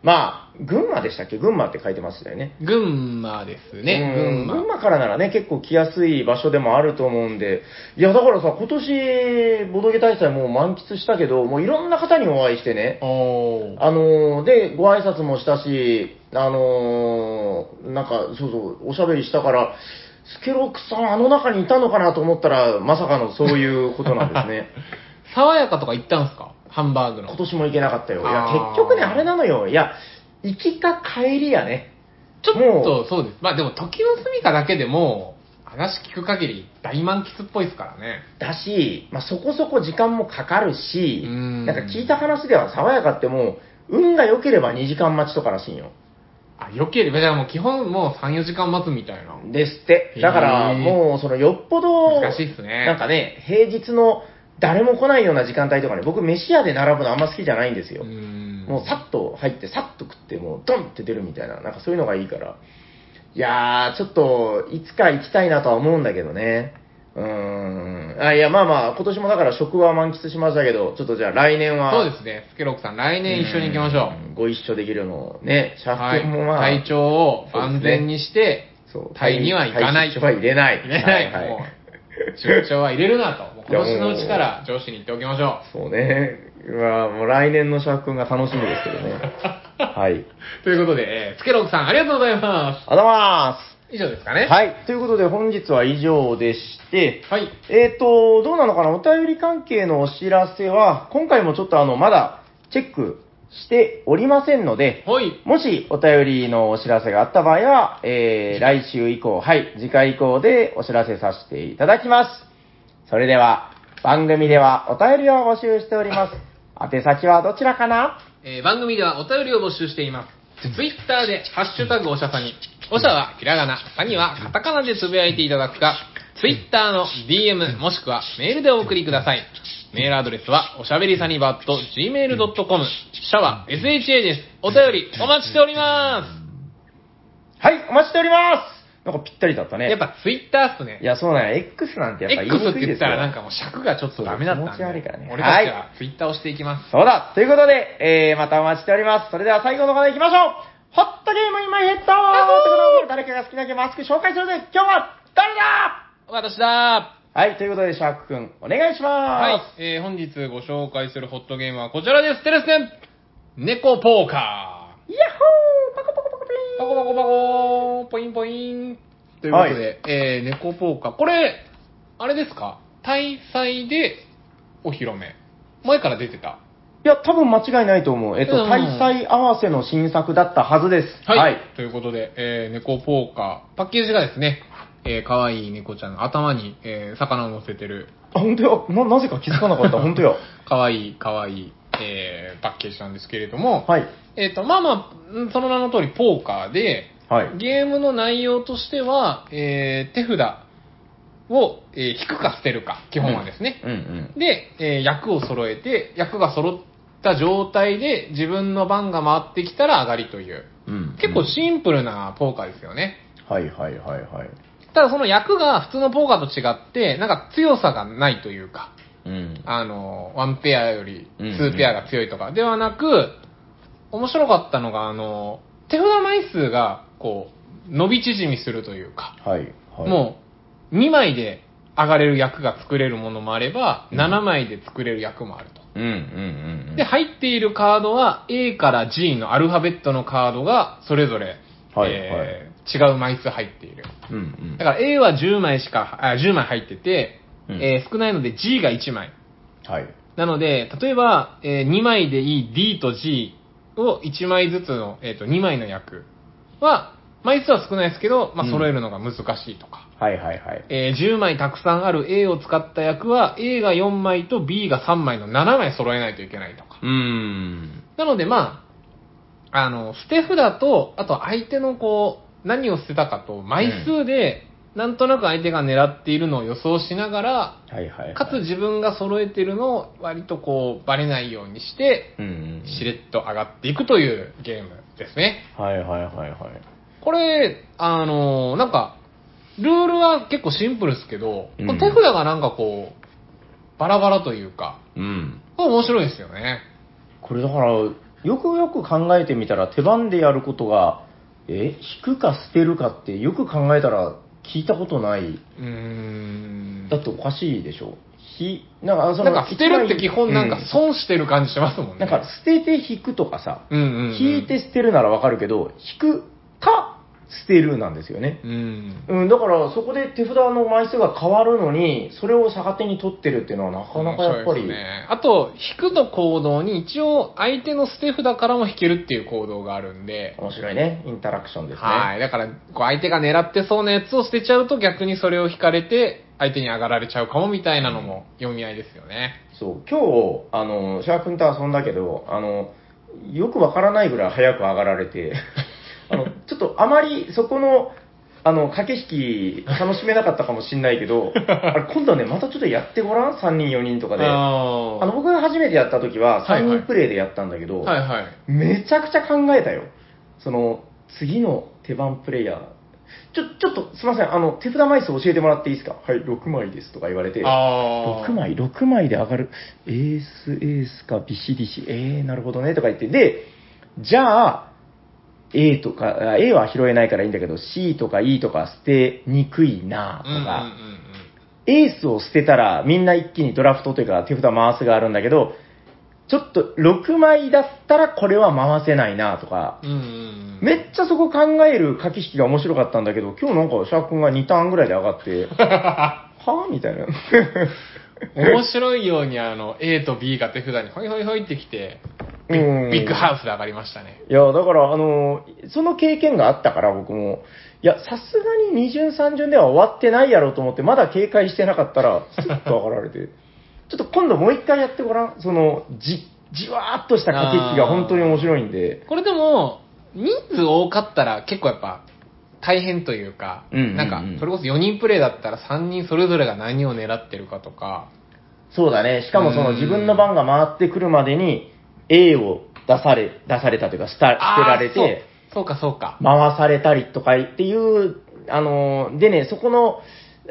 [SPEAKER 2] まあ、群馬でしたっけ群馬って書いてましたよね。
[SPEAKER 1] 群馬ですね、
[SPEAKER 2] うん
[SPEAKER 1] 群馬。
[SPEAKER 2] 群馬からならね、結構来やすい場所でもあると思うんで、いや、だからさ、今年、ボドゲ大祭もう満喫したけど、もういろんな方にお会いしてね、
[SPEAKER 1] おー
[SPEAKER 2] あのーで、ご挨拶もしたし、あのーなんか、そうそう、おしゃべりしたから、スケロックさん、あの中にいたのかなと思ったら、まさかのそういうことなんで すね。
[SPEAKER 1] 爽やかとか行ったんすかハンバーグの
[SPEAKER 2] 今。年も行けなかったよ。いや、
[SPEAKER 1] あー
[SPEAKER 2] 結局ね、あれなのよ。いや、行きか帰りやね。
[SPEAKER 1] ちょ
[SPEAKER 2] も
[SPEAKER 1] っ
[SPEAKER 2] う
[SPEAKER 1] と、そうです。まあでも、時の住みかだけでも、話聞く限り大満喫っぽいですからね。
[SPEAKER 2] だし、まあ、そこそこ時間もかかるし、
[SPEAKER 1] うん
[SPEAKER 2] なんか聞いた話では爽やかってもう、運が良ければ2時間待ちとからしいんよ。
[SPEAKER 1] あ、よければ、じゃあもう基本もう3、4時間待つみたいな。
[SPEAKER 2] ですって。だから、
[SPEAKER 1] へー
[SPEAKER 2] もう、その、よっぽど、
[SPEAKER 1] 難しいっすね
[SPEAKER 2] なんかね、平日の誰も来ないような時間帯とかね、僕、飯屋で並ぶのあんま好きじゃないんですよ
[SPEAKER 1] う。ん。
[SPEAKER 2] もう、さっと入って、さっと食って、もう、ドンって出るみたいな、なんかそういうのがいいから。いやー、ちょっと、いつか行きたいなとは思うんだけどね。うーん。あ、いや、まあまあ、今年もだから食は満喫しましたけど、ちょっとじゃあ来年は。
[SPEAKER 1] そうですね。スケロクさん、来年一緒に行きましょ
[SPEAKER 2] うん。ご一緒できるのをね、シ
[SPEAKER 1] う。
[SPEAKER 2] ャ
[SPEAKER 1] は
[SPEAKER 2] フ
[SPEAKER 1] い。
[SPEAKER 2] 君もまあ、
[SPEAKER 1] 体調を万全にして、
[SPEAKER 2] そう
[SPEAKER 1] タイには行かない
[SPEAKER 2] タイ出張は入れない。
[SPEAKER 1] 入れない。
[SPEAKER 2] はい
[SPEAKER 1] も、
[SPEAKER 2] はいう
[SPEAKER 1] 出張は入れるなと。もう今年のうちから上司に言っておきましょ
[SPEAKER 2] そうね。うわもう来年のシャーク君が楽しみですけどね。はい。
[SPEAKER 1] う。ということで、えースケロクさん、ありがとうございま。
[SPEAKER 2] あざます
[SPEAKER 1] 以上ですか
[SPEAKER 2] す
[SPEAKER 1] ね。い。
[SPEAKER 2] はい。ということで本日は以上でして、
[SPEAKER 1] はい。
[SPEAKER 2] えっ、と、どうなのかなお便り関係のお知らせは、今回もちょっとあの、まだチェックしておりませんので、
[SPEAKER 1] ほい。
[SPEAKER 2] もしお便りのお知らせがあった場合は、えー、来週以降、はい、次回以降でお知らせさせていただきます。それでは、番組ではお便りを募集しております。宛先はどちらかな
[SPEAKER 1] えー番組ではお便りを募集しています。ツイッターで、ハッシュタグおしゃさに、おしゃはひらがな、さにはカタカナでつぶやいていただくか、ツイッターの DM もしくはメールでお送りください。メールアドレスは、おしゃべりさにばっと gmail.com、シャワー SHA です。お便りお待ちしております。
[SPEAKER 2] はい、お待ちしておりますなんかぴったりだったね。
[SPEAKER 1] やっぱツイッターっすね
[SPEAKER 2] い。や、そうなんや。X なんてやっぱ言い
[SPEAKER 1] X っ
[SPEAKER 2] にく
[SPEAKER 1] て
[SPEAKER 2] い
[SPEAKER 1] 言
[SPEAKER 2] で
[SPEAKER 1] っ
[SPEAKER 2] す
[SPEAKER 1] た
[SPEAKER 2] よ。
[SPEAKER 1] らなんかもう尺がちょっとダメだったんで。
[SPEAKER 2] そう気持ち悪いからね
[SPEAKER 1] 俺たちはツイッターをしていきます。
[SPEAKER 2] そうだということで、えー、またお待ちしております。それでは最後のコーナー行きましょうホットゲーム今ヘッドということで誰かが好きなゲームマスク紹介するぜ今日は誰だ
[SPEAKER 1] 私だ
[SPEAKER 2] はい、ということで、シャークくん、お願いし
[SPEAKER 1] はい、
[SPEAKER 2] ま
[SPEAKER 1] えー、本日ご紹介するホットゲームはこちらです。テレステン猫ポーカ
[SPEAKER 2] す。い、やっほーパコパコパコピ
[SPEAKER 1] ーパコパコパコーポインポインということで、
[SPEAKER 2] は
[SPEAKER 1] えー、猫ポーカー。これ、あれですか大祭でお披露目。前から出てた。
[SPEAKER 2] ーンいや、多分間違いないと思う。えっと、
[SPEAKER 1] うん
[SPEAKER 2] 大祭合わせの新作だったはずです。
[SPEAKER 1] はい。ということで、えー、猫ポーカー。パッケージがですね、えー、可愛い猫ちゃんの頭に、えー、魚を乗せてる
[SPEAKER 2] あ、本当や。な、なぜか気づかなかった。本 当や。
[SPEAKER 1] 可愛い可愛い、えー、パッケージなんですけれども、
[SPEAKER 2] はい。
[SPEAKER 1] えっ、と、まあまあ、うんその名の通りポーカーで、
[SPEAKER 2] はい。
[SPEAKER 1] ゲームの内容としては、えー、手札を、えー引くか捨てるか、基本はですね。
[SPEAKER 2] うんうん。
[SPEAKER 1] で、えー役を揃えて、役が揃った状態で自分の番が回ってきたら上がりという、
[SPEAKER 2] うん
[SPEAKER 1] 結構シンプルなポーカーですよね。
[SPEAKER 2] はいはいはいはい。
[SPEAKER 1] ただその役が普通のポーカーと違って、なんか強さがないというか、
[SPEAKER 2] うん。
[SPEAKER 1] あの、ワンペアより
[SPEAKER 2] うん
[SPEAKER 1] ツーペアが強いとかではなく、面白かったのが、あの、手札枚数が、こう、伸び縮みするというか、
[SPEAKER 2] はい。はい。
[SPEAKER 1] もう、2枚で上がれる役が作れるものもあれば、
[SPEAKER 2] うん
[SPEAKER 1] 7枚で作れる役もあると。
[SPEAKER 2] う。うんうんうんうん。
[SPEAKER 1] で、入っているカードは、A から G のアルファベットのカードが、それぞれ、
[SPEAKER 2] はい
[SPEAKER 1] えー違う枚数入っている。
[SPEAKER 2] うんうん
[SPEAKER 1] だ。から A は10枚しか、あ10枚入ってて、
[SPEAKER 2] うん
[SPEAKER 1] えー少ないので G が1枚。
[SPEAKER 2] はい。
[SPEAKER 1] なので、例えば、え2枚でいい D と G を1枚ずつの、えー、と2枚の役は、枚数は少ないですけど、ま
[SPEAKER 2] う
[SPEAKER 1] あ、
[SPEAKER 2] ん
[SPEAKER 1] 揃えるのが難しいとか、
[SPEAKER 2] はいはいはい。
[SPEAKER 1] えー10枚たくさんある A を使った役は、A が4枚と B が3枚の7枚揃えないといけないとか。
[SPEAKER 2] うーん。
[SPEAKER 1] なので、まあ、あの、捨て札と、あと相手のこう、何を捨てたかと、枚数で、なんとなく相手が狙っているのを予想しながら、
[SPEAKER 2] はいはいはい。
[SPEAKER 1] かつ自分が揃えてるのを割とこうバレないようにして
[SPEAKER 2] うんうん。
[SPEAKER 1] しれっと上がっていくというゲームですね
[SPEAKER 2] はいはいはいはい。
[SPEAKER 1] これあのなんかルールは結構シンプルですけど、
[SPEAKER 2] うん
[SPEAKER 1] この手札がなんかこう、バラバラというか、
[SPEAKER 2] うん。
[SPEAKER 1] これ面白いですよね。
[SPEAKER 2] これだから、よくよく考えてみたら、手番でやることが、え、引くか捨てるかって、よく考えたら聞いたことない。
[SPEAKER 1] うーん。
[SPEAKER 2] だっておかしいでしょ。ひ、なんか、そ
[SPEAKER 1] な
[SPEAKER 2] の、
[SPEAKER 1] んか捨てるって基本なんか
[SPEAKER 2] う
[SPEAKER 1] 損してる感じしますもんね。
[SPEAKER 2] なんか、捨てて引くとかさ、
[SPEAKER 1] うんうんうん、
[SPEAKER 2] 引いて捨てるならわかるけど、引くか捨てるなんですよね。
[SPEAKER 1] うん。
[SPEAKER 2] うん、だからそこで手札の枚数が変わるのに、それを逆手に取ってるっていうのはなかなかやっぱ
[SPEAKER 1] 面白いで
[SPEAKER 2] り、
[SPEAKER 1] すね。あと、引くの行動に一応相手の捨て札からも引けるっていう行動があるんで、
[SPEAKER 2] 面白いね、インタラクションですね。
[SPEAKER 1] はい。だから、こう相手が狙ってそうなやつを捨てちゃうと逆にそれを引かれて、相手に上がられちゃうかもみたいなのも読み合いですよね。
[SPEAKER 2] そう、今日、あの、シャー君と遊んだけど、あの、よくわからないぐらい早く上がられて、 あの、ちょっとあまりそこの、あの、駆け引き楽しめなかったかもしんない けど、あれ今度はね、またちょっとやってごらん ?3 人、4人とかで。あ
[SPEAKER 1] あ
[SPEAKER 2] の、僕が初めてやった時は
[SPEAKER 1] はいはい
[SPEAKER 2] 3人プレイでやったんだけど、
[SPEAKER 1] はいはい。
[SPEAKER 2] めちゃくちゃ考えたよ。その、次の手番プレイヤー、ちょ、ちょっと、すいません、あの、手札枚数教えてもらっていいですかはい、6枚ですとか言われて、
[SPEAKER 1] あ
[SPEAKER 2] 6枚、6枚で上がる。エース、エースか、ビシビシ、えー、なるほどね、とか言って。で、じゃあ、A とか、あ A は拾えないからいいんだけど、C とか E とか捨てにくいな
[SPEAKER 1] うんうんうん
[SPEAKER 2] と
[SPEAKER 1] う
[SPEAKER 2] か、
[SPEAKER 1] ん。
[SPEAKER 2] エースを捨てたらみんな一気にドラフトというか手札回すがあるんだけど、ちょっと6枚だったらこれは回せないなとか、
[SPEAKER 1] うんうんうん
[SPEAKER 2] めっちゃそこ考える駆け引きが面白かったんだけど、今日なんかシャー君が2ターンぐらいで上がって、 はぁみたいな。
[SPEAKER 1] 面白いようにあの、A と B が手札にホイホイホイってきて、ビ
[SPEAKER 2] うん
[SPEAKER 1] ッビッグハウスで上がりましたね。
[SPEAKER 2] いや、だから、あの、その経験があったから、僕も、いや、さすがに二巡三巡では終わってないやろうと思って、まだ警戒してなかったら、スッと上がられて、 ちょっと今度もう一回やってごらん。その、じ、じわーっとした駆け引きが本当に面白いんで、
[SPEAKER 1] これでも、人数多かったら結構やっぱ、大変というか、
[SPEAKER 2] うんうんうん
[SPEAKER 1] なんか、それこそ4人プレイだったら3人それぞれが何を狙ってるかとか、
[SPEAKER 2] そうだね。しかもその
[SPEAKER 1] うん
[SPEAKER 2] 自分の番が回ってくるまでに、A を出され、出されたというか、した捨てられ
[SPEAKER 1] あー
[SPEAKER 2] て、
[SPEAKER 1] そうそうかそうか。
[SPEAKER 2] 回されたりとかっていう、あのーでね、そこの、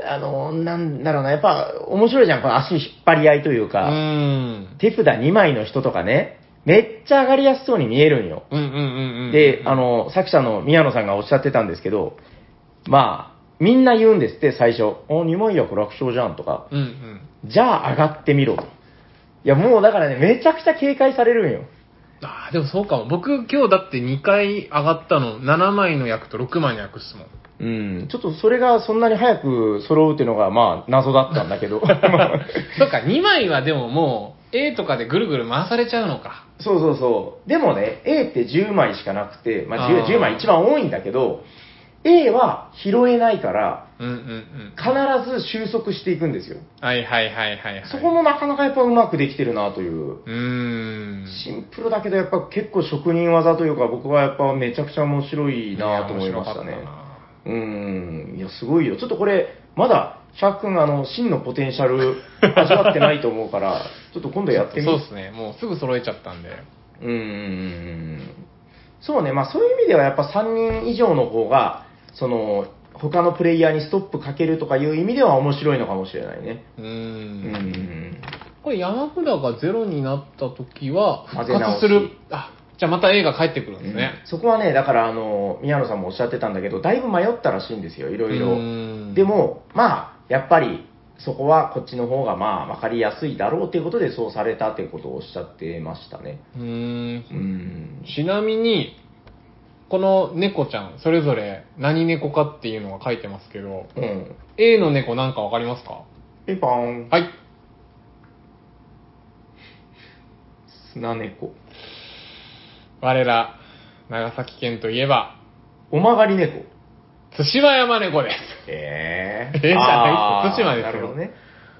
[SPEAKER 2] あのーなんだろうな、やっぱ面白いじゃん、この足引っ張り合いという
[SPEAKER 1] うー
[SPEAKER 2] か、
[SPEAKER 1] ん。
[SPEAKER 2] 手札2枚の人とかね、めっちゃ上がりやすそうに見えるんよ。
[SPEAKER 1] うんうんうんうん。
[SPEAKER 2] で、あ、のー作者の宮野さんがおっしゃってたんですけど、まあ、みんな言うんですって、最初。お、2枚役楽勝じゃんとか。
[SPEAKER 1] うんうん。
[SPEAKER 2] じゃあ上がってみろと。いや、もうだからね、めちゃくちゃ警戒されるんよ。
[SPEAKER 1] ああ、でもそうかも。僕今日だって2回上がったの、7枚の役と6枚の役っすもん。
[SPEAKER 2] うん、ちょっとそれがそんなに早く揃うっていうのが、まあ、謎だったん だけど。
[SPEAKER 1] そうか、2枚はでももう、A とかでぐるぐる回されちゃうのか。
[SPEAKER 2] そうそうそう。でもね、A って10枚しかなくて、まあ
[SPEAKER 1] あー
[SPEAKER 2] 10, 10枚一番多いんだけど、A は拾えないから、
[SPEAKER 1] うんうんうん。
[SPEAKER 2] 必ず収束していくんですよ。
[SPEAKER 1] はいはいはいはい、はい。
[SPEAKER 2] そこもなかなかやっぱうまくできてるなという。
[SPEAKER 1] うーん。
[SPEAKER 2] シンプルだけどやっぱ結構職人技というか僕はやっぱめちゃくちゃ面白いなと思いましたね
[SPEAKER 1] や面白。かっ
[SPEAKER 2] うん。いや、すごいよ。ちょっとこれ、まだ、シャーク君、あの、真のポテンシャル味わってないと思うから、 ちょっと今度
[SPEAKER 1] たな
[SPEAKER 2] やってみ
[SPEAKER 1] そうですね。もうすぐ揃えちゃったんで。
[SPEAKER 2] うんうんうんうんそうね、まあそういう意味ではやっぱ3人以上の方が、その、他のプレイヤーにストップかけるとかいう意味では面白いのかもしれないね。
[SPEAKER 1] うー。
[SPEAKER 2] うんんうんうん。
[SPEAKER 1] これ山札がゼロになった時は、
[SPEAKER 2] 混ぜ
[SPEAKER 1] 復
[SPEAKER 2] 直し
[SPEAKER 1] 活する。あ、じゃあまた A が帰ってくるんですね。
[SPEAKER 2] そこはね、だからあの、宮野さんもおっしゃってたんだけど、だいぶ迷ったらしいんですよ、いろいうろ。
[SPEAKER 1] ーん
[SPEAKER 2] で、も、まあ、やっぱり、そこはこっちの方がまあ、わかりやすいだろうということで、そうされたということをおっしゃってましたね。
[SPEAKER 1] うーん。
[SPEAKER 2] うん。
[SPEAKER 1] ちなみに、この猫ちゃん、それぞれ何猫かっていうのが書いてますけど、
[SPEAKER 2] うん。
[SPEAKER 1] A の猫なんかわかりますか
[SPEAKER 2] ピンポーン。
[SPEAKER 1] はい。
[SPEAKER 2] 砂猫。
[SPEAKER 1] 我ら、長崎県といえば、
[SPEAKER 2] お曲がり猫。
[SPEAKER 1] 津島山猫です。
[SPEAKER 2] え
[SPEAKER 1] えーじゃない
[SPEAKER 2] あー
[SPEAKER 1] 対馬ですよ
[SPEAKER 2] なるほどね。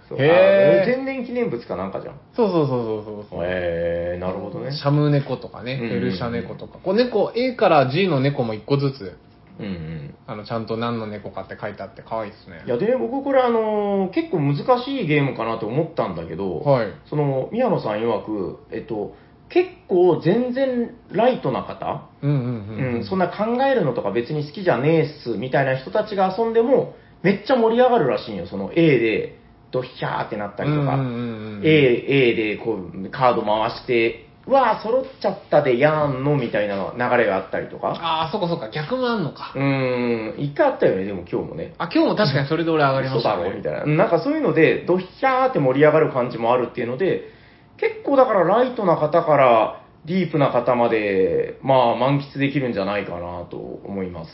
[SPEAKER 2] そう
[SPEAKER 1] へー
[SPEAKER 2] あー天然記念物かなんかじゃん。
[SPEAKER 1] そうそうそうそうそうそう。
[SPEAKER 2] へえ、なるほどね。
[SPEAKER 1] シャム猫とかね、
[SPEAKER 2] うんうんう
[SPEAKER 1] ペ
[SPEAKER 2] ん
[SPEAKER 1] ルシャ猫とか。こう猫、A から G の猫も一個ずつ、
[SPEAKER 2] うんうん。
[SPEAKER 1] あの、ちゃんと何の猫かって書いてあって可愛いですね
[SPEAKER 2] い。や、でね、僕これあのー結構難しいゲームかなと思ったんだけど、
[SPEAKER 1] はい。
[SPEAKER 2] その、宮野さん曰く、えっと、結構全然ライトな方、
[SPEAKER 1] うんうんうん。
[SPEAKER 2] うん、そんな考えるのとか別に好きじゃねえっす、みたいな人たちが遊んでも、めっちゃ盛り上がるらしいんよ、その A で、ドヒャーってなったりとか、
[SPEAKER 1] うんうんうんうん
[SPEAKER 2] A、A でこう、カード回して、わー、揃っちゃったでやーんの、みたいな流れがあったりとか。
[SPEAKER 1] ああ、そっかそっか、逆もあんのか。
[SPEAKER 2] うーん、一回あったよね、でも今日もね。
[SPEAKER 1] あ、今日も確かにそれで俺上がりました
[SPEAKER 2] 嘘だろみ
[SPEAKER 1] ね。
[SPEAKER 2] たいな。なんかそういうので、ドヒャーって盛り上がる感じもあるっていうので、結構だからライトな方からディープな方まで、まあ満喫できるんじゃないかなと思います。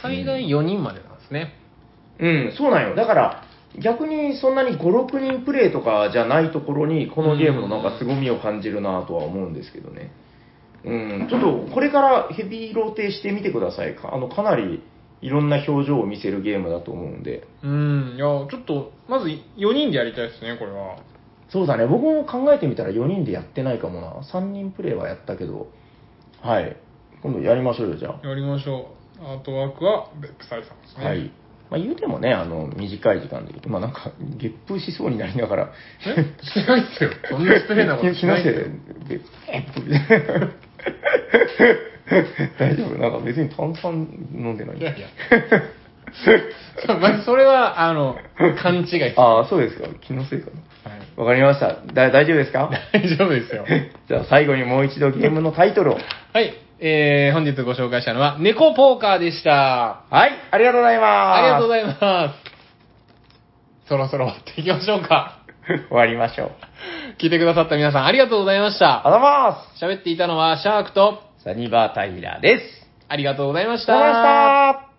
[SPEAKER 1] 最大4人までなんですね。
[SPEAKER 2] うん、そうなんよ。だから、逆にそんなに5、6人プレイとかじゃないところに、このゲームのなんか凄みを感じるなとは思うんですけどね。うん、ちょっとこれからヘビーローテしてみてください。かあの、かなりいろんな表情を見せるゲームだと思うんで。
[SPEAKER 1] うん、いや、ちょっと、まず4人でやりたいですね、これは。
[SPEAKER 2] そうだね、僕も考えてみたら4人でやってないかもな。3人プレイはやったけど。はい。今度やりましょうよ、じゃあ。
[SPEAKER 1] やりましょう。アートワークは、ベップサイさんですね。
[SPEAKER 2] はい。まあ、言うてもね、あの、短い時間で、今なんか、ゲップしそうになりながら、
[SPEAKER 1] えしてないっすよ。 そんな失礼なこと
[SPEAKER 2] 気
[SPEAKER 1] し
[SPEAKER 2] 気の
[SPEAKER 1] ないっ
[SPEAKER 2] せ
[SPEAKER 1] す
[SPEAKER 2] い
[SPEAKER 1] よ
[SPEAKER 2] で、で 大丈夫なんか別に炭酸飲んでない。
[SPEAKER 1] いやいや。そうまあそれは、あ の、勘違いっすはい。
[SPEAKER 2] ああ、そうですか。気のせいかな。わかりました。だ大丈夫ですか
[SPEAKER 1] 大丈夫ですよ。
[SPEAKER 2] じゃあ最後にもう一度ゲームのタイトルを。
[SPEAKER 1] はい。えー、本日ご紹介したのは、猫ポーカーでした。
[SPEAKER 2] はい、ありがとうございます。
[SPEAKER 1] ありがとうございます。そろそろ終わっていきましょうか。
[SPEAKER 2] 終わりましょう。
[SPEAKER 1] 聞いてくださった皆さんありがとうございまし
[SPEAKER 2] あ
[SPEAKER 1] た。
[SPEAKER 2] りがとうございま
[SPEAKER 1] 喋っていたのはシャークと
[SPEAKER 2] す。サニバータイラーです。
[SPEAKER 1] ありがとうございまし
[SPEAKER 2] ありがとうございました。